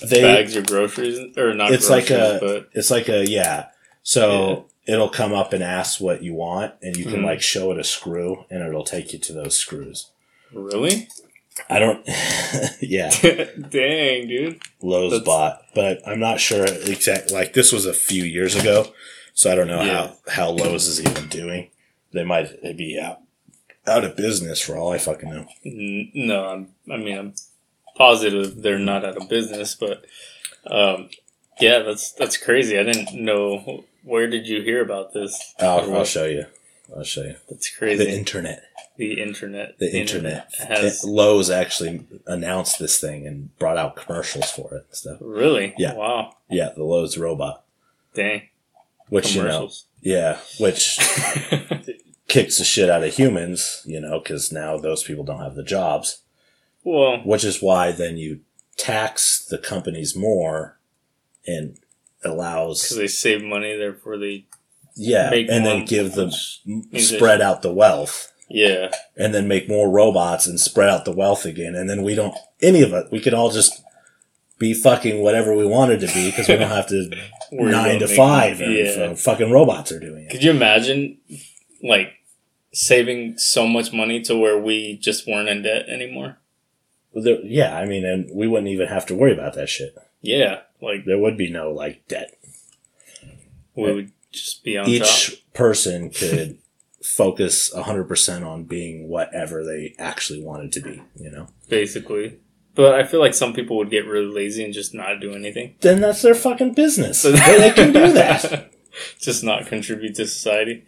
Speaker 1: They-
Speaker 2: bags your groceries or not?
Speaker 1: it's like
Speaker 2: groceries,
Speaker 1: a
Speaker 2: but
Speaker 1: it's like a yeah so it'll come up and ask what you want and you can
Speaker 2: Mhm.
Speaker 1: like show it a screw and it'll take you to those screws
Speaker 2: really?
Speaker 1: i don't yeah
Speaker 2: Dang, dude.
Speaker 1: lowes
Speaker 2: That's-
Speaker 1: bot but i'm not sure exact like this was a few years ago so i don't know
Speaker 2: Yeah.
Speaker 1: how how lowes is even doing they might be out out of business for all i fucking know
Speaker 2: N- No, I'm, I mean I'm positive they're not out of business, but um, yeah, that's that's crazy. I didn't know. Where did you hear about this? Or
Speaker 1: i'll, I'll
Speaker 2: what?
Speaker 1: show you i'll show you
Speaker 2: That's
Speaker 1: the
Speaker 2: crazy.
Speaker 1: internet
Speaker 2: The, internet.
Speaker 1: the internet,
Speaker 2: has
Speaker 1: lowes actually announced this thing and brought out commercials for it and stuff
Speaker 2: really.
Speaker 1: Yeah.
Speaker 2: Wow.
Speaker 1: Yeah, the Lowe's robot,
Speaker 2: Dang.
Speaker 1: which you know,
Speaker 2: Commercials.
Speaker 1: yeah, which kicks the shit out of humans, you know, because now those people don't have the jobs,
Speaker 2: well,
Speaker 1: which is why then you tax the companies more and
Speaker 2: because
Speaker 1: allows
Speaker 2: they save money, therefore they.
Speaker 1: yeah,
Speaker 2: make
Speaker 1: and then
Speaker 2: one,
Speaker 1: give them
Speaker 2: which means they-
Speaker 1: spread out the wealth.
Speaker 2: Yeah.
Speaker 1: And then make more robots and spread out the wealth again. And then we don't, any of it, we could all just be fucking whatever we wanted to be because we don't have to
Speaker 2: Worry
Speaker 1: nine
Speaker 2: about
Speaker 1: to
Speaker 2: making-
Speaker 1: five. And
Speaker 2: Yeah.
Speaker 1: f- fucking robots are doing it.
Speaker 2: Could you imagine, like, saving so much money to where we just weren't in debt anymore?
Speaker 1: Well, There, yeah, I mean, and we wouldn't even have to worry about that shit.
Speaker 2: Yeah, like
Speaker 1: There would be no like debt.
Speaker 2: we would just be on
Speaker 1: Each
Speaker 2: top.
Speaker 1: person could focus 100% on being whatever they actually wanted to be, you know?
Speaker 2: basically. But I feel like some people would get really lazy and just not do anything.
Speaker 1: Then that's their fucking business. they, they can do that.
Speaker 2: just not contribute to society.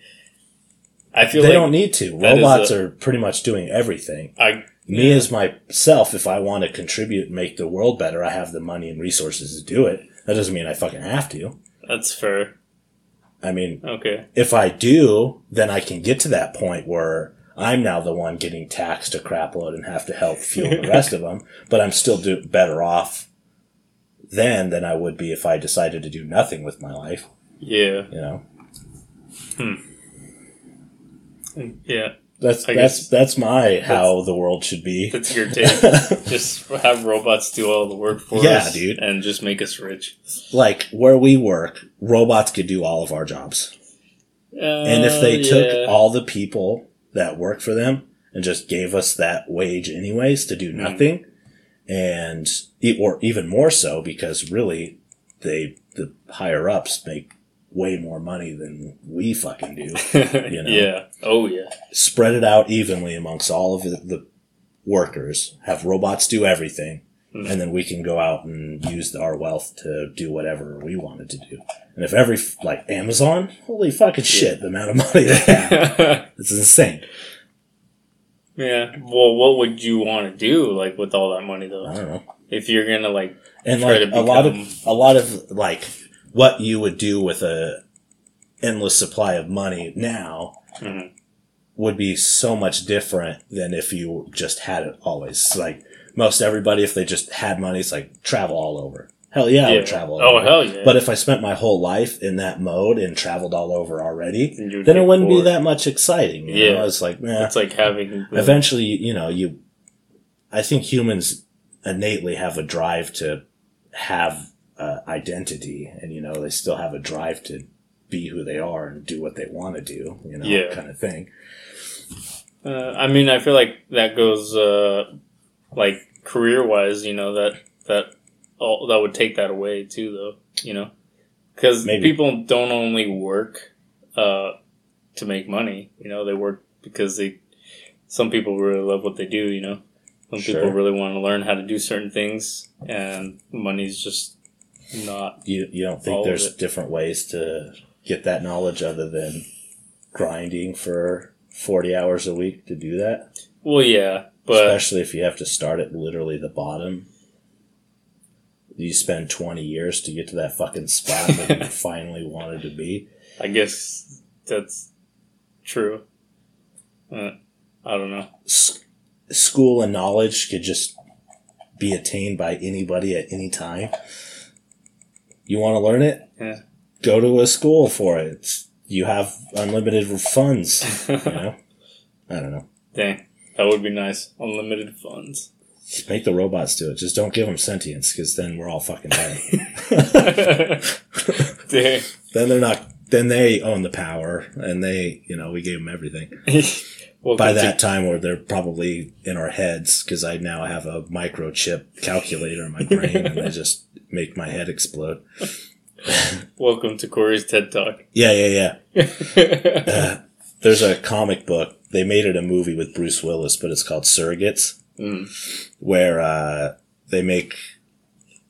Speaker 2: I
Speaker 1: They
Speaker 2: feel like
Speaker 1: don't need to.
Speaker 2: that is
Speaker 1: Robots
Speaker 2: a-
Speaker 1: are pretty much doing everything.
Speaker 2: I
Speaker 1: Me as myself, if I want to contribute and make the world better, I have the money and resources to do it. That doesn't mean I fucking have to.
Speaker 2: that's fair.
Speaker 1: I mean,
Speaker 2: Okay.
Speaker 1: if I do, then I can get to that point where I'm now the one getting taxed a crapload and have to help fuel the rest of them, but I'm still do- better off then than I would be if I decided to do nothing with my life,
Speaker 2: Yeah.
Speaker 1: you know.
Speaker 2: Yeah.
Speaker 1: That's
Speaker 2: I
Speaker 1: that's
Speaker 2: guess-
Speaker 1: that's my how the world should be.
Speaker 2: That's your take. just have robots do all the work for
Speaker 1: Yeah,
Speaker 2: us.
Speaker 1: dude.
Speaker 2: And just make us rich.
Speaker 1: Like where we work, robots could do all of our jobs. And if
Speaker 2: Oh, Uh,
Speaker 1: they took all the people that work for them and just gave us that wage anyways to do nothing, and e- or even more so because really they the higher ups make way more money than we fucking do. you know.
Speaker 2: Yeah. Oh yeah.
Speaker 1: Spread it out evenly amongst all of the, the workers. Have robots do everything. And then we can go out and use our wealth to do whatever we wanted to do. And if every, f- like Amazon, holy fucking shit, the amount of money they have. It's insane.
Speaker 2: yeah. Well, what would you want to do like with all that money
Speaker 1: I
Speaker 2: though?
Speaker 1: don't know.
Speaker 2: If you're gonna like,
Speaker 1: And
Speaker 2: Try
Speaker 1: like
Speaker 2: to
Speaker 1: a lot
Speaker 2: become-
Speaker 1: of a lot of like what you would do with a endless supply of money now
Speaker 2: Mhm.
Speaker 1: would be so much different than if you just had it always. It's Like most everybody, if they just had money, it's like travel all over. Hell yeah, I would travel. All
Speaker 2: oh,
Speaker 1: over.
Speaker 2: hell yeah.
Speaker 1: But if I spent my whole life in that mode and traveled all over already,
Speaker 2: Then you would
Speaker 1: then it
Speaker 2: get
Speaker 1: wouldn't be
Speaker 2: bored.
Speaker 1: that much exciting. You
Speaker 2: Yeah.
Speaker 1: know? it's like man,
Speaker 2: it's like having. the-
Speaker 1: eventually, you know, you. I think humans innately have a drive to have uh, identity, and you know, they still have a drive to be who they are and do what they want to do. You know,
Speaker 2: Yeah.
Speaker 1: kind of thing.
Speaker 2: Uh, I mean, I feel like that goes uh, like career wise. You know that that all, that would take that away too, though. You know, because
Speaker 1: Maybe.
Speaker 2: people don't only work uh, to make money. You know, they work because they. Some people really love what they do. You know, some people
Speaker 1: Sure.
Speaker 2: really want to learn how to do certain things, and money's just not.
Speaker 1: You you don't think
Speaker 2: All of
Speaker 1: there's
Speaker 2: it.
Speaker 1: different ways to get that knowledge other than grinding for forty hours a week to do that,
Speaker 2: Well, yeah, but
Speaker 1: especially if you have to start at literally the bottom. You spend twenty years to get to that fucking spot that you finally wanted to be.
Speaker 2: I guess that's true. Uh, I don't know.
Speaker 1: s- school and knowledge could just be attained by anybody at any time. You want to learn it?
Speaker 2: Yeah.
Speaker 1: Go to a school for it. It's- you have unlimited funds. You know? I don't know.
Speaker 2: Dang, that would be nice. Unlimited funds.
Speaker 1: Make the robots do it. Just don't give them sentience, because then we're all fucking dead.
Speaker 2: Dang.
Speaker 1: then they're not. Then they own the power, and they, you know, we gave them everything.
Speaker 2: Welcome
Speaker 1: by
Speaker 2: to-
Speaker 1: that time where they're probably in our heads because I now have a microchip calculator in my brain and they just make my head explode.
Speaker 2: welcome to Corey's TED Talk.
Speaker 1: Yeah, yeah, yeah. Uh, there's a comic book. They made it a movie with Bruce Willis, but it's called Surrogates,
Speaker 2: Mm.
Speaker 1: where uh, they make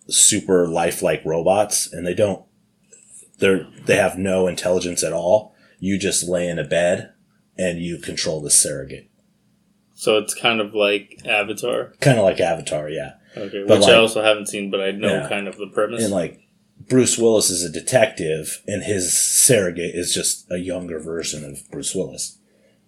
Speaker 1: super lifelike robots and they don't. They're they have no intelligence at all. You just lay in a bed and you control the surrogate,
Speaker 2: So it's kind of like Avatar,
Speaker 1: kind of like Avatar. Yeah.
Speaker 2: okay,
Speaker 1: But
Speaker 2: which I
Speaker 1: like-
Speaker 2: also haven't seen, but I know
Speaker 1: Yeah.
Speaker 2: kind of the premise.
Speaker 1: and like Bruce Willis is a detective, and his surrogate is just a younger version of Bruce Willis.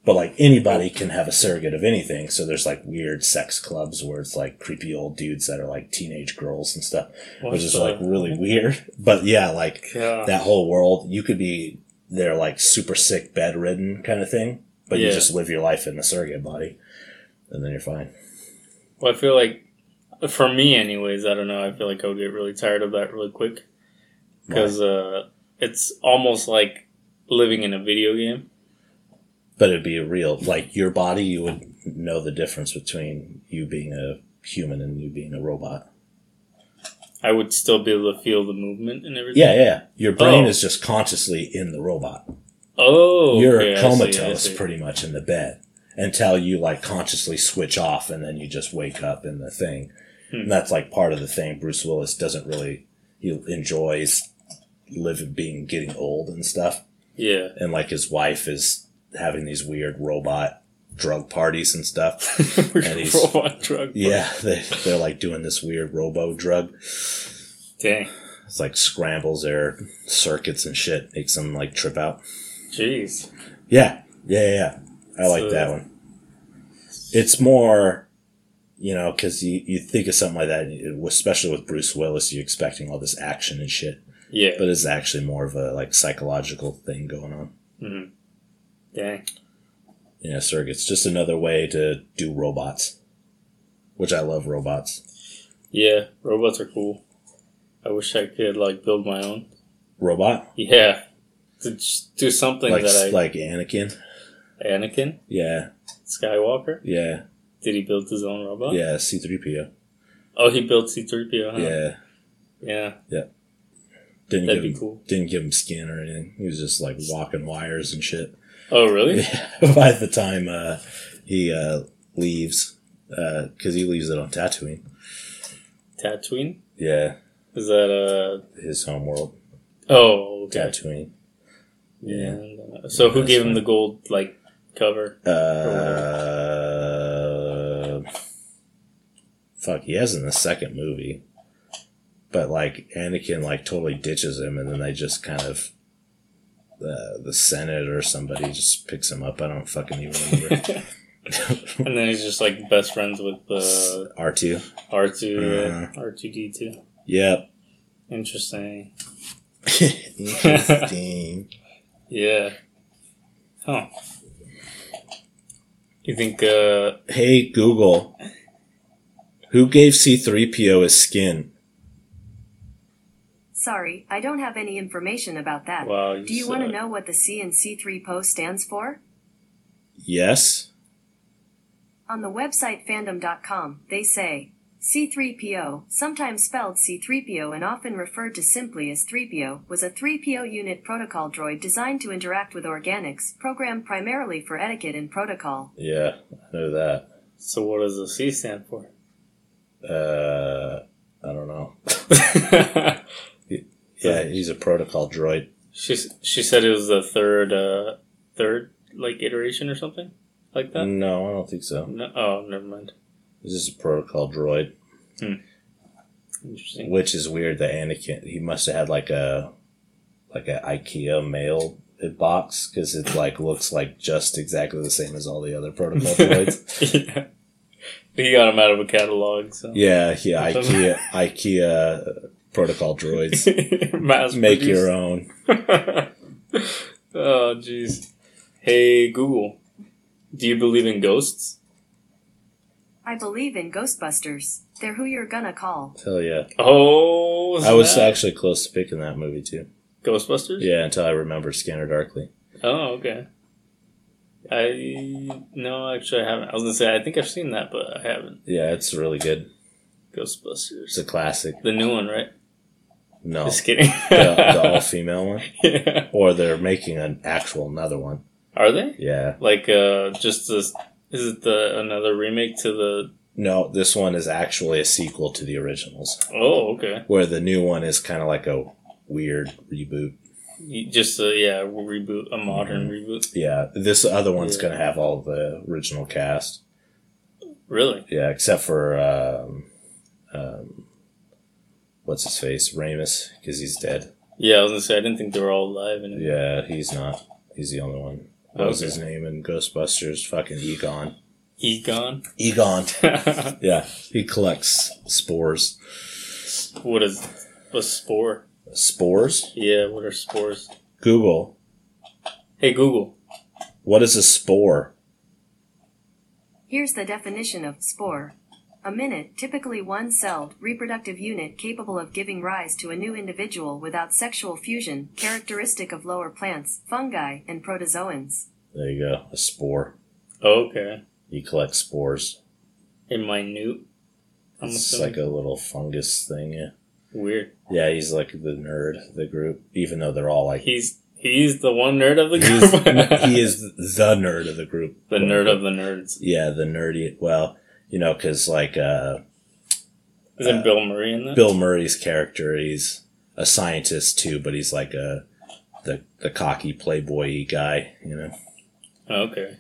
Speaker 1: But like anybody can have a surrogate of anything, so there's like weird sex clubs where it's like creepy old dudes that are like teenage girls and stuff,
Speaker 2: What
Speaker 1: which is
Speaker 2: the-
Speaker 1: like really weird. But yeah, like
Speaker 2: Yeah.
Speaker 1: that whole world, you could be they're like super sick, bedridden kind of thing, but you
Speaker 2: Yeah.
Speaker 1: just live your life in the surrogate body, and then you're fine.
Speaker 2: Well, I feel like, for me, anyways, I don't know. I feel like I would get really tired of that really quick because uh, it's almost like living in a video game.
Speaker 1: But it'd be a real, like your body, you would know the difference between you being a human and you being a robot.
Speaker 2: I would still be able to feel the movement and everything.
Speaker 1: Yeah, yeah. yeah. Your brain
Speaker 2: Oh.
Speaker 1: is just consciously in the robot.
Speaker 2: Oh,
Speaker 1: You're
Speaker 2: okay, I see, I
Speaker 1: comatose
Speaker 2: see.
Speaker 1: pretty much in the bed until you like consciously switch off and then you just wake up in the thing.
Speaker 2: Hmm.
Speaker 1: And that's like part of the thing. Bruce Willis doesn't really, he enjoys living, being, getting old and stuff.
Speaker 2: Yeah.
Speaker 1: And like his wife is having these weird robot drug parties and stuff. And he's-
Speaker 2: robot drug.
Speaker 1: Yeah, they, they're like doing this weird robo drug.
Speaker 2: Dang.
Speaker 1: It's like scrambles their circuits and shit, makes them like trip out.
Speaker 2: Jeez.
Speaker 1: Yeah, yeah, yeah. yeah. I like
Speaker 2: So-
Speaker 1: that one. It's more, you know, because you, you think of something like that, and it- especially with Bruce Willis, you're expecting all this action and shit,
Speaker 2: Yeah.
Speaker 1: but it's actually more of a like psychological thing going on.
Speaker 2: Mhm. Dang.
Speaker 1: You know, surrogates, just another way to do robots, which I love robots.
Speaker 2: Yeah. Robots are cool. I wish I could like build my own.
Speaker 1: Robot,
Speaker 2: Yeah. To just do something
Speaker 1: like
Speaker 2: that I
Speaker 1: like Anakin.
Speaker 2: Anakin
Speaker 1: Yeah,
Speaker 2: Skywalker.
Speaker 1: yeah.
Speaker 2: Did he build his own robot?
Speaker 1: Yeah, C3PO.
Speaker 2: Oh, he built C-3PO. Huh?
Speaker 1: Yeah.
Speaker 2: Yeah.
Speaker 1: Didn't give
Speaker 2: That'd be
Speaker 1: him,
Speaker 2: cool.
Speaker 1: didn't give him skin or anything. He was just like walking wires and shit.
Speaker 2: Oh, really?
Speaker 1: By the time uh, he uh, leaves, because he leaves it on Tatooine.
Speaker 2: Tatooine?
Speaker 1: Yeah,
Speaker 2: Is that uh
Speaker 1: his homeworld,
Speaker 2: Oh, okay.
Speaker 1: Tatooine.
Speaker 2: Yeah.
Speaker 1: Yeah.
Speaker 2: So who
Speaker 1: That's
Speaker 2: gave him
Speaker 1: fine.
Speaker 2: the gold like cover?
Speaker 1: Uh, fuck, he has in the second movie, but like Anakin like totally ditches him, and then they just kind of uh, the the Senate or somebody just picks him up. I don't fucking even remember.
Speaker 2: and then he's just like best friends with uh,
Speaker 1: R two.
Speaker 2: R
Speaker 1: Uh,
Speaker 2: two R two D two.
Speaker 1: Yep.
Speaker 2: Interesting.
Speaker 1: Interesting.
Speaker 2: Yeah. Huh. You think? uh
Speaker 1: hey Google, who gave C three PO his skin?
Speaker 3: Sorry, I don't have any information about that.
Speaker 2: Wow.
Speaker 3: Do you
Speaker 2: suck.
Speaker 3: want to know what the C and C3 PO stands for?
Speaker 1: Yes.
Speaker 3: On the website fandom.com, they say C3PO, sometimes spelled C3PO and often referred to simply as 3PO, was a 3PO unit protocol droid designed to interact with organics, programmed primarily for etiquette and protocol.
Speaker 1: Yeah, I know that.
Speaker 2: So what does the C stand for?
Speaker 1: Uh, I don't know. Yeah, he's a protocol droid.
Speaker 2: she s- she said it was the third uh third like iteration or something like that.
Speaker 1: No, I don't think so.
Speaker 2: No. Oh, never mind.
Speaker 1: This is a protocol droid,
Speaker 2: Interesting.
Speaker 1: which is weird. That Anakin, he must have had like a like a IKEA mail box because it like looks like just exactly the same as all the other protocol droids.
Speaker 2: yeah. He got him out of a catalog, so
Speaker 1: Yeah, yeah,
Speaker 2: Awesome.
Speaker 1: IKEA IKEA uh, protocol droids.
Speaker 2: Mass
Speaker 1: Make
Speaker 2: produced.
Speaker 1: your own.
Speaker 2: oh, jeez. Hey, Google. Do you believe in ghosts?
Speaker 3: I believe in Ghostbusters. They're who you're gonna call.
Speaker 1: Hell yeah.
Speaker 2: Oh,
Speaker 1: I was
Speaker 2: snap.
Speaker 1: actually close to picking that movie too.
Speaker 2: Ghostbusters?
Speaker 1: Yeah, until I remembered Scanner Darkly.
Speaker 2: Oh, okay. I no, actually, I haven't. I was gonna say I think I've seen that, but I haven't.
Speaker 1: Yeah, it's really good. It's
Speaker 2: Ghostbusters,
Speaker 1: a classic.
Speaker 2: the new one, right?
Speaker 1: No.
Speaker 2: Just kidding.
Speaker 1: the, the all female one.
Speaker 2: Yeah.
Speaker 1: Or they're making an actual another one.
Speaker 2: Are they
Speaker 1: Yeah.
Speaker 2: like uh just this? Is it the another remake to the?
Speaker 1: No, this one is actually a sequel to the originals,
Speaker 2: Oh, okay.
Speaker 1: where the new one is kind of like a weird reboot.
Speaker 2: You- Just a yeah reboot, a modern
Speaker 1: Mm-hmm.
Speaker 2: reboot.
Speaker 1: Yeah, this other one's
Speaker 2: Yeah.
Speaker 1: going to have all the original cast.
Speaker 2: Really?
Speaker 1: Yeah, except for um, um, what's his face, Ramus, because he's dead.
Speaker 2: Yeah, I was gonna say I didn't think they were all alive anymore.
Speaker 1: Yeah, he's not. He's the only one. What was
Speaker 2: Okay.
Speaker 1: his name in Ghostbusters? Fucking Egon.
Speaker 2: Egon.
Speaker 1: Egon.
Speaker 2: what
Speaker 1: Yeah, he collects spores.
Speaker 2: is a spore?
Speaker 1: Spores?
Speaker 2: Yeah, what are spores?
Speaker 1: Google.
Speaker 2: Hey Google.
Speaker 1: What is a spore?
Speaker 3: Here's the definition of spore. A minute, typically one celled, reproductive unit capable of giving rise to a new individual without sexual fusion, characteristic of lower plants, fungi, and protozoans.
Speaker 1: There you go. A spore.
Speaker 2: Okay.
Speaker 1: He collects spores.
Speaker 2: A minute. I'm
Speaker 1: It's
Speaker 2: assuming.
Speaker 1: like a little fungus thing. Yeah.
Speaker 2: Weird.
Speaker 1: yeah, he's like the nerd of the group, even though they're all like.
Speaker 2: He's he's the one nerd of the
Speaker 1: He's-
Speaker 2: group.
Speaker 1: he is the nerd of the group.
Speaker 2: the nerd of the nerds.
Speaker 1: Yeah, the nerdy. Well, you know, because like uh,
Speaker 2: Isn't
Speaker 1: Uh,
Speaker 2: Bill Murray in that?
Speaker 1: Bill Murray's character, he's a scientist too, but he's like a the the cocky playboy guy. You know,
Speaker 2: Oh, okay.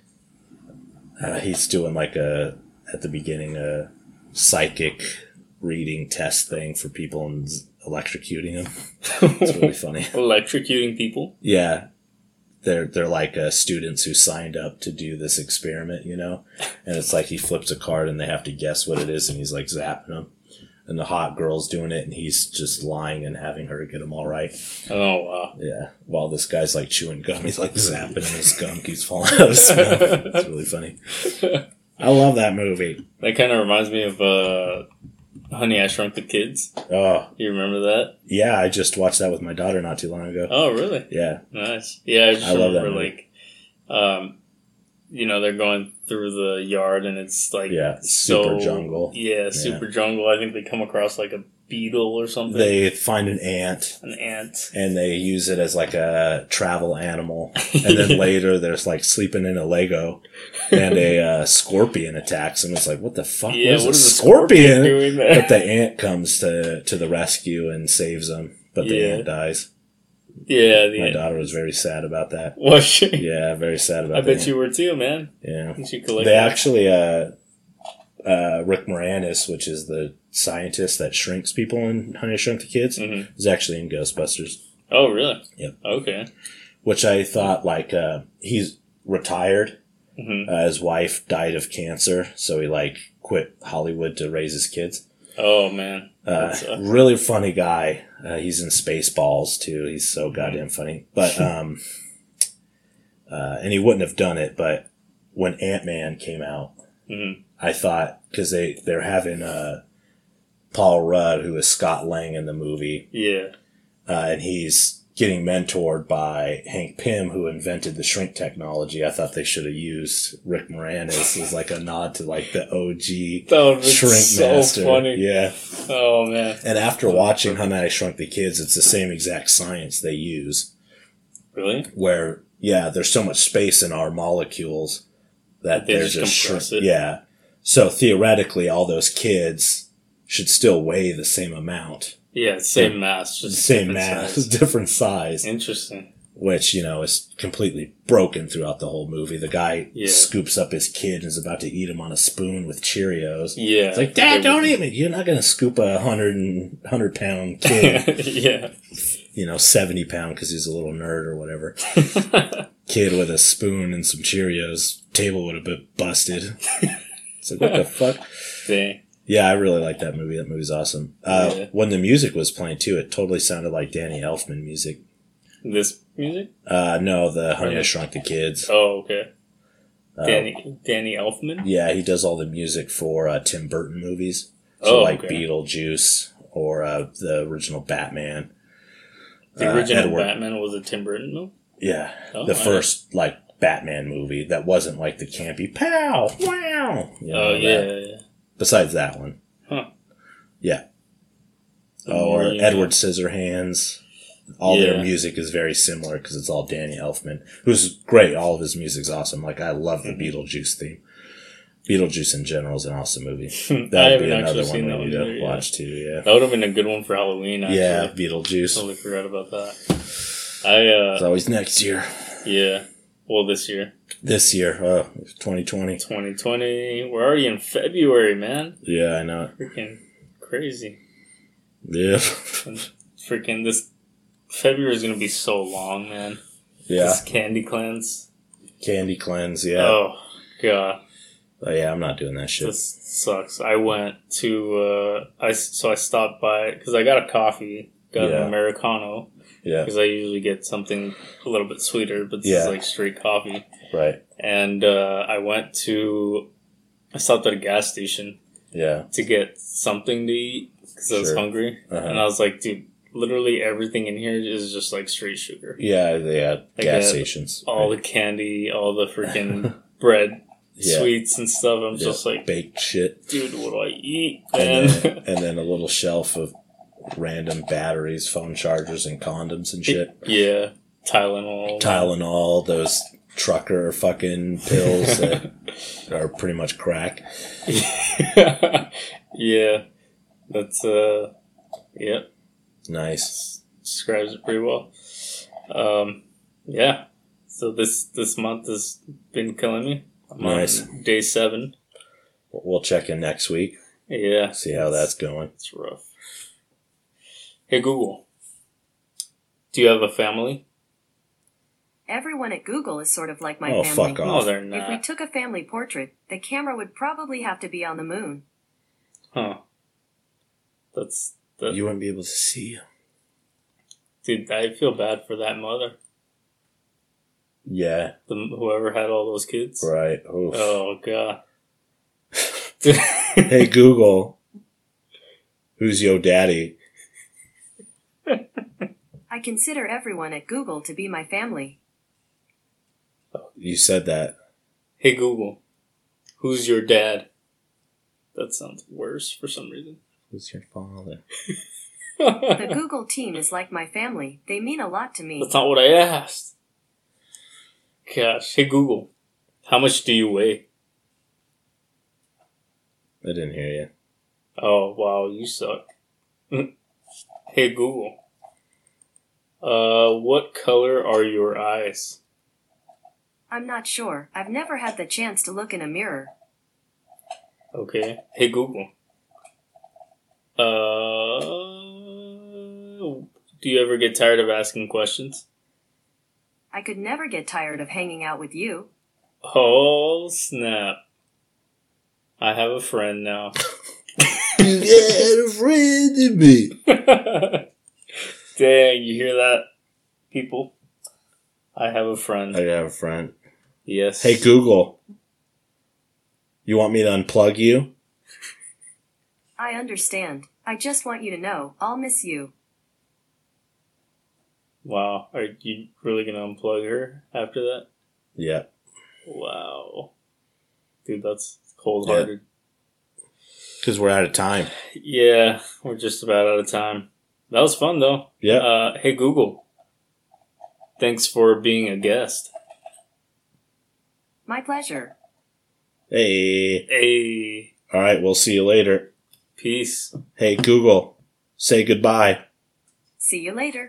Speaker 1: uh, he's doing like a at the beginning a psychic reading test thing for people and z- electrocuting them. It's really funny.
Speaker 2: Electrocuting people.
Speaker 1: Yeah. They're, they're like uh, students who signed up to do this experiment, you know? And it's like he flips a card and they have to guess what it is and he's like zapping them. And the hot girl's doing it and he's just lying and having her get them all right.
Speaker 2: Oh wow.
Speaker 1: Yeah. While this guy's like chewing gum, he's like zapping and his gum keeps falling out of his mouth. It's really funny. I love that movie.
Speaker 2: That kind of reminds me of uh, Honey I Shrunk the Kids.
Speaker 1: Oh,
Speaker 2: You remember that?
Speaker 1: yeah. I just watched that with my daughter not too long ago.
Speaker 2: Oh really?
Speaker 1: Yeah.
Speaker 2: Nice. Yeah, I just
Speaker 1: I love that
Speaker 2: remember
Speaker 1: movie.
Speaker 2: like, um, you know, they're going through the yard and it's like
Speaker 1: Yeah.
Speaker 2: so-
Speaker 1: Super jungle.
Speaker 2: Yeah, super jungle. I think they come across like a beetle or something.
Speaker 1: They find an ant
Speaker 2: an ant.
Speaker 1: and they use it as like a travel animal. And then later, there's like sleeping in a Lego, and a uh, scorpion attacks him. It's like, what the fuck?
Speaker 2: yeah,
Speaker 1: Where's
Speaker 2: what
Speaker 1: a
Speaker 2: is a
Speaker 1: scorpion?
Speaker 2: doing there?
Speaker 1: but the ant comes to to the rescue and saves him. But the
Speaker 2: Yeah.
Speaker 1: ant dies.
Speaker 2: yeah, the
Speaker 1: My
Speaker 2: ant.
Speaker 1: daughter was very sad about that.
Speaker 2: Was she?
Speaker 1: Yeah, very sad about.
Speaker 2: I
Speaker 1: the
Speaker 2: bet
Speaker 1: ant.
Speaker 2: you were too, man.
Speaker 1: Yeah,
Speaker 2: Didn't you collect
Speaker 1: they
Speaker 2: that?
Speaker 1: actually. Uh, uh, Rick Moranis, which is the scientist that shrinks people in Honey I Shrunk the Kids,
Speaker 2: Mhm.
Speaker 1: is actually in Ghostbusters.
Speaker 2: Oh, really?
Speaker 1: Yep.
Speaker 2: Okay.
Speaker 1: which I thought like uh, he's retired.
Speaker 2: Mhm.
Speaker 1: Uh, his wife died of cancer, so he like quit Hollywood to raise his kids.
Speaker 2: Oh man,
Speaker 1: Uh,
Speaker 2: That's, uh,
Speaker 1: really funny guy. Uh, he's in Spaceballs too. He's
Speaker 2: Mm-hmm.
Speaker 1: so goddamn funny. But um, uh, and he wouldn't have done it. But when Ant Man came out,
Speaker 2: Mhm.
Speaker 1: I thought because they they're having uh, Paul Rudd, who is Scott Lang in the movie,
Speaker 2: yeah,
Speaker 1: uh, and he's getting mentored by Hank Pym, who invented the shrink technology. I thought they should have used Rick Moranis as like a nod to like the OG.
Speaker 2: that would be
Speaker 1: Shrink
Speaker 2: so
Speaker 1: master,
Speaker 2: funny.
Speaker 1: yeah.
Speaker 2: Oh man,
Speaker 1: And after watching How Night I Shrunk the Kids, it's the same exact science they use.
Speaker 2: really?
Speaker 1: Where yeah, there's so much space in our molecules that
Speaker 2: They
Speaker 1: they're
Speaker 2: just
Speaker 1: just, shrink-
Speaker 2: compress it.
Speaker 1: yeah. So theoretically, all those kids should still weigh the same amount,
Speaker 2: Yeah, same mass,
Speaker 1: the
Speaker 2: just
Speaker 1: same
Speaker 2: different
Speaker 1: mass,
Speaker 2: size.
Speaker 1: different size,
Speaker 2: Interesting.
Speaker 1: which you know is completely broken throughout the whole movie. The guy
Speaker 2: Yeah.
Speaker 1: scoops up his kid and is about to eat him on a spoon with Cheerios.
Speaker 2: Yeah,
Speaker 1: It's like, Dad,
Speaker 2: They
Speaker 1: don't
Speaker 2: would-
Speaker 1: eat me. You're not gonna scoop a hundred and hundred pound kid
Speaker 2: yeah,
Speaker 1: you know, 70 pound because he's a little nerd or whatever. Kid with a spoon and some Cheerios, table would have been busted. it's like, what the fuck?
Speaker 2: dang.
Speaker 1: Yeah, I really like that movie. That movie's awesome. Uh,
Speaker 2: Yeah.
Speaker 1: When the music was playing too, it totally sounded like Danny Elfman music.
Speaker 2: This music?
Speaker 1: Uh, no, the Honey
Speaker 2: yeah.
Speaker 1: I Shrunk the Kids.
Speaker 2: Oh, okay.
Speaker 1: Uh,
Speaker 2: Danny Danny Elfman.
Speaker 1: Yeah, he does all the music for uh, Tim Burton movies. So
Speaker 2: Oh,
Speaker 1: like
Speaker 2: okay.
Speaker 1: Beetlejuice or uh, the original Batman.
Speaker 2: The
Speaker 1: uh,
Speaker 2: original
Speaker 1: Edward.
Speaker 2: Batman was a Tim Burton movie.
Speaker 1: Yeah.
Speaker 2: Oh,
Speaker 1: the
Speaker 2: all right.
Speaker 1: first like Batman movie that wasn't like the campy pow wow. you know,
Speaker 2: oh yeah,
Speaker 1: that-
Speaker 2: yeah, yeah.
Speaker 1: Besides that one.
Speaker 2: Huh.
Speaker 1: Yeah.
Speaker 2: The
Speaker 1: Oh, or
Speaker 2: more you
Speaker 1: Edward Scissorhands. All
Speaker 2: Oh, Yeah.
Speaker 1: their music is very similar because it's all Danny Elfman, who's great. All of his music's awesome. Like I love
Speaker 2: Mhm.
Speaker 1: the Beetlejuice theme. Beetlejuice in general is an awesome movie.
Speaker 2: know. I
Speaker 1: That would
Speaker 2: haven't
Speaker 1: be another
Speaker 2: actually
Speaker 1: one
Speaker 2: seen
Speaker 1: we
Speaker 2: that one
Speaker 1: need
Speaker 2: either.
Speaker 1: to
Speaker 2: yeah.
Speaker 1: watch too. Yeah,
Speaker 2: That would have been a good one for Halloween. Actually.
Speaker 1: yeah,
Speaker 2: I
Speaker 1: Beetlejuice.
Speaker 2: totally forgot about that. I uh
Speaker 1: It's always next year.
Speaker 2: yeah. Well, this year,
Speaker 1: This year, oh, 2020.
Speaker 2: 2020. We're already in February, man.
Speaker 1: Yeah, I know. it.
Speaker 2: Freaking crazy.
Speaker 1: Yeah,
Speaker 2: Freaking this February is gonna be so long, man.
Speaker 1: yeah.
Speaker 2: This candy cleanse.
Speaker 1: Candy cleanse, yeah.
Speaker 2: Oh god,
Speaker 1: Oh, yeah, I'm not doing that shit.
Speaker 2: this sucks. I went to uh, I s- so I stopped by because I got a coffee, got
Speaker 1: Yeah.
Speaker 2: an americano
Speaker 1: yeah,
Speaker 2: because I usually get something a little bit sweeter, but this is
Speaker 1: Yeah.
Speaker 2: like straight coffee.
Speaker 1: right.
Speaker 2: And uh, I went to I stopped at a gas station
Speaker 1: Yeah,
Speaker 2: to get something to eat because I was
Speaker 1: Sure.
Speaker 2: hungry,
Speaker 1: Uh-huh.
Speaker 2: and I was like, dude, literally everything in here is just like straight sugar.
Speaker 1: yeah. They had
Speaker 2: I
Speaker 1: gas
Speaker 2: get
Speaker 1: stations.
Speaker 2: All the candy, all the freaking bread,
Speaker 1: Yeah.
Speaker 2: sweets and stuff. I'm
Speaker 1: Yeah,
Speaker 2: just like,
Speaker 1: baked shit,
Speaker 2: dude, what do I eat?
Speaker 1: and
Speaker 2: And
Speaker 1: then, and then a little shelf of random batteries, phone chargers, and condoms and shit.
Speaker 2: yeah, Tylenol.
Speaker 1: Tylenol, those trucker fucking pills uh, that are pretty much crack.
Speaker 2: yeah, that's uh, yeah,
Speaker 1: Nice.
Speaker 2: s- describes it pretty well. Um, yeah. So this this month has been killing me. I'm on
Speaker 1: Nice.
Speaker 2: day seven.
Speaker 1: We'll check in next week,
Speaker 2: Yeah.
Speaker 1: see how that's going.
Speaker 2: It's rough. Hey Google, do you have a family?
Speaker 3: Everyone at Google is sort of like my
Speaker 1: oh,
Speaker 3: family.
Speaker 1: fuck
Speaker 2: No,
Speaker 1: off.
Speaker 2: they're
Speaker 3: If we
Speaker 2: not.
Speaker 3: took a family portrait, the camera would probably have to be on the moon.
Speaker 2: Huh. That's that,
Speaker 1: you wouldn't be able to see him.
Speaker 2: dude. I feel bad for that mother.
Speaker 1: Yeah,
Speaker 2: The, whoever had all those kids.
Speaker 1: right. Oof.
Speaker 2: Oh god.
Speaker 1: hey Google, who's yo daddy?
Speaker 3: I consider everyone at Google to be my family.
Speaker 1: You said that.
Speaker 2: hey Google, who's your dad? That sounds worse for some reason.
Speaker 1: Who's your father?
Speaker 3: The Google team is like my family. They mean a lot to me.
Speaker 2: That's not what I asked. Gosh. Hey Google, how much do you weigh?
Speaker 1: I didn't hear you.
Speaker 2: Oh wow, you suck. hey Google. Uh, what color are your eyes?
Speaker 3: I'm not sure. I've never had the chance to look in a mirror.
Speaker 2: Okay. Hey Google. Uh, do you ever get tired of asking questions?
Speaker 3: I could never get tired of hanging out with you.
Speaker 2: Oh snap! I have a friend now.
Speaker 1: You got a friend in me.
Speaker 2: Dang, you hear that, people? I have a
Speaker 1: I
Speaker 2: friend.
Speaker 1: have a friend.
Speaker 2: Yes.
Speaker 1: Hey Google, you want me to unplug you?
Speaker 3: I understand. I just want you to know, I'll miss you.
Speaker 2: Wow. Are you really gonna unplug her after that?
Speaker 1: Yeah.
Speaker 2: Wow. Dude, that's cold hearted.
Speaker 1: Because we're out of time.
Speaker 2: Yeah. we're just about out of time. That was fun though.
Speaker 1: Yeah.
Speaker 2: Uh, hey Google. Thanks for being a guest.
Speaker 3: My pleasure.
Speaker 1: hey.
Speaker 2: Hey,
Speaker 1: All right. We'll see you later.
Speaker 2: peace.
Speaker 1: Hey Google, say goodbye.
Speaker 3: See you later.